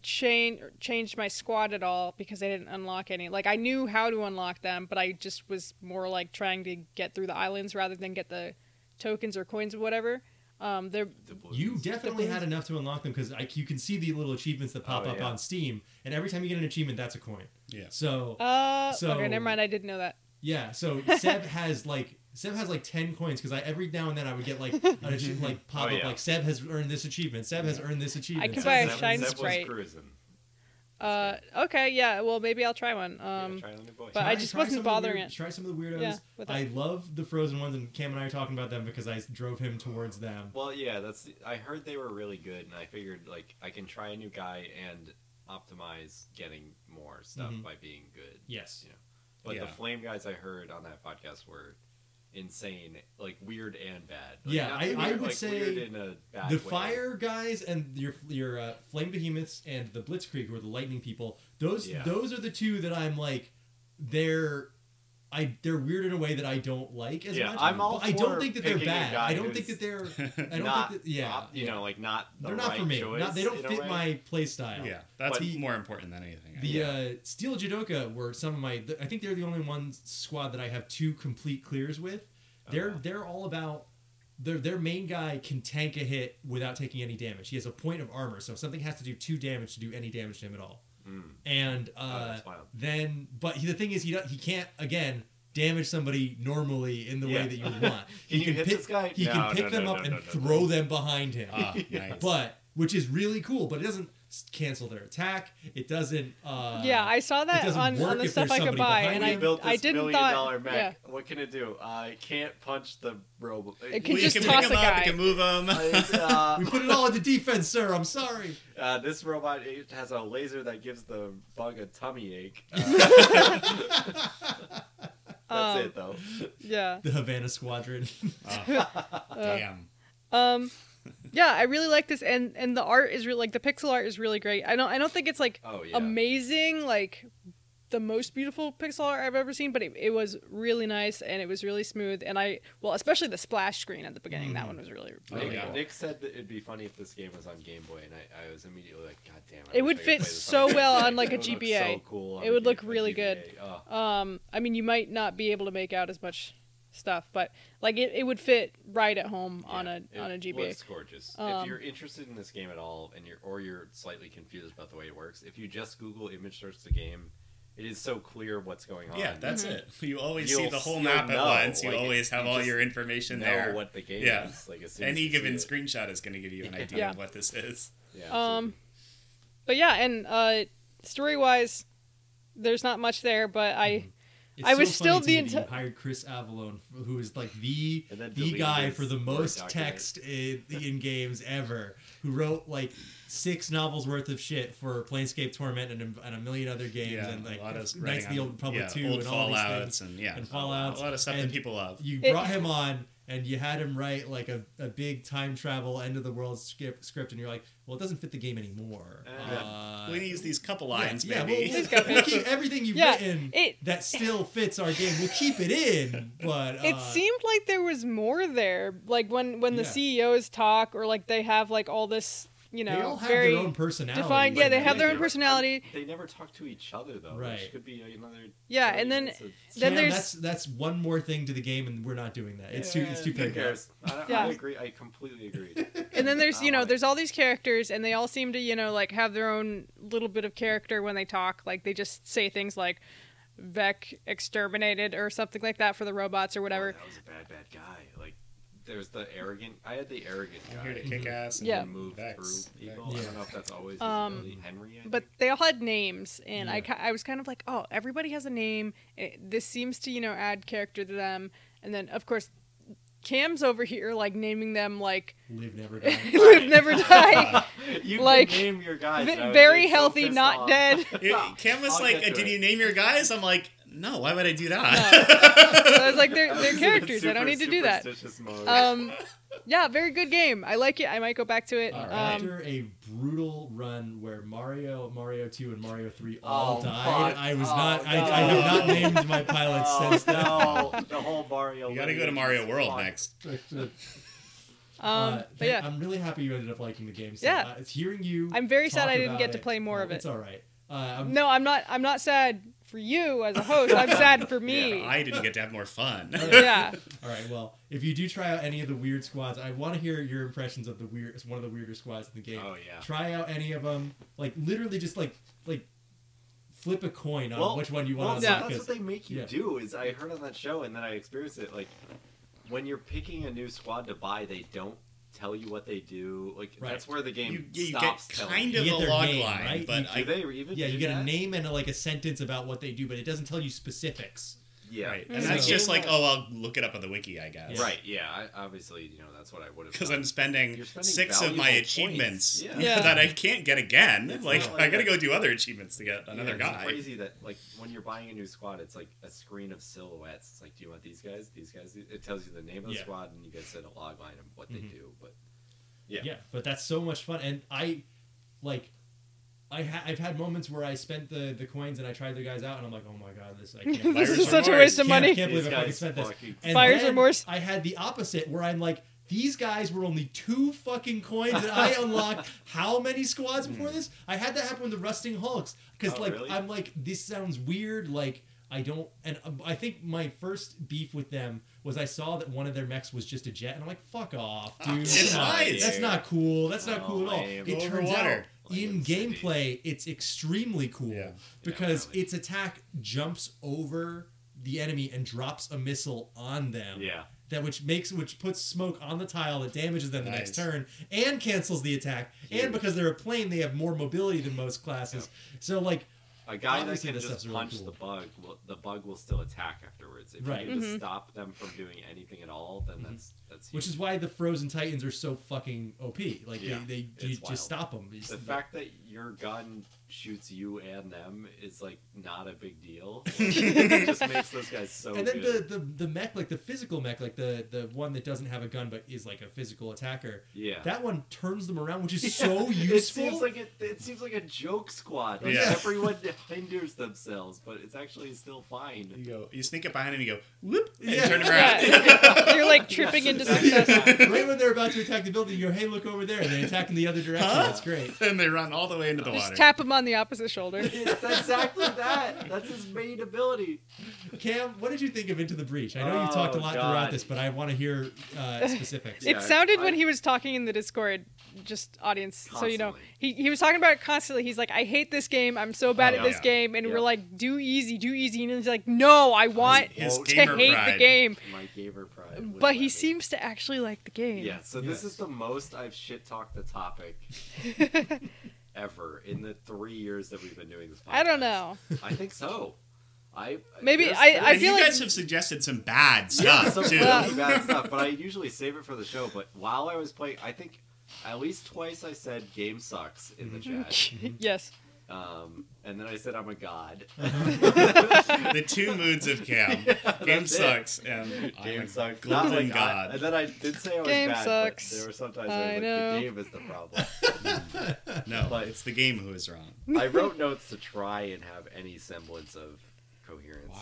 change change my squad at all because I didn't unlock any. Like I knew how to unlock them, but I just was more like trying to get through the islands rather than get the tokens or coins or whatever. Um, they're
the blues.
You definitely
blues.
had enough to unlock them because you can see the little achievements that pop
Oh,
up
yeah.
on Steam, and every time you get an achievement, that's a coin.
Yeah.
<laughs> So
uh
So-
okay, never mind. I didn't know that.
yeah,
<laughs>
so Seb has like Seb has like ten coins because I every now and then I would get like
<laughs>
an achievement like pop
Oh,
up
yeah.
like Seb has earned this achievement, Seb has earned this achievement.
can
Seb
buy a
has
Zeb-
earned
shine
this
Zeb was
sprite.
cruising.
Uh, okay, yeah. Well, maybe I'll try one.
Yeah,
Um,
try on the boy.
but I
Try-
just
try
wasn't
some of the
bothering
weird-
it.
Try some of the weirdos.
Yeah, with
I love the frozen ones, and Cam and I are talking about them because I drove him towards them.
<laughs> Well, yeah, that's. The, I heard they were really good, and I figured like I can try a new guy and optimize getting more stuff
Mm-hmm.
Mhm.
by being good.
Yes.
You know? But the
Yeah.
flame guys I heard on that podcast were insane, like weird and bad. Like,
Yeah,
not
I- I
weird,
would
like,
say
weird in a bad
the
way.
fire guys and your your uh, flame behemoths and the blitzkrieg or the lightning people those
Yeah.
those are the two that i'm like they're i they're weird in a way that i don't like as
Yeah,
much
I'm all
But i don't
for
think that they're
picking a
bad
guy
i don't
who's
think that they're i don't
not,
think that yeah
op- you
yeah.
know, like not. The
they're not
right
for me
Choice
Not- they don't
in a
fit
way.
my play style
Yeah. That's
But-
more important than anything. I
the
think.
uh, Steel Judoka were some of my. th- I think they're the only one squad that I have two complete clears with. They're
wow.
they're all about their their main guy can tank a hit without taking any damage. He has a point of armor, so something has to do two damage to do any damage to him at all.
Mm.
And
Oh,
uh,
that's wild.
then, but he, the thing is, he don't, he can't again damage somebody normally in the
Yeah.
way that you
<laughs>
want. He
you
can
hit
pick,
this guy?
He
No,
can pick
no,
them
no,
up
no,
and
no, no,
throw them behind him.
Ah, nice.
But which is really cool, but it doesn't s- cancel their attack. It doesn't. Uh,
yeah, I saw that
doesn't
on,
work
on the
if
stuff
there's
I could
somebody
buy,
behind
and
you.
I,
we built this
I didn't
million
thought.
dollar Mac.
Yeah.
What can it do? Uh, it can't punch the robot.
It can
we
just
can
toss
pick him
a
up.
guy.
We can move him. <laughs>
Uh, it's, uh,
we put it all into defense, sir. I'm sorry.
uh, this robot it has a laser that gives the bug a tummy ache. Uh, that's
Um,
it though.
Yeah. uh,
The Havana Squadron. <laughs>
Ah, Damn.
Um, yeah, I really like this, and and the art is really like the pixel art is really great. I don't I don't think it's like
Oh yeah.
amazing, like the most beautiful pixel art I've ever seen, but it, it was really nice and it was really smooth. And I well, especially the splash screen at the beginning,
Mm-hmm.
that one was really
Oh,
really
Nick,
yeah.
cool.
Nick said that it'd be funny if this game was on Game Boy, and I, I was immediately like, God damn it!
It would fit so well on,
<laughs>
like, a GBA. It would look really good.
Oh,
Um, I mean, you might not be able to make out as much stuff, but like it, it would fit right at home on a on a GBA.
It's gorgeous.
Um,
if you're interested in this game at all, and you're or you're slightly confused about the way it works, if you just Google image search the game, it is so clear what's going on.
Yeah, that's
Mm-hmm.
it. You always see
You'll-
the whole
you'll
map at
know,
once. You
like,
always have
you
all
just
your information
Mm-hmm.
know
there.
what the game
Yeah.
is. Like as soon as
Any
you see
given
it.
screenshot is going to give you an idea
Yeah.
of what this is.
Yeah,
Um,
absolutely.
But yeah, and uh, story wise, there's not much there, but I
It's
I
so
was
funny
still
to
the
me that you
enti-
hired Chris Avalon, who is like the
And then
the
deleted
guy
his
for the
Word
most
document.
text in, in games ever, who wrote like six novels worth of shit for Planescape Torment and, a- and a million other games,
Yeah,
and like
a lot of
Knights
writing
of the
on-
Old Republic
yeah,
Two
old
and all these
Fallouts
things.
and yeah,
and Fallouts,
a lot of stuff
and
that people love.
You
It-
brought him on. And you had him write like a, a big time travel end of the world skip, script, and you're like, well, it doesn't fit the game anymore.
Uh,
Uh,
we can use these couple
yeah,
lines,
yeah,
maybe.
we'll-
Please go,
we'll,
<laughs>
we'll keep everything you've
Yeah,
Mm-hmm.
written
it-
that still fits our game. We'll keep it in, but uh,
it seemed like there was more there. Like when when the
Yeah.
CEOs talk, or like they have like all this, you know,
they all have
very
their own personality.
defined. Yeah, they
Yeah,
have their
they
own
do.
personality.
they never talk to each other though.
Right.
Which could be another.
Yeah, and then-
it's a-
Then
Yeah,
there's-
that's that's one more thing to the game, and we're not doing that. It's too it's too
Yeah, Who
big.
cares? I,
Yeah.
I agree. I completely agree.
<laughs>
Oh,
and then there's you know
Alright.
there's all these characters and they all seem to you know like have their own little bit of character when they talk like they just say things like vec exterminated or something like that for the robots or whatever
Oh, that was a bad, bad guy. Like, there's the arrogant. I had the arrogant
I'm <laughs>
guy.
here to
who
kick ass. And
Yeah.
can move
Vex.
Mm-hmm. through people.
Vex.
I don't know if that's always his
Um,
ability. Henry. I
but
think?
they all had names and I,
Yeah.
ki- I was kind of like oh everybody has a name it, this seems to you know add character to them and then of course cam's over here like naming them like
Live never die.
<laughs> live never die
<laughs> you
like,
can name your guys.
v-
and I would
very
be so
healthy
pissed
not
off. <laughs>
dead <laughs>
It, Cam was
I'll
like, uh,
get to
"Did
it."
you name your guys?" I'm like, "No. Why would I do <laughs>
So
that?"
i was like they're,
I was <laughs>
they're
in a
characters i
super
don't need to do that
superstitious mode.
um, yeah, very good game. I like it. I might go back to it.
Uh,
um,
After a brutal run where Mario, Mario Two, and Mario Three all
Oh,
died,
fuck.
I was
Oh,
not. I, I have not
no.
named my pilots
oh,
since then.
<laughs>
Uh,
<laughs>
no, the whole Mario.
you got to go
lineage
to
is
Mario World
fucked.
next.
um,
um,
Uh,
but yeah,
I'm really happy you ended up liking the game. So,
Yeah.
uh, it's hearing you.
I'm very sad
talk
I didn't
about
get to
it,
play more
uh,
of it.
It's all right. Uh, I'm,
No, I'm not. I'm not sad for you as a host. I'm sad for me.
Yeah, I didn't get to have more fun.
<laughs>
<laughs>
yeah.
All right. Well, if you do try out any of the weird squads, I want to hear your impressions of the weird. One of the weirder squads in the game.
Oh, yeah.
Try out any of them. Like literally, just like like flip a coin on
Well,
which one you
well,
want.
so
to
Yeah.
look
that's
at.
what they make you
yeah.
do. Is I heard on that show, and then I experienced it. Like when you're picking a new squad to buy, they don't tell you what they do. Like
Right.
that's where the game
You, you get
stops. telling
kind
you.
of
You
a
get their
log
name,
line,
right?
but
You-
I,
Do they even?
yeah,
do
you get
that?
a name and like a sentence about what they do, but it doesn't tell you specifics.
Yeah,
right. and
So-
that's just like,
Yeah.
oh, I'll look it up on the wiki, I guess.
Yeah.
<laughs>
Right. Yeah. I, obviously, you know that's what I would have.
Because
done.
I'm spending,
You're spending
six of my
valuable
achievements
points.
Yeah.
that I can't get again.
It's
like,
not like
I got to
that-
go do other achievements to get
Yeah,
another
it's
guy.
crazy that like when you're buying a new squad, it's like a screen of silhouettes. It's like, do you want these guys? These guys? These- It tells you the name of the
Yeah.
squad, and you guys said a log line of what
Mhm.
they do. But yeah,
yeah but that's so much fun and i like I ha- I've had moments where I spent the, the coins and I tried the guys out and I'm like, oh my god, this I
<laughs>
can't.
this
Buyer's
is such a
remorse.
waste of
Can't-
money.
can't believe
These
I fucking
guys
spent this.
fucking-
And
Buyer's
then
remorse.
I had the opposite where I'm like, these guys were only two fucking coins and I unlocked how many squads before this? I had that happen with the Rusting Hulks because
Oh,
like
really?
I'm like this sounds weird like. I don't, and um, I think my first beef with them was I saw that one of their mechs was just a jet, and I'm like, "Fuck off, dude!
it's
Come on.
nice.
That's not cool. That's not
Oh,
cool at all."
lame.
It
Go over
turns out
water.
in
Lame city.
gameplay, it's extremely cool
Yeah.
because
Yeah, really.
its attack jumps over the enemy and drops a missile on them.
Yeah.
That which makes which puts smoke on the tile that damages them the next
Nice.
turn and cancels the attack. And
Huge.
because they're a plane, they have more mobility than most classes. So like
A guy
Obviously,
that
this
can
stuff's
just
really
punch
cool.
the bug, will, the bug will still attack afterwards. If
Right. Mm-hmm.
you can
Mm-hmm.
just stop them from doing anything at all, then that's that's
which
huge.
is why the Frozen Titans are so fucking OP. Like
Yeah,
they,
it's
they you
wild.
just stop them. You <laughs>
the
just-
fact that your gun shoots you and them is like not a
<laughs>
big deal. it just makes those guys so.
and then
good.
the, the the mech, like the physical mech, like the the one that doesn't have a gun but is like a physical attacker.
yeah. <laughs>
That one turns them around, which is so
It
useful.
seems like it, it seems like a joke squad. Like
Yeah.
everyone hinders themselves, but it's actually still fine.
You go. You sneak up behind him. You go whoop and
Yeah.
turn him around.
Yeah. <laughs>
<laughs>
You're like tripping
Yes,
into
exactly.
success.
right when they're about to attack the building, you go, "Hey, look over there!" and they attack in the other direction.
Huh?
That's great.
and they run all the way into the
Just
water.
tap him on the opposite shoulder.
<laughs> It's exactly that. That's his main ability.
Cam, what did you think of Into the Breach? I know you've talked a
Oh,
lot
God.
throughout this, but I want to hear uh, specifics.
Yeah,
it sounded when
I-
he was talking in the Discord, just audience, so you know.
Constantly.
He, he was talking about it constantly. He's like, I hate this game. I'm so bad
Oh,
at this
yeah.
game. And we're
Yeah.
like, do easy, do easy. And he's like, no, I want
His
Oh,
to
gamer
hate
pride.
the game.
My gamer pride. would
But
let
he
me.
seems to actually like the game.
Yeah, so this
Yes.
is the most I've shit talked the topic ever in the three years that we've been doing this podcast.
<laughs> I don't know.
I think so. I
Maybe
there's-
I
and
feel
you
like-
guys have suggested some bad
<laughs> Yeah,
stuff
some
too.
really bad stuff, but I usually save it for the show. But while I was playing, I think at least twice I said game sucks in the
<laughs> Mm-hmm.
chat.
yes.
Um, and then I said I'm a god.
<laughs>
<laughs>
the two moods of Cam. game
that's it.
sucks and I'm a
Game sucks. Not
Golden
like I, and
god.
then I did say I was
Game
bad,
sucks.
but there were sometimes
I
I was like,
know.
the game is the problem.
no,
But-
it's the game who is wrong. <laughs>
I wrote notes to try and have any semblance of coherence.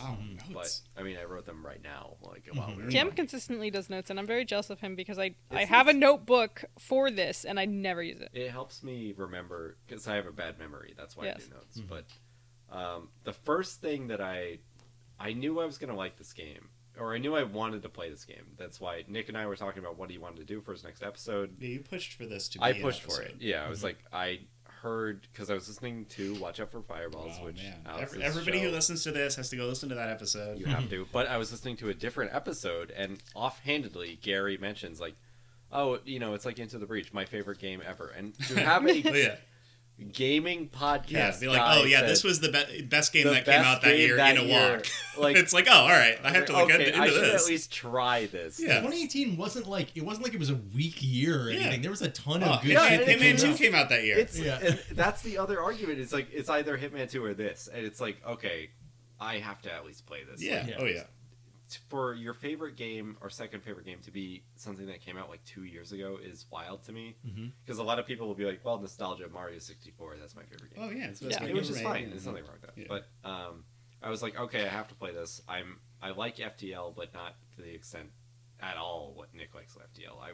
But
notes.
I mean, I wrote them right now, like while
Mm-hmm.
we were
Cam
talking.
consistently does notes, and I'm very jealous of him because I, I
It's-
have a
it's-
notebook for this and I never use it.
It helps me remember because I have a bad memory. That's why
Yes.
I do notes.
Mm-hmm.
But um, the first thing that I I knew I was gonna like this game, or I knew I wanted to play this game. That's why Nick and I were talking about what he wanted to do for his next episode.
Yeah, you pushed for this to be
I
an
pushed for it.
episode. Mm-hmm.
Yeah, I was like, I heard because I was listening to Watch Out for Fireballs,
Oh,
which
man.
Alex's
Every- everybody
show-
who listens to this has to go listen to that episode. <laughs>
you have to. But I was listening to a different episode, and offhandedly, Gary mentions like, "Oh, you know, it's like Into the Breach, my favorite game ever." And to have
<laughs> Oh,
a
yeah,
gaming podcast,
yeah. Be like,
guy
oh yeah,
said
this was the be- best game
the
that came
best
out that
game
year
that
in a
year."
<laughs> walk.
Like,
it's like, oh, all right, I have to look
okay,
into
I should
this.
at least try this.
Yeah.
2018 wasn't like it wasn't like it was a weak year or
Yeah.
anything. There was a ton
Oh,
of good
yeah,
shit.
Hitman,
that
Hitman
came
Two
out.
came out that year.
It's
Yeah.
and that's the other argument. It's like it's either Hitman Two or this, and it's like okay, I have to at least play this.
yeah.
Like,
Yeah.
Oh yeah.
for your favorite game or second favorite game to be something that came out like two years ago is wild to me
Mhm.
because a lot of people will be like well nostalgia mario 64 that's my favorite game
Oh yeah. It's the
Yeah.
best game
which is
ever made.
fine there's nothing wrong with that
Yeah.
but um, i was like okay i have to play this i'm i like ftl but not to the extent at all what nick likes of ftl i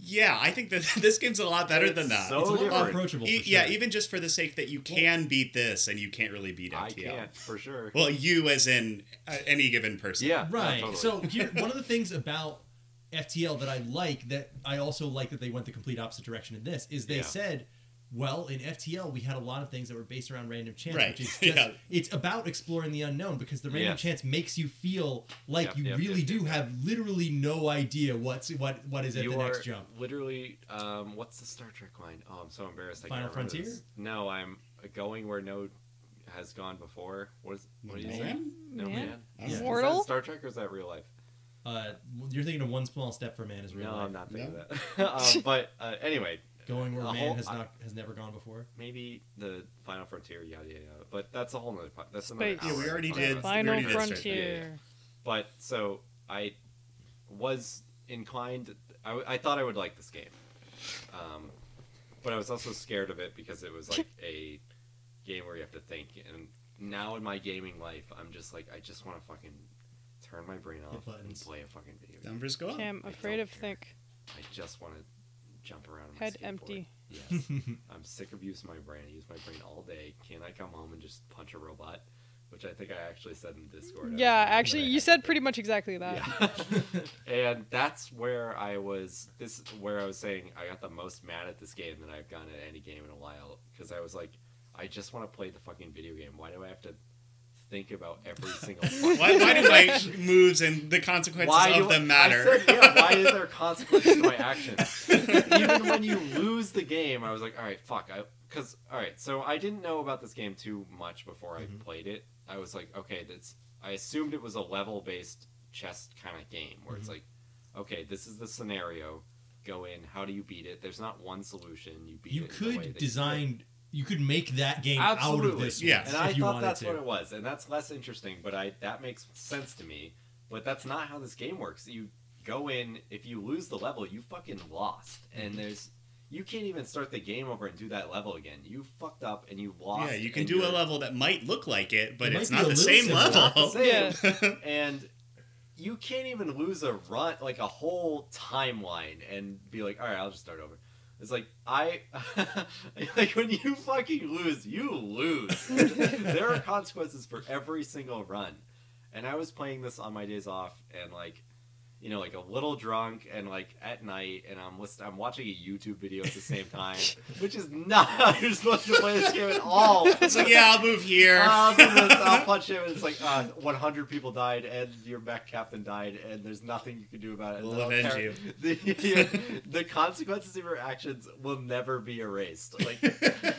Yeah, I think that <laughs> this game's a lot better than
It's
that.
so
It's a lot more
different.
approachable. for
E- Yeah,
sure.
even just for the sake that you can beat this and you can't really beat
i
FTL.
can't for sure
Well, you as in uh, any given person.
yeah no,
right.
totally. <laughs>
So here, one of the things about FTL that I like that I also like that they went the complete opposite direction in this is they
Yeah.
said, well, in FTL we had a lot of things that were based around random chance,
Right.
which
<laughs>
is just
Yeah.
it's about exploring the unknown because the random
Yes.
chance makes you feel like
Yep,
you
yep,
really
yep,
do
yep.
have literally no idea what's what what is at
you
the
are
next jump.
literally um, what's the Star Trek line? Oh, I'm so embarrassed. I
Final
can't remember
Frontier?
this. No, I'm going where no has gone before. What is? What do you say?
Man?
No
Man?
man.
I
Is that
don't
Yeah.
Or- Mortal?
Star Trek or is that real life?
Uh, you're thinking of one small step for man is real
no,
life.
I'm not thinking that. <laughs>
<laughs>
um, but uh, anyway,
Going where
A
man
whole-
has
I-
not has never gone before.
<laughs> maybe the Final Frontier. Yada yada. yada. But that's a whole nother. po- That's
Space.
another.
Yeah,
we
hour
already
of
did.
podcast.
Final
already did start-
Frontier.
But so I was inclined. I, w- I thought I would like this game, um, but I was also scared of it because it
<laughs>
was like a game where you have to think. And now in my gaming life, I'm just like I just want to fucking turn my brain off and
buttons.
play a fucking video. game.
Numbers go up.
Cam,
I
afraid
don't
of
care.
think.
I just want to jump around. on my
Head
skateboard.
empty.
Yes.
<laughs>
I'm sick of using my brain. I use my brain all day. Can I come home and just punch a robot? Which I think I actually said in Discord. I was
Yeah,
like,
actually,
"Okay,
you
I
said
think
pretty much exactly that.
yeah. and that's where I was. This where I was saying I got the most mad at this game that I've gotten at any game in a while because I was like, I just want to play the fucking video game. Why do I have to think about every
<laughs>
single fucking
Why, why
<laughs>
do my moves and the consequences of
do I-
them matter?
I said,
<laughs>
yeah, why is there consequences to my actions? Even when you lose the game, I was like, all right, fuck. Because, all right, so I didn't know about this game too much before I
Mm-hmm.
played it. I was like, okay, that's. I assumed it was a level based chess kind of game where
Mm-hmm.
it's like, okay, this is the scenario. Go in. How do you beat it? There's not one solution. You beat
You
it. in the way that
could
you did.
design. You could make that game out of
Absolutely.
this.
Yeah.
one
And I
if you
thought
wanted
that's
to.
what it was, and that's less interesting. But I that makes sense to me. But that's not how this game works. You go in if you lose the level, you fucking lost, and
Mm-hmm.
there's you can't even start the game over and do that level again. You fucked up and you lost.
Yeah, you can
and
do a
you're-
level that might look like it, but
It
it's
might be
not
a
the
little
same
similar.
Not the
level.
same.
Yeah.
and you can't even lose a run like a whole timeline and be like all right i'll just start over it's like i <laughs> like when you fucking lose you lose there are consequences for every single run and i was playing this on my days off and like you know like a little drunk and like at night and i'm listen- i'm watching a youtube video at the same time which is not how you're supposed to play this game at all
<laughs> It's like, yeah, I'll move here. <laughs>
I'll, do this, I'll punch him, and it's like uh, 100 people died, and your mech captain died, and there's nothing you can do about it.
We'll
And I'll
avenge
carry-
you.
<laughs> The, the consequences of your actions will never be erased. Like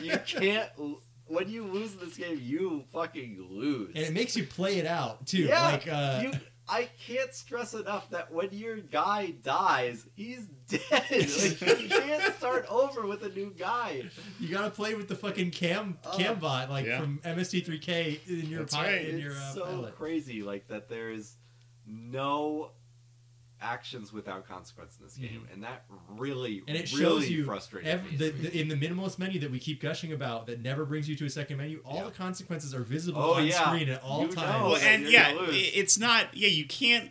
<laughs>
you can't. l- When you lose this game, you fucking lose.
and it makes you play it out too.
yeah,
like uh,
you. I can't stress enough that when your guy dies, he's <laughs> dead. Like, you can't start over with a new guy.
You gotta play with the fucking cam
Oh.
cam bot like
Yeah.
from MST3K in your
That's
pi-
right.
in your uh,
it's so
pilot.
crazy like that there is no actions without consequence in this game and that really
Mm-hmm. And it
really
shows you
frustrated
Ev-
me
the, the, in the minimalist menu that we keep gushing about that never brings you to a second menu, all
Yeah.
the consequences are visible
Oh,
on
yeah.
screen at all
You
times.
know.
well, and
you're
yeah,
gonna lose.
i- it's not. Yeah, you can't.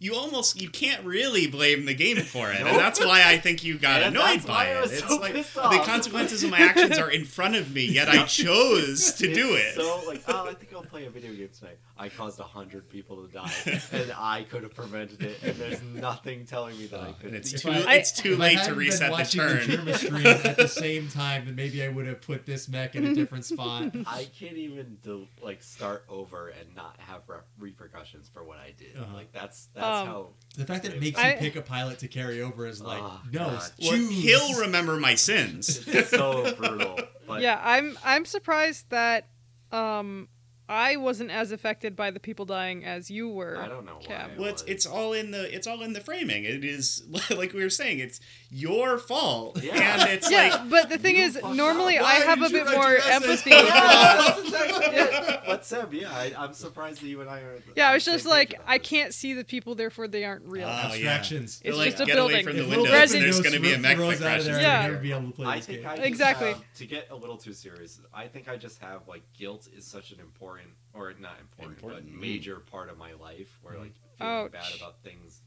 You almost you can't really blame the game for it,
Nope.
and that's why I think you got
<laughs> And
annoyed
that's
by
why I
it.
was
it's
so
like
pissed
the
off.
consequences of my actions are in front of me, yet I chose to do
It's
it.
so like oh i think i'll play a video game tonight i caused a hundred people
<laughs>
to die and i could have prevented it and there's nothing telling me
Uh,
that i could
and it's
If
too,
I-
it's too
If I
late
hadn't
to
been
reset the
watching
turn.
Germa stream at
<laughs>
the same time, then maybe I would have put this mech in a different spot.
I can't even do, like start over and not have re- repercussions for what I did.
Uh-huh.
Like that's that's
Um,
how
The fact that it makes
I-
you pick a pilot to carry over is like,
Oh,
no,
God.
choose.
Well, he'll remember my sins.
it's so
<laughs>
brutal. But
yeah, I'm I'm surprised that um I wasn't as affected by the people dying as you were.
I don't know why.
Cam.
it
Well, it's,
was.
it's all in the it's all in the framing. It is <laughs> like we were saying, it's your fault,
Yeah.
and it's
yeah,
like
but the thing
you
is,
fucked
normally
up.
I
Why
have a
did you
bit
write
more
your message? <laughs>
empathy.
yeah, <laughs> that's exactly it. But Seb, yeah, I, I'm surprised that you and I are.
Yeah,
on
I was
the
just
same page
like,
about
I
this.
can't see the people, therefore they aren't real. <laughs>
Ah,
abstractions.
It's
like
just a
get away
building.
from the
If
Little
window.
Resident
Resin
There's
Evil
going to be a
throws
mech
out of
that
there,
crashes.
I'd
Yeah.
never be able to play
I
this
think
game.
I just
Exactly.
have- to get a little too serious. I think I just have like guilt is such an important, or not important,
Important.
but major part of my life where like feeling
Ouch.
bad about things.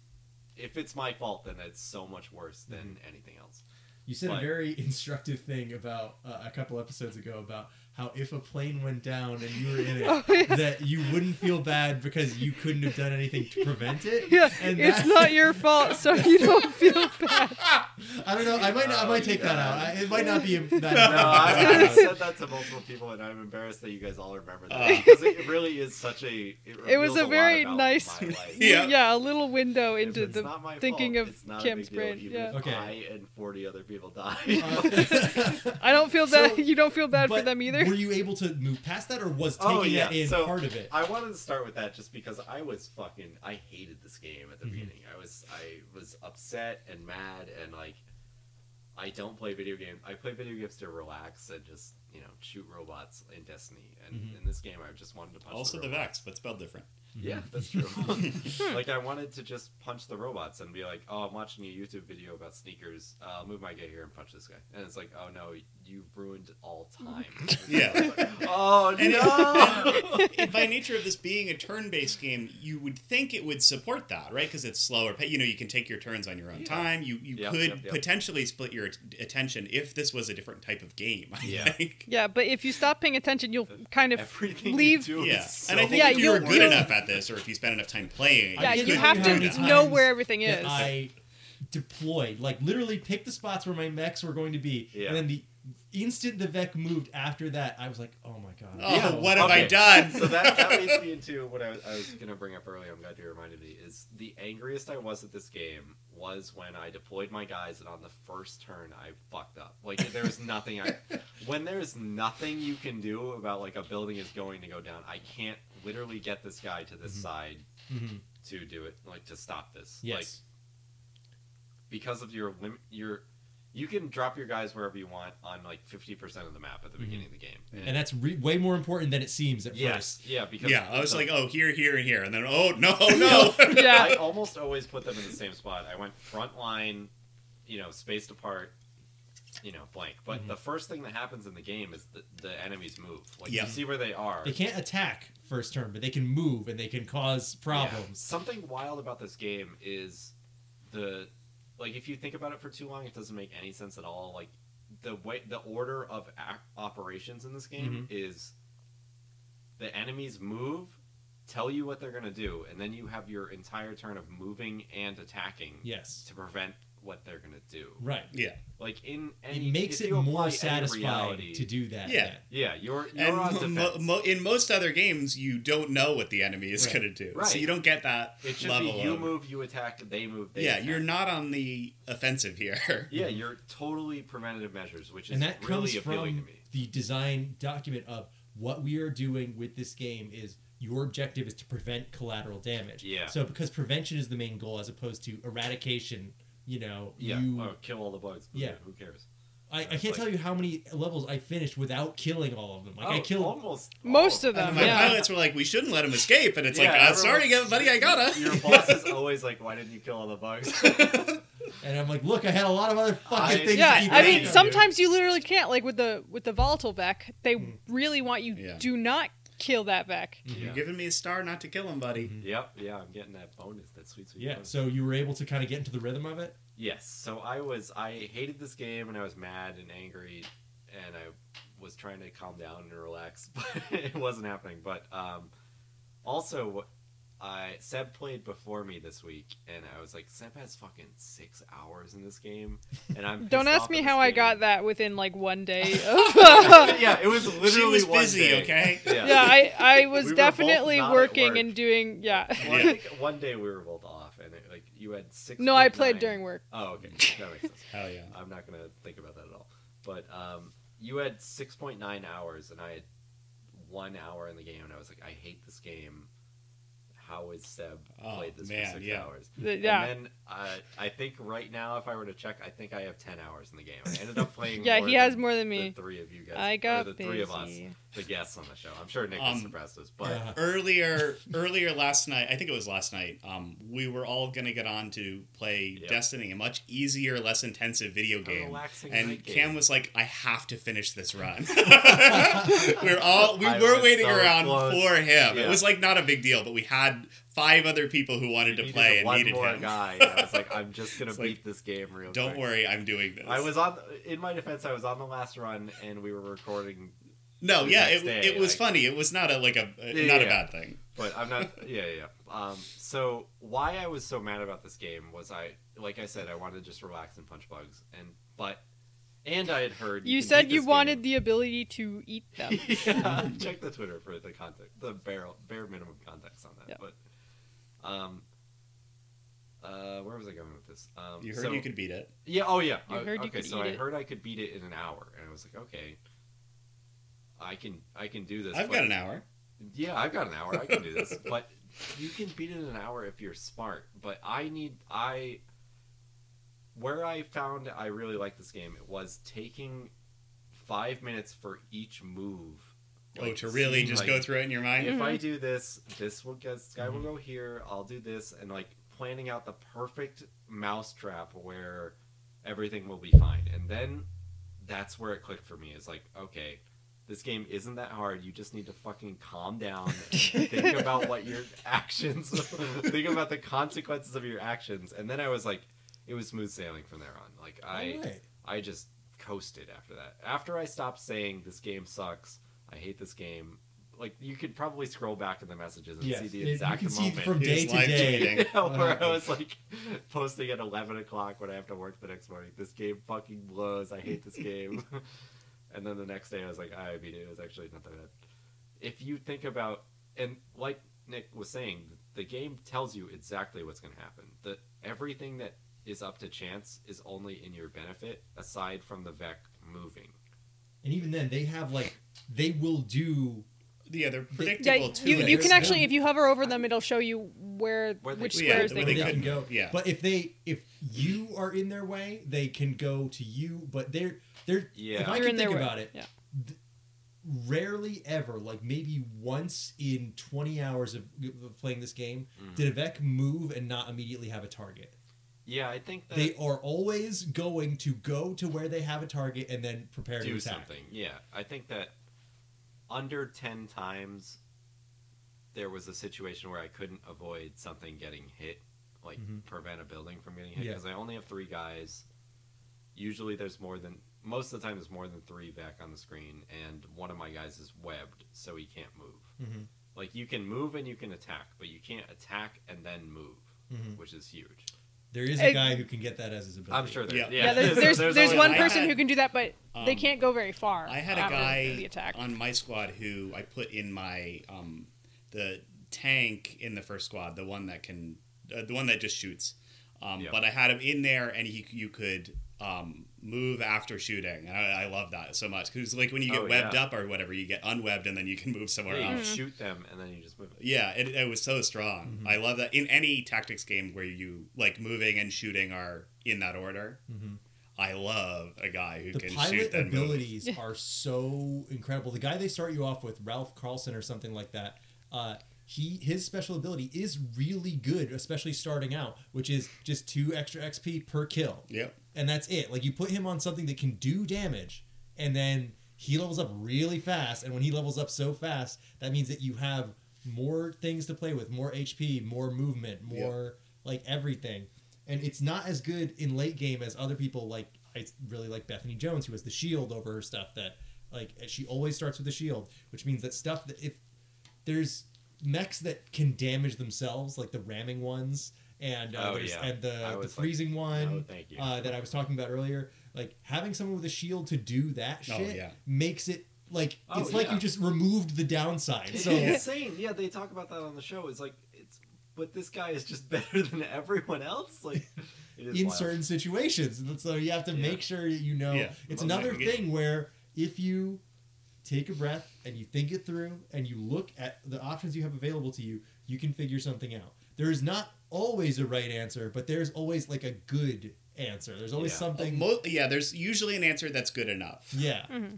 If it's my fault, then it's so much worse than anything else.
You said a
Like-
very <laughs> instructive thing about uh, a couple episodes ago about how if a plane went down and you were in it,
<laughs> Oh, yeah.
that you wouldn't feel bad because you couldn't have done anything to prevent it.
<laughs> Yeah,
and
it's
that-
not your fault, so you don't feel bad.
<laughs> I don't know. I might not. I might
Oh,
take that
yeah.
out. I, it might not be that.
No, I, I've
important.
said that to multiple people, and I'm embarrassed that you guys all remember that
Ah.
because it really is such a. It,
It was
reveals
a
lot
very
about
nice-
my
<laughs>
life.
Yeah.
a little window
If
into
it's
the
not my
thinking
fault,
of
it's not a big
Kim's
deal,
brain,
even
yeah.
if
Okay.
I and 40 other people died.
<laughs>
Uh, <laughs>
I don't feel
So-
that you don't feel bad <laughs> for
but
them either.
Were you able to move past that, or was taking
Oh, yeah,
that in
so-
part of it?
<laughs> I wanted to start with that just because I was fucking I hated this game at the beginning. I was I was upset and mad and like I don't play video games. I play video games to relax and just, you know, shoot robots in Destiny. And
Mhm.
in this game I just wanted to punch
Also the
robot.
Vax, but spelled different.
Mm-hmm.
Mm-hmm.
Yeah, that's
<laughs>
true.
Hmm.
like I wanted to just punch the robots and be like, "Oh, I'm watching a YouTube video about sneakers. Uh, I'll move my guy here and punch this guy." And it's like, "Oh no, you've ruined all time."
<laughs> Yeah.
<laughs> oh
And <laughs>
no.
And by nature of this being a turn-based game, you would think it would support that, right? Because it's slower. You know, you can take your turns on your own
Yeah.
time. You you
Yep,
could
yep, yep.
potentially split your at- attention if this was a different type of game. <laughs> I
Yeah.
think.
Yeah, but if you stop paying attention, you'll kind of
Everything
leave.
you do
Yeah,
is so
and I think
Yeah,
if you were
you'll-
good
you'll-
enough at this, or if you spent enough time playing,
Yeah,
I
you
did
you
could
have
do
to
count the
that.
know
times
where everything
that
is.
I deployed, like literally pick the spots where my mechs were going to be,
Yeah.
and then the instant the Vec moved after that, I was like, oh my god.
Oh,
Yeah,
what have I
okay.
done?
<laughs> so that, that leads me into what I was, I was going to bring up earlier. I'm glad you reminded me. Is the angriest I was at this game was when I deployed my guys and on the first turn I fucked up. Like there was nothing.
<laughs>
I when there's nothing you can do about like a building is going to go down. I can't literally get this guy to this
Mm-hmm.
Mhm.
side
Mhm.
to do it. Like to stop this. Like
Yes.
because of your lim- your you can drop your guys wherever you want on like 50% of the map at the
Mm-hmm.
Mhm.
beginning of the game.
and that's re- way more important than it seems at
yes,
first.
yeah, because
<laughs> Yeah, I was
the-
like, oh, here, here, and here, and then oh no, no. <laughs>
Yeah.
I almost always put them in the same spot. I went front line, you know, spaced apart, you know, blank. But
Mhm.
the first thing that happens in the game is the, the enemies move. Like
Yeah.
you see where they are.
They can't attack first turn, but they can move and they can cause
Yeah.
problems.
Something wild about this game is the like if you think about it for too long, it doesn't make any sense at all. Like the way the order of ac operations in this game
Mm-hmm.
is the enemies move, tell you what they're gonna do, and then you have your entire turn of moving and attacking.
Yes.
to prevent what they're gonna do.
Right.
yeah,
Like in any,
It makes
if
it
you apply
more
any
satisfying
reality-
to do that.
Yeah.
Yeah, you're you're
and
on
mo-
defense.
mo- in most other games, you don't know what the enemy is
Right.
going to do, so
Right.
you don't get that
it should
level.
be you
of,
move, you attack, they move. They
yeah,
attack.
you're not on the offensive here.
<laughs> Yeah, you're totally preventative measures, which is
and that
really
comes
appealing
from
to me.
the design document of what we are doing with this game is your objective is to prevent collateral damage.
Yeah.
So because prevention is the main goal as opposed to eradication, you know,
Yeah,
you
oh, kill all the bugs.
Yeah.
who cares?
I, I
it's
can't
like-
tell you how many levels I finished without killing all of them. Like I
Oh,
killed
almost all
Most
<laughs>
of
And
them,
my
yeah.
pilots were like, we shouldn't let him escape, and it's
Yeah,
like, uh,
everyone-
sorry,
<laughs>
buddy, I gotta. <laughs>
Your boss is always like, "Why didn't you kill all the bugs?" <laughs>
and I'm like, look, I had a lot of other
I-
fucking things
yeah,
to keep
I
an
mean,
eye on."
sometimes you literally can't. Like with the with the volatile Vec, they
Hmm.
really want you
Yeah.
do not kill that Vec.
Mm-hmm.
You're
yeah.
giving me a star not to kill him, buddy.
Yep, yeah, I'm getting that bonus, that sweet, sweet
Yeah,
bonus.
so you were able to kind of get into the rhythm of it.
Yes. So I was I hated this game and I was mad and angry and I was trying to calm down and relax, <laughs> but it wasn't happening. But um also I Seb played before me this week and I was like Seb has fucking 6 hours in this game and I'm
<laughs> Don't
pissed
ask
off
me
at
how
this
I
game.
got that within like one day.
<laughs>
Of
yeah, it was literally
<laughs> She was
one
busy,
day.
okay?
<laughs> Yeah.
<laughs> yeah, I I was
We were both
definitely
not at
working
work.
and doing
<laughs>
yeah.
Well, I
Yeah.
think one day we were both off and it, like you had 6
<laughs> No, I played during work.
Oh,
<laughs>
okay. That makes sense.
Hell yeah.
I'm not gonna think about that at all. But um, you had 6.9 hours, and I had one hour in the game, and I was like, I hate this game. How is Seb
Oh,
played this
man,
for six
yeah.
hours?
The- yeah.
And then uh, I think right now, if I were to check, I think I have 10 hours in the game. I ended
<laughs>
up playing.
Yeah,
more
he has
than
more than
the
me.
three of you guys.
I
or
got
the
busy.
three of us, the guests on the show. I'm sure Nick was
Um,
surprised us, but
Yeah.
earlier earlier last night i think it was last night um, we were all going to get on to play
Yeah.
destiny a much easier less intensive video game
relaxing
and
night
cam
game.
was like i have to finish this run <laughs> we were all we
I
were
was
waiting
so
around
close.
for him
Yeah.
it was like not a big deal but we had five other people who wanwanted
we
to play and
one
needed
more
him
guy. And I was like, I'm just gonna
<laughs> It's like,
beat this game real.
don't
quick.
worry i'm doing this
I was on. In my defense, I was on the last run, and we were recording.
no
the
yeah
next
it,
day,
it was
like-
funny it was not a like a uh,
Yeah,
not a
yeah.
bad thing
But I'm not.
<laughs>
yeah, yeah. yeah. Um. So why I was so mad about this game was I, like I said, I wanted to just relax and punch bugs, and but, and I had heard
You
can
said
beat
you
this
wanted
<laughs> game.
the ability to eat
<laughs>
them. <laughs>
yeah, check the Twitter for the context, the bare bare minimum context on that.
Yeah.
But, um. Uh, where was I going with this? Um,
you heard
so-
you could beat it
Yeah. Oh, yeah.
You
Uh,
heard you
okay,
could
so
eat
I
it.
heard I could beat it in an hour, and I was like, okay, I can, I can do this.
i've
but-
got an hour
Yeah, I've got an hour. I can do this. <laughs> but you can beat it in an hour if you're smart. But I need, I, where I found I really like this game it was taking five minutes for each move.
oh
Like,
to really
seeing,
just
like,
go through it in your mind
If
Mm-hmm.
I do this, this will get, this guy will
Mhm.
go here. I'll do this, and like planning out the perfect mousetrap where everything will be fine. And then that's where it clicked for me. Is like, okay, this game isn't that hard. You just need to fucking calm down and
<laughs>
think about what your actions, <laughs> think about the consequences of your actions. And then I was like, it was smooth sailing from there on. Like I,
All right.
I just coasted after that. After I stopped saying this game sucks, I hate this game. like you could probably scroll back in the messages and
Yes,
see
it-
the
you
exact
can see
moment.
from
He
day
was
to
live
day.
you
tweeting.
know, <laughs> where I
happened?
was like posting at eleven o'clock when I have to work the next morning. This game fucking blows. I hate this game. <laughs> and then the next day I was like, I beat it. It was actually not that bad. If you think about and like Nick was saying, the game tells you exactly what's going to happen. That everything that is up to chance is only in your benefit, aside from the Vec moving.
And even then, they have like they will do
Yeah, they're
Yeah,
predictable too.
you, you
There's
can actually,
no-
if you hover over them, it'll show you where,
Where they
which
go.
Yeah,
squares
where
they
they,
can
can
go.
go.
Yeah.
But if they if you are in their way, they can go to you. But they're they're
Yeah.
If I
You're
can
in their
think
way.
about it,
Yeah.
rarely ever, like maybe once in twenty hours of, of playing this game,
Mm-hmm.
did a Vec move and not immediately have a target.
Yeah, I think that
They are always going to go to where they have a target and then prepare to
do
attack.
something. Yeah, I think that under ten times there was a situation where I couldn't avoid something getting hit, like
Mhm.
prevent a building from getting hit
Yeah.
because I only have three guys. Usually, there's more than most of the time. There's more than three back on the screen, and one of my guys is webbed, so he can't move.
Mhm.
Like you can move and you can attack, but you can't attack and then move,
Mhm.
which is huge.
There is a
It-
guy who can get that as his ability.
I'm sure. There,
Yeah.
yeah.
Yeah, there's,
<laughs>
there's, there's,
always
one
I
that.
person
had-
who can do that, but they
um,
can't go very far.
I had a
after the
guy
attack.
on my squad who I put in my um, the tank in the first squad, the one that can, uh, the one that just shoots. Um,
Yeah.
But I had him in there, and he you could um, move after shooting, and I, I love that so much because like when you get
Oh,
webbed
yeah.
up or whatever, you get unwebbed, and then you can <laughs> move somewhere
Yeah, you
Mm.
else.
shoot them and then you just move. it.
Yeah, it, it was so strong.
Mm-hmm.
I love that in any tactics game where you like moving and shooting are in that order.
Mhm.
I love a guy who
the
can shoot
pilot
then move.
abilities are so incredible. The guy they start you off with, Ralph Carlson or something like that. Uh, he his special ability is really good, especially starting out, which is just two extra XP per kill,
Yep.
and that's it. Like you put him on something that can do damage, and then he levels up really fast. And when he levels up so fast, that means that you have more things to play with, more HP, more movement,
Yeah.
more like everything. And it's not as good in late game as other people like I really like Bethany Jones who has the shield over her stuff that like uh, she always starts with the shield, which means that stuff that if there's mechs that can damage themselves like the ramming ones and uh,
Oh,
there's,
yeah.
and
I
the, the
was like,
freezing one
"No, Oh, thank you."
Uh, that I was talking about earlier like having someone with a shield to do that
Oh,
shit
yeah.
makes it like
Oh,
it's like
yeah.
you just removed the
<laughs>
downside
It's
so
insane. Yeah, they talk about that on the show. It's like it's but this guy is just <laughs> better than everyone else. Like it is
in
wild.
certain situations. And So you have to
Yeah.
make sure that you know.
Yeah.
It's
Well,
another
yeah.
thing where if you take a breath and you think it through and you look at the options you have available to you, you can figure something out. There is not always a right answer, but there's always like a good answer. There's always
Yeah. Oh,
something.
Mo- yeah, there's usually an answer that's good enough.
<laughs>
yeah.
Mm-hmm.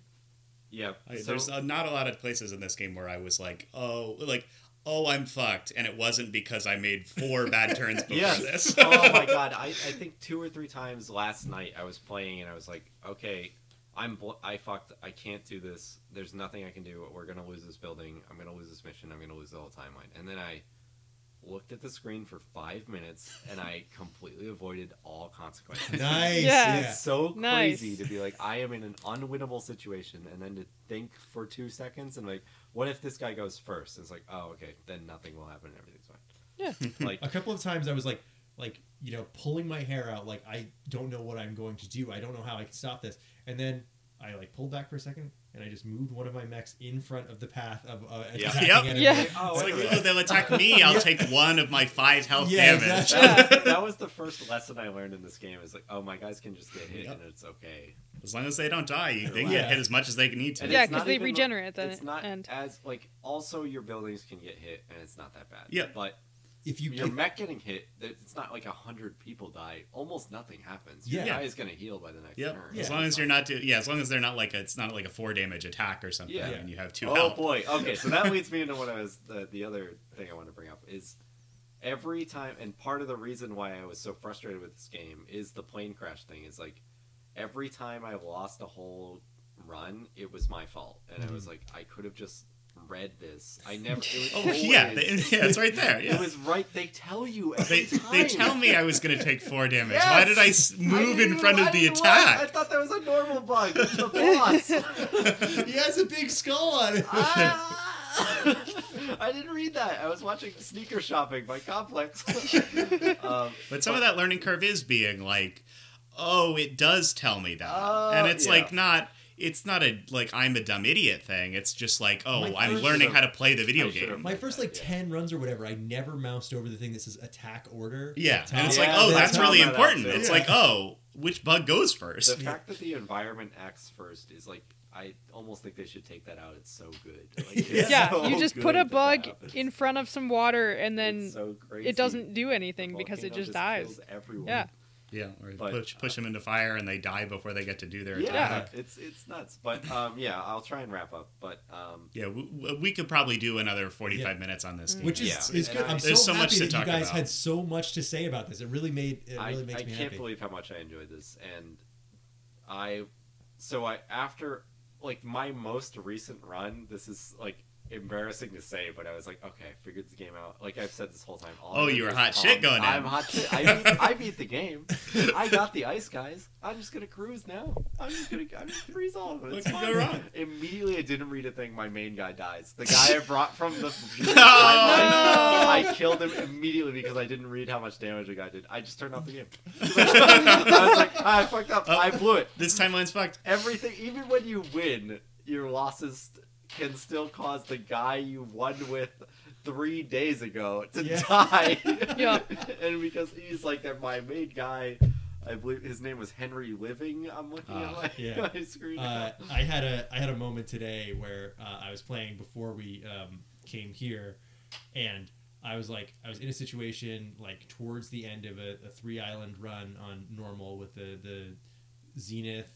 Yeah.
I,
so- oh
there's uh, not a lot of places in this game where I was like, oh, like, oh, I'm fucked, and it wasn't because I made
<laughs>
four bad turns before
yes.
this.
oh my god. I, I think two or three times last night I was playing and I was like, okay, I'm bl- I fucked. I can't do this. There's nothing I can do. We're gonna lose this building. I'm gonna lose this mission. I'm gonna lose the whole timeline. And then I looked at the screen for five minutes and I completely avoided all
<laughs>
consequences.
Nice.
Yes.
It's so
Nice.
crazy to be like, I am in an unwinnable situation, and then to think for two seconds and like, what if this guy goes first? And it's like, oh, okay, then nothing will happen and everything's
Yeah.
fine. <laughs>
<laughs>
Like,
a couple of times I was like, like you know, pulling my hair out, like I don't know what I'm going to do. I don't know how I can stop this. And then I like pulled back for a second, and I just moved one of my mechs in front of the path of uh,
Yeah.
attacking
Yep.
enemy. <laughs>
Yeah.
oh,
<laughs>
wait
It's like,
a
oh,
minute.
they'll attack me. I'll take one of my five health
Yeah,
damage.
exactly.
that, was, that was the first lesson I learned in this game. Is like, oh, my guys can just get hit,
Yep.
and it's okay.
As long as they don't die, you, they can
Yeah.
get hit as much as they can need to.
And
Yeah,
it's
'cause
not
they
even, like-
regenerate at the
It's not
end.
as like also your buildings can get hit, and it's not that bad.
Yeah.
but
If you <laughs>
your
if,
mech getting hit, it's not like a hundred people die. Almost nothing happens. Your
Yeah.
guy is gonna heal by the next
Yep.
turn.
Yeah.
As long as you're not do- yeah, as long as they're not like a, it's not like a four damage attack or something,
Yeah.
and you have two
oh
health.
boy. Okay, so
<laughs>
that leads me into what I was the, the other thing I want to bring up is every time, and part of the reason why I was so frustrated with this game is the plane crash thing. Is like every time I lost a whole run, it was my fault, and I was like, I could have just read this. I never. It was
Mm-hmm. <laughs> Oh
always-
yeah, they- yeah, it's right there.
It
Yeah.
was right. They tell you
They,
every time.
they tell me I was going to take four damage.
Yes!
Why did I s-
I
move
didn't
in
even-
front
I
of the
didn't realize-
attack?
I thought that was
<laughs>
a normal bug. It's the boss.
he has a big skull on it.
Ah! <laughs> I didn't read that. I was watching Sneaker Shopping by
<laughs>
Complex. um,
But some of that learning curve is being like, oh, it does tell me that,
Oh,
and it's
yeah.
like not. It's not a like I'm a dumb idiot thing. It's just like oh,
My
I'm
first-
learning how to play the video
I should've-
game.
My
<laughs> My first like ten runs or whatever, I never moused over the thing that says attack order.
Yeah, and it's like
Yeah,
oh,
they
that's
tell
really
me that
important.
too.
It's
Yeah.
like oh, which bug goes first?
the fact that the environment acts first is like I almost think they should take that out. It's so
<laughs>
good. Like, it's
yeah,
so <laughs>
you just
good
put a
that that
bug
happens.
in front of some water and then
It's so crazy.
it doesn't do
The
anything because it
volcano
just
kills
dies.
Everyone.
Yeah.
Yeah, or
But-
push push them into fire and they die before they get to do their
Yeah,
attack.
it's it's nuts, but um, yeah, I'll try and wrap up. But um,
Yeah, we, we could probably do another forty five
Yeah.
minutes on
Mm.
this game.
Which is, <laughs>
Yeah.
is good.
And I-
I'm so,
There's so much
happy
to
that
talk
you guys
about.
had so much to say about this. It really made it
I,
really makes
I
me
can't
happy.
believe how much I enjoyed this, and I so I after like my most recent run, this is like embarrassing to say, but I was like, okay, I figured this game out. Like I've said this whole time. all I
Oh,
did
you were
was
hot shit
calm.
going in.
I'm hot shit.
<laughs>
I beat, I beat the game. I got the ice guys. I'm just gonna cruise now. I'm just gonna I'm just gonna freeze all of it.
What
It's
could go
fine.
wrong?
Immediately, I didn't read a thing. My main guy dies. The guy I brought from the
No!
I killed him immediately because I didn't read how much damage the guy did. I just turned off the game. I was like, ah, I fucked up. I blew it.
<laughs> This timeline's fucked.
Everything, even when you win, your losses can still cause the guy you won with three days ago to
Yeah.
die.
Yeah.
<laughs> and because he's like that, my main guy, I believe his name was Henry Living. I'm looking
Ah,
at my, <laughs>
yeah.
my screen.
uh, I had a I had a moment today where uh, I was playing before we um, came here, and I was like I was in a situation like towards the end of a, a three island run on normal with the the Zenith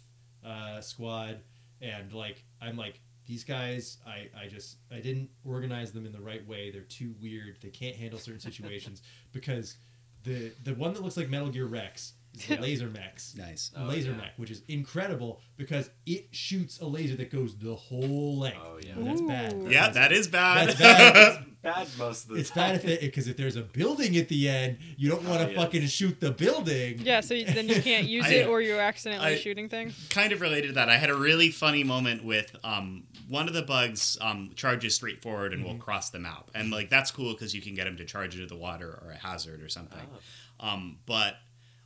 uh, squad, and like I'm like these guys I I just I didn't organize them in the right way. They're too weird. They can't handle certain situations because the the one that looks like Metal Gear Rex is the laser max
Nice.
Oh,
laser
yeah.
mech, which is incredible because it shoots a laser that goes the whole length.
Oh, yeah.
that's bad.
Ooh.
Yeah, that is bad.
That's bad.
bad most of the
it's
time.
bad if it because if there's a building at the end, you don't want to
Oh, yeah.
fucking shoot the building.
Yeah, so you- then you can't use
I-
it or you're accidentally
I-
shooting things.
<laughs> <laughs> kind of related to that, I had a really funny moment with um, one of the bugs um, charges straight forward and will cross the map, and like that's cool because you can get him to charge into the water or a hazard or
Ah.
something. Um, but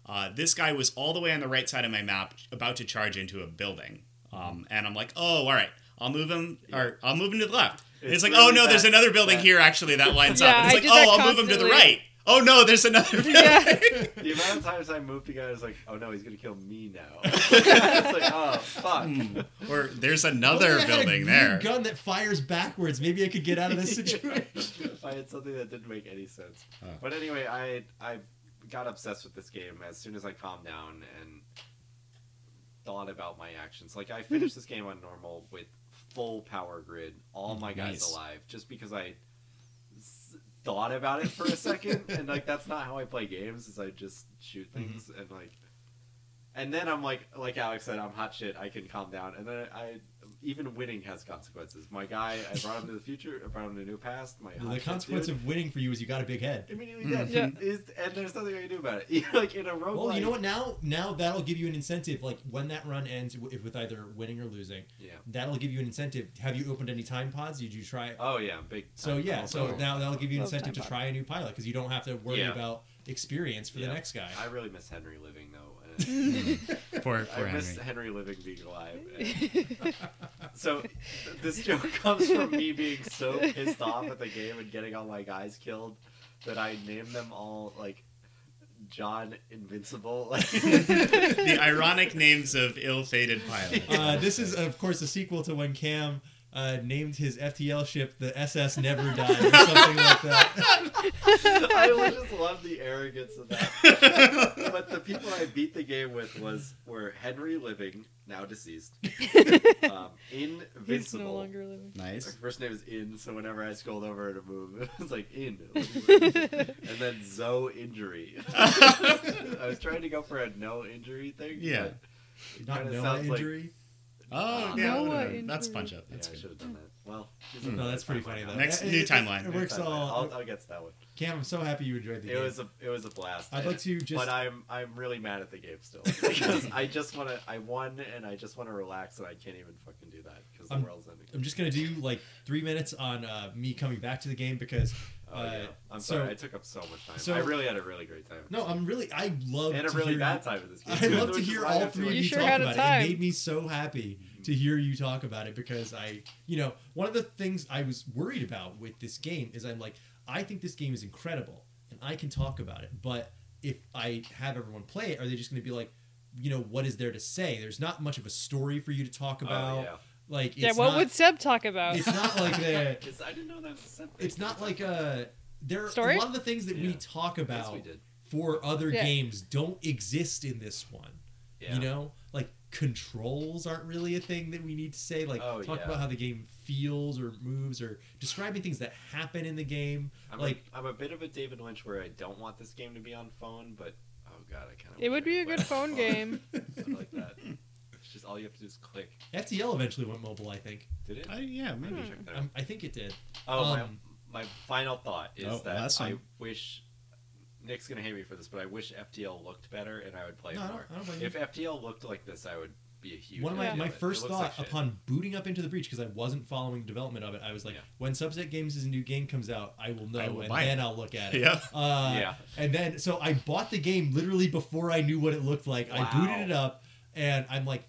uh, this guy was all the way on the right side of my map, about to charge into a building, um, and I'm like, oh, all right, I'll move him or I'll move him to the left. It's,
It's
like,
really
oh no, there's
that-
another building
that-
here. Actually, that lines
Yeah,
up.
I
It's like,
did that
oh, I'll move him to the
constantly.
right. <laughs> Oh no, there's another. Building.
Yeah.
The amount of times I moved the guy, I was like, oh no, he's gonna kill me now. it's like, oh fuck.
<laughs>
Hmm.
<laughs>
Or there's
If only
another
<laughs> I had a
building
green
there.
Gun that fires backwards. Maybe I could get out of
<laughs>
this situation.
I had something that didn't make any sense.
Oh.
But anyway, I I got obsessed with this game as soon as I calmed down and thought about my actions. Like I finished this game on normal with full power grid, all my guys
Nice.
alive, just because I s- thought about it for a second. and like that's not how I play games. Is I just shoot things and like. And then I'm like, like Alex said, I'm hot shit. I can calm down. And then I, even winning has consequences. My guy, I brought him to the future. I brought him to new past. My hot
the
shit
consequence
dude
of winning for you is you got a big head.
immediately dead.
Yeah.
Is- and there's nothing I can do about it. <laughs> like in a roguelike.
Oh,
Well, you know what? Now, now that'll give you an incentive. Like when that run ends, w- if with either winning or losing,
Yeah.
that'll give you an incentive. Have you opened any time pods? Did you try?
Oh yeah, big.
So
time.
yeah,
Oh,
so
cool.
now that'll give you an
Love
incentive to
time
try a new pilot because you don't have to worry
Yeah.
about experience for
Yeah.
the next guy.
I really miss Henry living though. <laughs>
Poor,
I
poor
miss
Henry.
Henry living being alive. <laughs>
<laughs>
And- so th- this joke <laughs> comes from me being so pissed off at the game and getting all my guys killed that I named them all like John Invincible. <laughs> Like
<laughs> the ironic names of ill-fated pilots.
Uh, this
<laughs>
is, of course, a sequel to when Cam uh, named his FTL ship the SS Never Died or something like
<laughs>
that.
I
<laughs>
would just love the arrogance of that. but the people I beat the game with was were Henry Living, now deceased, um,
<laughs> He's no
Invincible.
longer living.
Her
<laughs> nice.
first name is In, so whenever I scrolled over to move, <laughs> it was like
<laughs>
In, and then Zo Injury. <laughs>
Oh,
I was trying to go for a no injury thing.
Yeah.
but it
Not
kinda
Noah
sounds like-
injury.
Oh,
Ah.
yeah.
Noah
whatever.
in
That's
Peru.
punch up. That's
yeah, I should
good.
have done that. Well,
No, that's pretty funny though.
Next
It- it-
new
it-
timeline.
It
New
Hmm. works all.
Hmm. I'll, I'll get to that one.
Cam, I'm so happy you enjoyed the
It
game.
was a it was a blast.
I'd like to
<laughs>
just.
But I'm I'm really mad at the game still because I just want to I won and I just want to relax and I can't even fucking do that because the
I'm-
world's ending.
I'm just gonna do like three minutes on uh, me coming back to the game because.
Oh,
Uh,
yeah. I'm
so-
sorry. I took up so much time.
so-
I really had a really great time.
No, I'm really. I love.
and a
to
really
hear-
bad time with this game.
I
too,
love to
which is
hear
why I
all
have to
three of
You
you
sure
talk
had a
about
time.
it. It made me so happy to hear you talk about it because I, you know, one of the things I was worried about with this game is I'm like, I think this game is incredible and I can talk about it, but if I have everyone play it, are they just going to be like, you know, what is there to say? There's not much of a story for you to talk
Oh,
about.
yeah.
Like, it's
yeah, what
not,
would Seb talk
<laughs>
about?
It's
<laughs>
not like the.
'Cause I didn't know that was something.
It's not like a. There are
Story?
a lot of the things that we
Yeah.
talk
Yes,
about
we did.
for other
Yeah.
games don't exist in this one.
Yeah.
You know, like controls aren't really a thing that we need to say. Like
Oh,
talk
yeah.
about how the game feels or moves or describing things that happen in the game.
I'm
like
a, I'm a bit of a David Lynch where I don't want this game to be on phone, but oh god, I kind of.
It would be a
<laughs>
good phone game.
Something like that. It's just all you have to do is click.
FTL eventually went mobile. I think.
Did it?
Uh, yeah,
Let
maybe.
Hmm.
me check that out.
Um, I think it did.
Oh,
um,
my, my final thought is
Oh,
that
last
I
one.
wish Nick's gonna hate me for this, but I wish FTL looked better and I would play
No, I don't-
more.
I don't blame you.
if FTL looked like this, I would be a huge.
One of my,
fan
my
of it. It
first
looks like
thought
shit.
upon booting up into the breach because I wasn't following development of it, I was like,
Yeah.
when Subset Games' new game comes out, I will know
I will
and
buy
then
it.
I'll look at
<laughs>
it.
<laughs> Yeah.
Uh,
Yeah.
And then, so I bought the game literally before I knew what it looked like. I booted it
Wow.
up, and I'm like,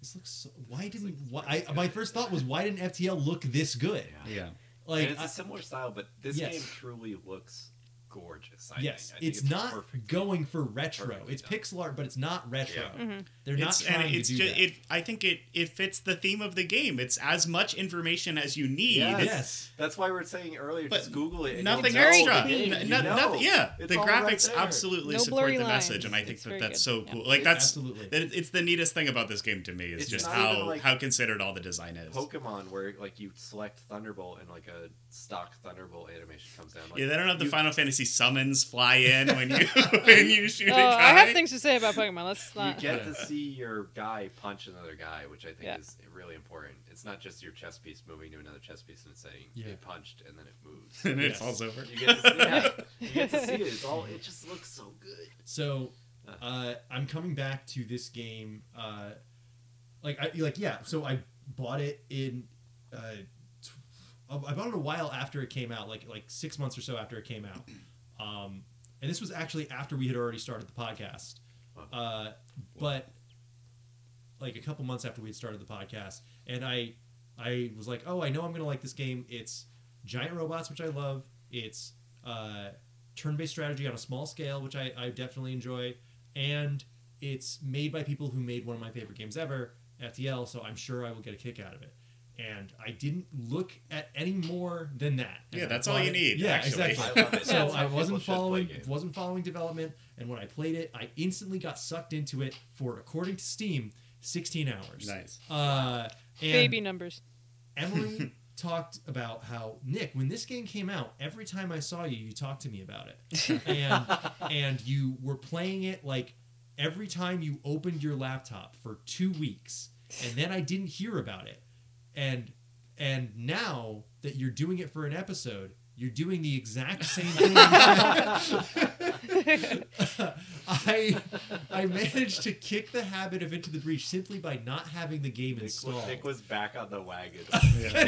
this looks. So, why didn't? Why, I, my first thought was, why didn't FTL look this good?
Yeah.
Yeah.
Like,
and it's a
I-
similar style, but this
Yes.
game truly looks gorgeous. I
yes,
think. I think
it's, not
perfectly-
going for retro.
perfectly
It's
done.
pixel art, but it's not retro.
Yeah.
They're not
it's,
trying
and it's
to do
just,
that.
It, I think it, it fits the theme of the game. It's as much information as you need.
Yes.
yes.
That's why we we're saying earlier,
But
just Google it. And you'll
Nothing
know
very
extra.
the game.
N-
You
no-
know.
nothing- yeah,
It's
the
all right
graphics
there.
absolutely
No
support
blurry
the
lines.
message, and I think
It's
that
very
that's
good.
so
Yeah.
cool. Like
It's
that's
absolutely.
that it- it's the neatest thing about this game to me is
It's
just
not
how
even like-
how considered all the design is.
Pokemon, where like you select Thunderbolt and like a stock Thunderbolt animation comes down. Like,
yeah, they don't have the
you-
Final Fantasy summons fly in
<laughs>
when you <laughs> when you shoot
Oh,
a
I have
guy.
things to say about Pokemon. Let's
You
not.
get to see your guy punch another guy, which I think
Yeah.
is really important. It's not just your chess piece moving to another chess piece and it's saying
Yeah.
it punched and then it
<laughs>
moves.
<laughs> and it
Yes.
falls over.
you, get to see, yeah, you get to see it. It's all. It just looks so good.
So uh, I'm coming back to this game. Uh, like I like yeah. So I bought it in. Uh, tw- I bought it a while after it came out, like like six months or so after it came out. Um, and this was actually after we had already started the podcast. Uh, but like a couple months after we had started the podcast, and I I was like, oh, I know I'm gonna like this game. It's giant robots, which I love. It's uh, turn-based strategy on a small scale, which I, I definitely enjoy, and it's made by people who made one of my favorite games ever, FTL. So I'm sure I will get a kick out of it. And I didn't look at any more than that. And
Yeah,
I
that's all
bought
you
it-
need,
Yeah,
actually.
exactly.
I love it.
so
That's
I
how people
wasn't
should play
following
games.
wasn't following development, and when I played it, I instantly got sucked into it for, according to Steam, 16 hours.
Nice.
Uh, and
Baby numbers.
Emily talked about how Nick, when this game came out, every time I saw you, you talked to me about it, and and you were playing it like every time you opened your laptop for two weeks, and then I didn't hear about it, and and now that you're doing it for an episode, you're doing the exact same thing. I I managed to kick the habit of Into the Breach simply by not having the game
Nick,
installed.
Nick was back on the wagon.
Yeah.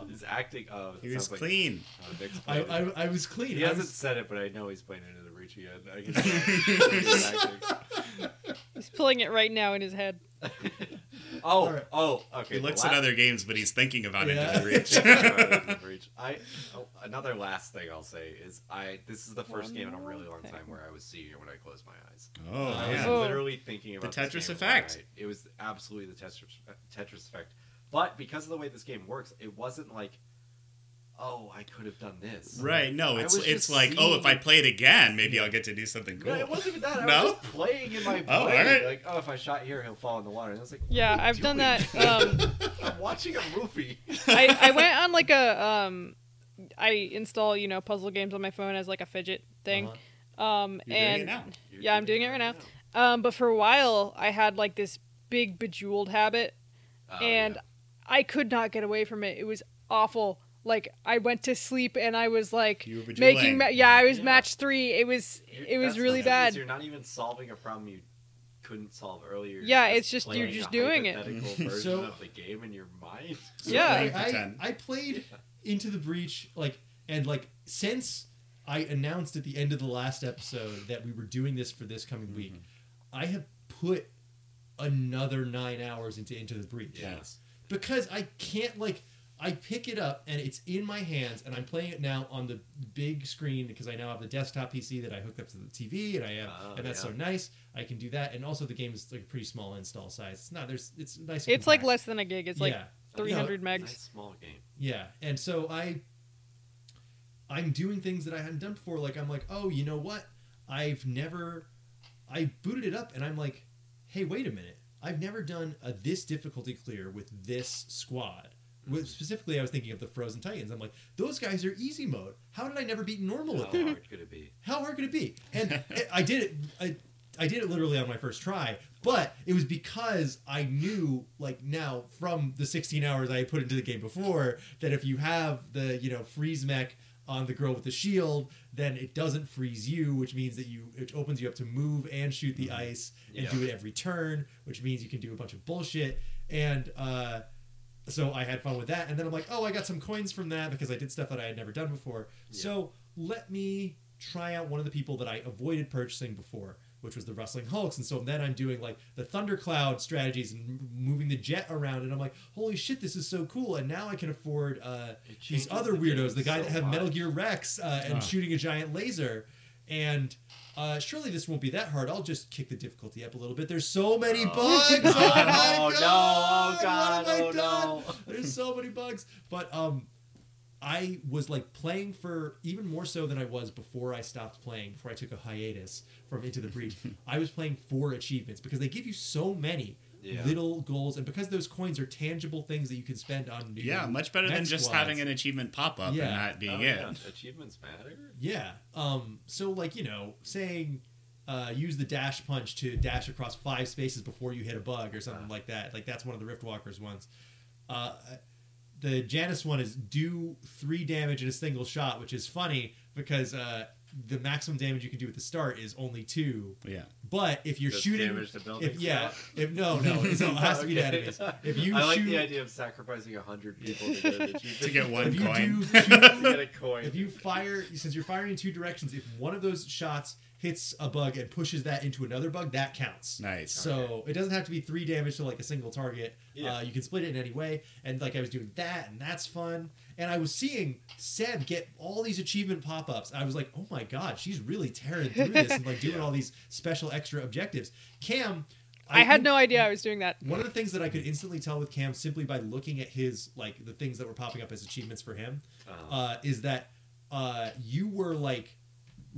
<laughs> He's acting. Oh, it
He was
sounds like-
clean.
oh, Nick's
I,
playing it.
I, I was clean.
He
I
hasn't
was-
said it, but I know he's playing into the breach again.
<laughs>
I can He's acting.
He's pulling it right now in his head.
Oh,
Alright.
oh, okay.
He
the
looks
last-
at other games, but he's thinking
<laughs>
about <laughs>
Yeah.
it. Into
Breach. I oh, another last thing I'll say is I this is the first
One
game in a
more
really long
thing.
time where I was seeing it when I closed my eyes. <laughs>
the breach. oh,
I was
yeah.
Oh.
literally thinking about this
Tetris
game
effect.
when I- it was absolutely the Tetris Tetris effect. But because of the way this game works, it wasn't like, oh, I could have done this.
Right. No,
I
it's
was
it's
just
like, oh, if I
seeing-
play it again, maybe I'll get to do something cool.
No, it wasn't even that. I
No?
was just playing in my brain.
<laughs> Oh, alright.
Like, oh, if I shot here, he'll fall in the water. And I was like, what
Yeah,
are you
I've done
doing?
that. Um,
<laughs> I'm watching a movie.
I,
<laughs>
I went on like a um I install, you know, puzzle games on my phone as like a fidget thing.
Uh-huh.
Um
You're doing it
and
now.
<laughs> Yeah, I'm doing it right now. um but for a while I had like this big bejeweled habit
Oh,
and
yeah.
I could not get away from it. It was awful. Like I went to sleep and I was like
You were bejeweling.
making ma- yeah, I was
Yeah.
match 3. It was
You-
it was
that's the
really
thing is
bad.
You're not even solving a problem you couldn't solve earlier.
Yeah,
You're
it's just- you're
playing
just
a
doing it.
hypothetical
<laughs>
version
So-
of the game in your mind.
<laughs> yeah.
Like,
I,
pretend.
I played Into the Breach like and like since I announced at the end of the last episode that we were doing this for this coming week,
Mm-hmm.
I have put another nine hours into Into the Breach.
Yes.
Because I can't like I pick it up and it's in my hands and I'm playing it now on the big screen because I now have the desktop PC that I hooked up to the TV and I have
Oh,
and that's
yeah.
so nice. I can do that and also the game is like a pretty small install size. It's not there's it's nice. and
It's like
compact.
less than a gig. It's like
yeah.
300
Nice
megs.
small
<laughs>
game.
Yeah, and so I, I'm doing things that I hadn't done before. Like I'm like, oh, you know what? I've never, I booted it up, and I'm like, hey, wait a minute. I've never done a this difficulty clear with this squad. With, specifically, I was thinking of the Frozen Titans. I'm like, those guys are easy mode. How did I never beat normal
How
at that?
hard could it be?
How hard could it be? And it- I did it. I, I did it literally on my first try, but it was because I knew, like now from the 16 hours I put into the game before, that if you have the you know freeze mech on the girl with the shield, then it doesn't freeze you, which means that you it opens you up to move and shoot the ice and
Yeah.
do it every turn, which means you can do a bunch of bullshit. And uh, so I had fun with that, and then I'm like, oh, I got some coins from that because I did stuff that I had never done before. So let me try out one of the people that I avoided purchasing before, which was the Rustling Hulks. And so then I'm doing like the Thundercloud strategies and m- moving the jet around, and I'm like, holy shit, this is so cool. And now I can afford uh,
It changes
these other
the game
weirdos, the guy
so
that had Metal
much.
Gear Rex uh, and
Huh.
shooting a giant laser. And uh, surely this won't be that hard. I'll just kick the difficulty up a little bit. There's so many bugs. <laughs> Oh,
no.
my
<laughs> Oh,
God.
no. Oh, God.
What have I
Oh,
done?
no.
There's so many bugs. But um, I was like playing for even more so than I was before I stopped playing, before I took a hiatus from Into the
<laughs>
Breach. I was playing for achievements because they give you so many
Yeah.
little goals, and because those coins are tangible things that you can spend on new.
Yeah, much better than
next
just
squads.
having an achievement pop up
Yeah.
and that
Oh,
being it.
yeah. Achievements matter.
Yeah. Um. So like you know saying. Uh, use the dash punch to dash across five spaces before you hit a bug or something like that. Like that's one of the Riftwalkers ones. Uh, the Janus one is do three damage in a single shot, which is funny because uh, the maximum damage you can do at the start is only two.
Yeah.
But if you're
Just
shooting,
damage the building
if, yeah,
stop.
if no, no, it's- it has to be
<laughs> Okay.
enemies. If you
I like
shoot,
the idea of sacrificing a hundred people
<laughs>
to get an achievement.
To get one
if you
coin.
do
<laughs> To
two
get a coin.
if you fire since you're firing in two directions if one of those shots hits a bug and pushes that into another bug that counts
Nice.
so it doesn't have to be three damage to like a single target
Yeah.
uh, you can split it in any way and like i was doing that and that's fun and i was seeing seb get all these achievement pop-ups i was like oh my god she's really tearing through this and like doing all these special extra objectives cam
I had
think-
no idea I was doing that.
one of the things that I could instantly tell with Cam simply by looking at his like the things that were popping up as achievements for him
Uh-huh.
uh, is that uh, you were like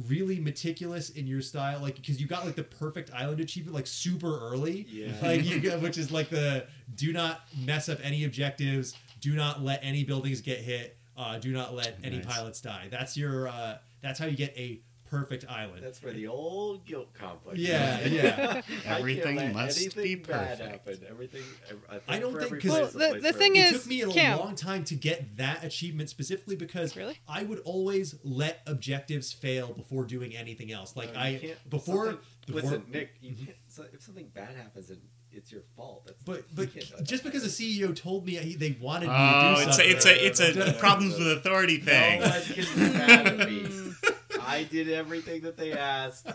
really meticulous in your style like because you got like the perfect island achievement like super early
Yeah.
<laughs> like you got, which is like the do not mess up any objectives do not let any buildings get hit uh, do not let any
Nice.
pilots die that's your uh, that's how you get a perfect island
That's where the old guilt complex. <laughs>
yeah
is.
yeah
Everything
I can't let
must
anything
be
bad
perfect.
happen. Everything. I, think
I don't
for
think-
every
'cause-
place,
Well, the-
place
the
for every-
thing
it
is,
took me a
Cam-
long time to get that achievement specifically because
Really?
I would always let objectives fail before doing anything else. Like
No, Oh, you
I
can't-
before
something-
before Mm-hmm.
Listen, Nick. You can't, so if something bad happens, and it's your fault. That's
but
you
but
can't let
just
that
because the CEO told me he- they wanted me
Oh,
to do
it's
something.
a, it's a it's a
Yeah.
problems with authority thing.
happen. No one can be mad at
<laughs>
me. I did everything that they asked.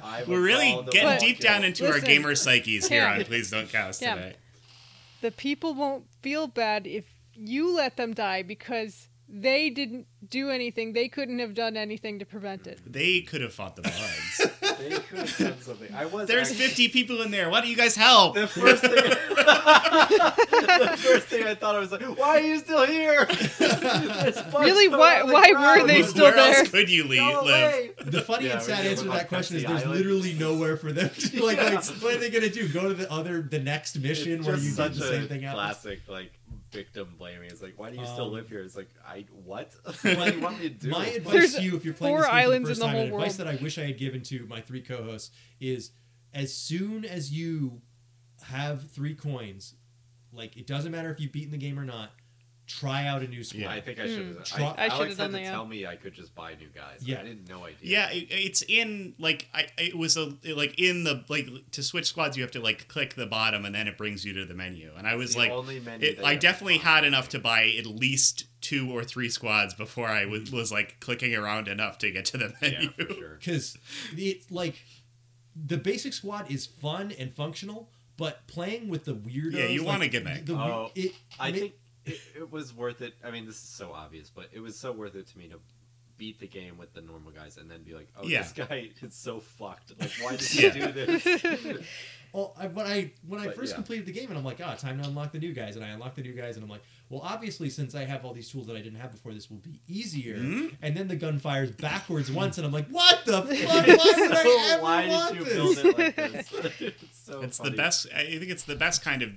I was
We're really
all the
getting
ball
deep
kid.
down into our
Listen.
gamer psyches here
Cam.
on Please Don't Cast
Cam.
today.
The people won't feel bad if you let them die because they didn't do anything. They couldn't have done anything to prevent it.
They could have
<laughs>
fought the bugs.
They could have done something. I was.
There's
actually-
50 people in there. Why don't you guys
<laughs>
help?
The first thing. <laughs> the first thing I thought I was like, why are you still here? <laughs> There's bugs
Really?
coming
Why-
out of the
why
ground.
were they
Where
still there?
else could you leave,
Go
live?
away.
the funny
Yeah,
and
we
sad
did
answer to
look
that
like
question is
Pepsi
there's
Island.
literally nowhere for them to <laughs> like,
Yeah.
like what are they gonna do? Go to the other the next mission
It's
where
just
you
such
did the
a
same thing happens?
classic like victim blaming. It's like, why do you still
Um,
live here? It's like, I what? <laughs> what do you want me to do?
My advice
There's
to you, if you're playing
four
this game
islands
for the first
in the
time, and
whole
advice
world.
that I wish I had given to my three co-hosts is: as soon as you have three coins, like it doesn't matter if you've beaten the game or not, try out a new squad.
Yeah.
I think I should
Hmm.
have.
Try-
I,
I
should've
Alex
done
had to
that, yeah.
tell me I could just buy new guys.
Yeah.
I didn't know I did.
uh, Yeah, it, it's in like I it was a it, like in the like to switch squads you have to like click the bottom and then it brings you to the menu. And I was
the
like
only menu
it,
that
I
you
definitely
have to
had
find.
enough to buy at least two or three squads before I was, was like clicking around enough to get to the
yeah,
menu.
for
<laughs>
sure.
because it's like the basic squad is fun and functional, but playing with the weirdos.
Yeah, you want a
like,
gimmick.
The, we-
Oh,
it,
I
ma-
think it, it was worth it. I mean, this is so obvious, but it was so worth it to me to beat the game with the normal guys and then be like, oh,
Yeah.
this guy <laughs> is so fucked. Like, why
<laughs>
did
Yeah.
he do
<laughs>
this?
Well, I, when I when I
But,
first
yeah.
completed the game, and I'm like, ah, time to unlock the new guys, and I unlock the new guys, and I'm like, well, obviously, since I have all these tools that I didn't have before, this will be easier.
Mm-hmm.
And then the gun fires
<laughs>
backwards once, and I'm like, what the fuck? Why would I
So
ever
why
want
did you
this?
build it like this? <laughs> it's so
it's the
funny.
best. I think it's the best kind of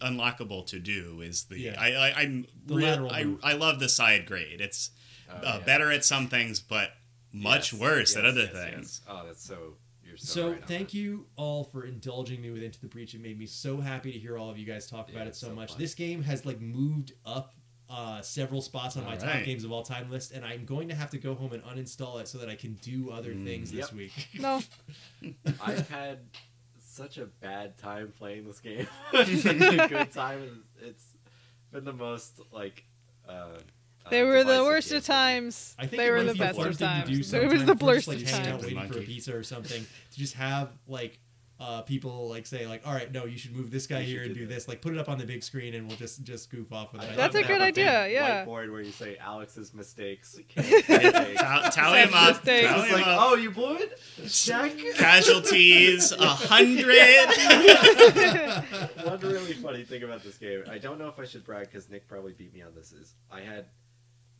unlockable to do is the.
Yeah.
I, I I'm
The
real-
lateral
I,
move.
I love the side grade. It's
Oh,
uh,
yeah.
better at some things, but much
Yes,
worse at
yes,
other
yes, yes. <laughs>
things.
Oh, that's so. You're so.
So
right on
thank
that.
you all for indulging me with Into the Breach. It made me so happy to hear all of you guys talk
Yeah,
about it
it's
so
so
much.
fun.
This game has like moved up uh, several spots on my
All
top
right.
games of all time list, and I'm going to have to go home and uninstall it so that I can do other
Mm.
things this
Yep.
week. <laughs>
No,
I've had such a bad time playing this <laughs> game. such a good time. It's been the most like. Uh,
they
uh,
were the
divisive
worst
game
of
for me.
times.
I think
They
it
were
might
the
be a
best
fun
of
thing to do
times. <laughs> It was
sometimes
the
if we're just,
blurst of
like hanging
<laughs>
out
time.
times.
waiting for a
Monkey.
pizza or something to just have like uh, people like say like, all right, no, you should move this guy
You should
here and
do
do
that."
this. Like put it up on the big screen and we'll just just goof off with
I'd
it.
love
That's
to
a
have
good
big
idea, yeah.
Whiteboard where you say Alex's
<laughs>
mistakes. Kate's mistakes.
Ta- tally them up.
Mistakes.
It's
Tally
like,
'em up.
oh, you blew
<laughs>
it? Check. <laughs>
Casualties, a hundred.
One really funny thing about this game, I don't know if I should brag because Nick probably beat me on this. Is I had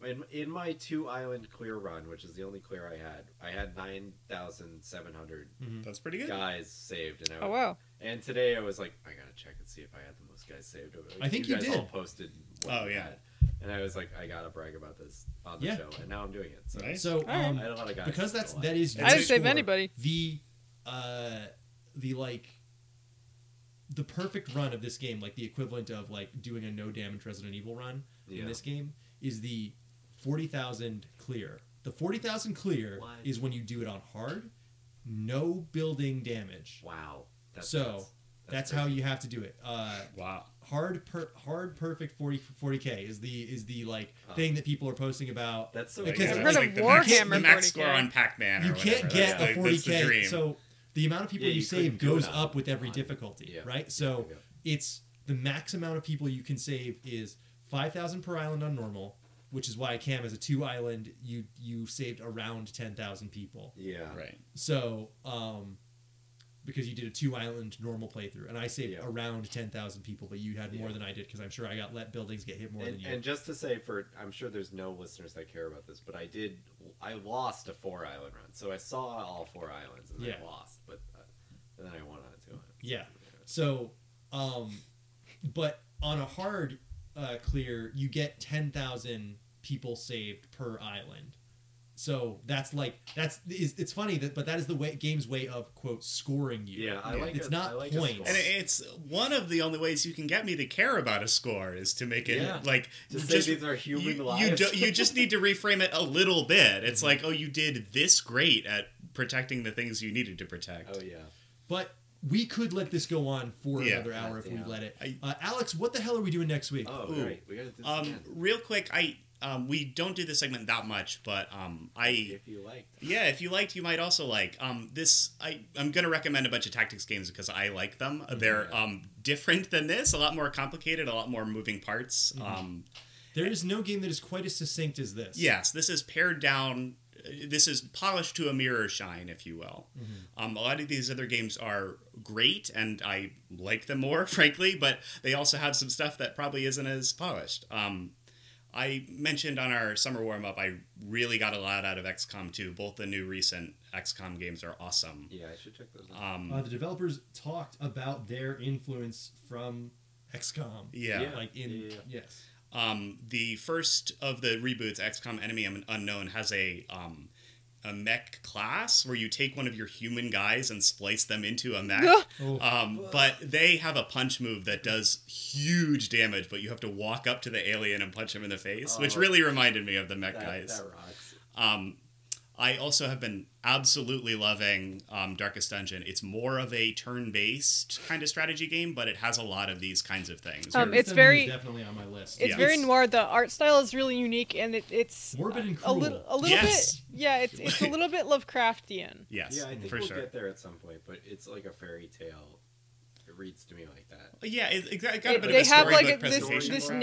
in, in my two island clear run, which is the only clear I had, I had nine thousand seven hundred
Mm-hmm.
That's pretty good.
guys saved, and I
Oh wow.
and today I was like, I gotta check and see if I had the most guys saved.
I think you
guys
did.
All posted. what
Oh,
you
yeah.
had. and I was like, I gotta brag about this on the
Yeah.
show, and now I'm doing it. So
Nice.
So
right.
um,
I had a lot of guys
because that's
still
that is
I
I
your
didn't save
score,
anybody.
The uh the like the perfect run of this game, like the equivalent of like doing a no damage Resident Evil run
Yeah.
in this game, is the forty thousand clear. The forty thousand clear
What?
is when you do it on hard, no building damage.
Wow.
So,
nuts.
That's,
crazy.
how you have to do it. Uh,
Wow.
hard per hard perfect 40 k is the is the like
Oh.
thing that people are posting about.
That's so.
Because
crazy.
I've heard of
the max,
Warhammer
the max
40K.
score on Pac-Man.
you
or whatever.
can't
That's
get
the-
a
that's the
40k
dream.
so the amount of people
Yeah,
you,
you
save
couldn't do
goes
it on-
up with every
on-
difficulty
yeah.
right so
Yeah.
it's the max amount of people you can save is 5000 per island on normal which is why cam as a two island you you saved around 10000 people
Yeah.
Right.
so um because you did a two island normal playthrough and i saved
Yeah.
around 10000 people but you had more
Yeah.
than i did because i'm sure i got let buildings get hit more
And,
than you
and just to say, for I'm sure there's no listeners that care about this, but I did. I lost a four island run, so I saw all four islands and
Yeah.
I lost, but uh, and then I won on two. islands.
Yeah. So, um, but on a hard uh, clear, you get 10,000 people saved per island. So that's like that's is it's funny that but that is the way game's way of quote scoring you.
Yeah, I like.
It's
a-
not
I like
points.
A score.
And it- it's one of the only ways you can get me to care about a score is to make it
Yeah.
like
Just
you
say these are human
you, You,
lives.
do, you just need to reframe it a little bit. It's like, oh, you did this great at protecting the things you needed to protect.
oh yeah.
But we could let this go on for
Yeah.
another hour if we
Yeah.
let it.
I-
Uh, Alex, what the hell are we doing next week?
Oh
Ooh.
right, we gotta do this
Um,
again.
real quick, I um, we don't do this segment that much, but um, I
If you liked.
Yeah, if you liked, you might also like um, this. I I'm gonna recommend a bunch of tactics games because I like them. They're um, different than this, a lot more complicated, a lot more moving parts. Um,
There is no game that is quite as succinct as this.
yes, this is pared down. uh, This is polished to a mirror shine, if you will. Um, a lot of these other games are great, and I like them more, <laughs> frankly. But they also have some stuff that probably isn't as polished. Um, I mentioned on our summer warm up, I really got a lot out of XCOM 2. Both the new recent XCOM games are awesome.
Yeah, I should check those out.
Um,
Uh, the developers talked about their influence from XCOM.
yeah.
yeah.
Like in
Yeah.
yes.
Um, the first of the reboots, XCOM Enemy Un- Unknown, has a um, a a mech class where you take one of your human guys and splice them into a mech.
Oh.
Um, but they have a punch move that does huge damage, but you have to walk up to the alien and punch him in the face, which
Oh.
really reminded me of the mech
That,
guys.
that rocks.
Um, I also have been absolutely loving um, Darkest Dungeon. It's more of a turn-based kind of strategy game, but it has a lot of these kinds of things.
Um,
You're-
it's very-
definitely on my list.
It's
Yeah.
very
It's-
noir. The art style is really unique, and it, it's
Morbid and
a
cruel.
little, a little
Yes.
bit. Yeah, it's it's a little bit Lovecraftian.
yes,
yeah, I think
for
we'll
sure.
get there at some point, but it's like a fairy tale. It reads to me like that.
Yeah, it, it got got a
It-
bit
they
of a
have, like,
storybook
a- this-
presentation.
this
perhaps.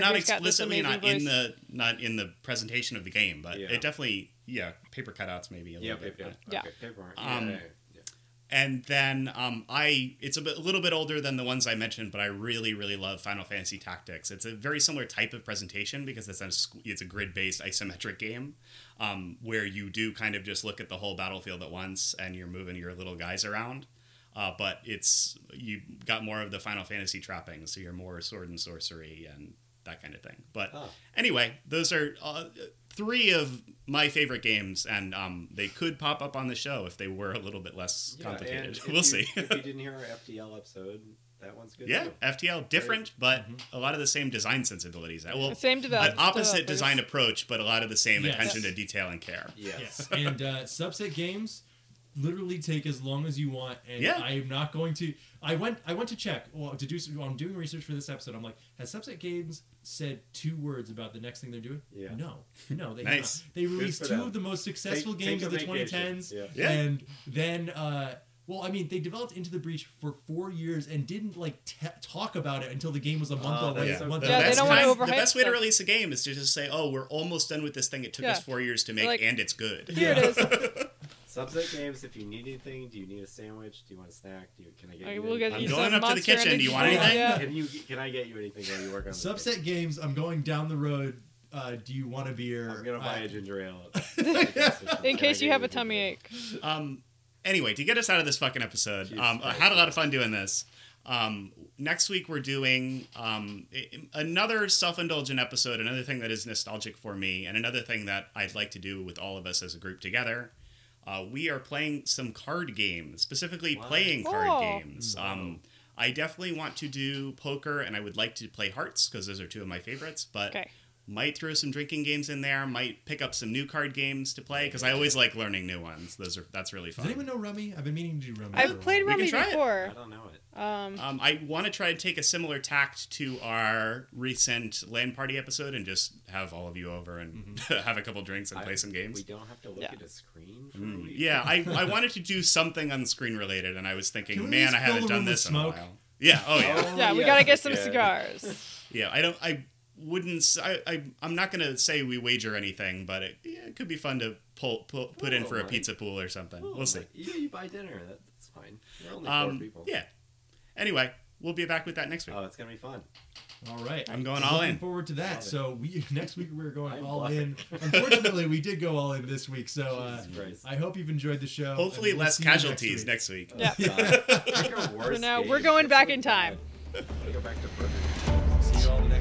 not, not
who's got this
explicitly, not
amazing
in the not in the presentation of the game, but
Yeah.
it definitely, yeah, paper cutouts maybe a
Yeah,
little bit.
paper.
Yeah.
Okay, paper.
Um,
yeah, yeah, yeah.
And then um, I, it's a, bit, a little bit older than the ones I mentioned, but I really, really love Final Fantasy Tactics. It's a very similar type of presentation because it's a squ- it's a grid based isometric game um, where you do kind of just look at the whole battlefield at once and you're moving your little guys around. Uh, but it's you got more of the Final Fantasy trappings, so you're more sword and sorcery and that kind of thing. But
Oh.
anyway, those are uh, three of my favorite games, and um, they could pop up on the show if they were a little bit less
Yeah, and
<laughs> complicated.
if
We'll
you-
see.
if you didn't hear our FTL episode, that one's <laughs> good.
yeah,
too.
FTL different, but
Mm-hmm.
a lot of the same design sensibilities. Well,
Same
an
develop-
opposite
developers.
design approach, but a lot of the same
Yes.
attention to detail and care.
Yes.
Yes. and uh, subset games literally take as long as you want. And
Yeah.
I am not going to. I went. I went to check. Well, to do. Well, I'm doing research for this episode. I'm like, has subset games said two words about the next thing they're doing?
Yeah.
No. No. They
Nice.
have not. They released
for
two
them.
of the most successful
Take-
games
take
of
a
the
vacation.
2010s.
Yeah.
Yeah.
And then. Uh, well, I mean, they developed Into the Breach for four years and didn't like te- talk about it until the game was a month
Oh,
away.
that's so
month
cool.
Yeah, they
away.
best
don't wanna
time-
overhype
the best way to
stuff.
release a game is to just say, "Oh, we're almost done with this thing. It took us
Yeah.
four years to make,
Like-
and it's good."
<laughs> Here it is.
<laughs>
Subset games. If you need anything, do you need a sandwich? Do you want a snack? Do you, can I get?
Like,
you
we'll
anything?
get
I'm
you
going
some
up to the
Monster
kitchen. Do you want
Energy.
anything?
Yeah.
Can you? Can I get you anything while you work on this?
Subset games. I'm going down the road. Uh, do you want a beer?
I'm gonna buy
Uh,
a ginger
<laughs>
ale.
In case you have a tummy ache.
Um, anyway, to get us out of this fucking episode,
Jesus
um, I had a lot of fun doing this. Um, next week we're doing um, i- another self-indulgent episode, another thing that is nostalgic for me, and another thing that I'd like to do with all of us as a group together. Uh, we are playing some card games, specifically
Wow.
playing card
Oh.
games. Um, I definitely want to do poker, and I would like to play hearts because those are two of my favorites. But
Okay.
might throw some drinking games in there. Might pick up some new card games to play because I always like learning new ones. Those are that's really
Does
fun.
anyone know Rummy? I've been meaning to do Rummy. for a
I've played
We can
Rummy
try it.
I
before.
don't know it.
Um,
Um, I want to try to take a similar tact to our recent land party episode and just have all of you over and
Mm-hmm.
<laughs> have a couple drinks and
I-
play some games.
We don't have to look
Yeah.
at a screen. For a
Mm,
week.
yeah, I, I wanted to do something on screen related, and I was
Can
thinking,
we
man,
just
I
fill
haven't
the
done
room with
this in a
smoke?
while. Yeah. Oh
<laughs>
yeah.
yeah, we gotta get some cigars.
Yeah, I don't. I wouldn't. s- I, am not gonna say we wager anything, but it, yeah, it could be fun to pull, pull put in
Oh,
for a
my.
pizza pool or something.
Oh,
we'll see.
like, yeah, you buy dinner. That, that's fine. We're only four
Um,
people.
yeah. Anyway, we'll be back with that next week.
Uh,
Oh, it's gonna be fun.
while. All right.
I'm going
Looking
all in.
forward to
Love
that.
it.
So we <laughs> next week we're going
I
all
love it. <laughs>
in. Unfortunately, we did go all in this week. So uh,
Jesus Christ.
I hope you've enjoyed the show.
Hopefully,
and we'll
less
see you next
casualties
week.
next week.
Yeah.
God. Pick a worse
<laughs> now, we're
game.
going
That's
back
so
in time.
bad. We go back to Burger King.
See you all next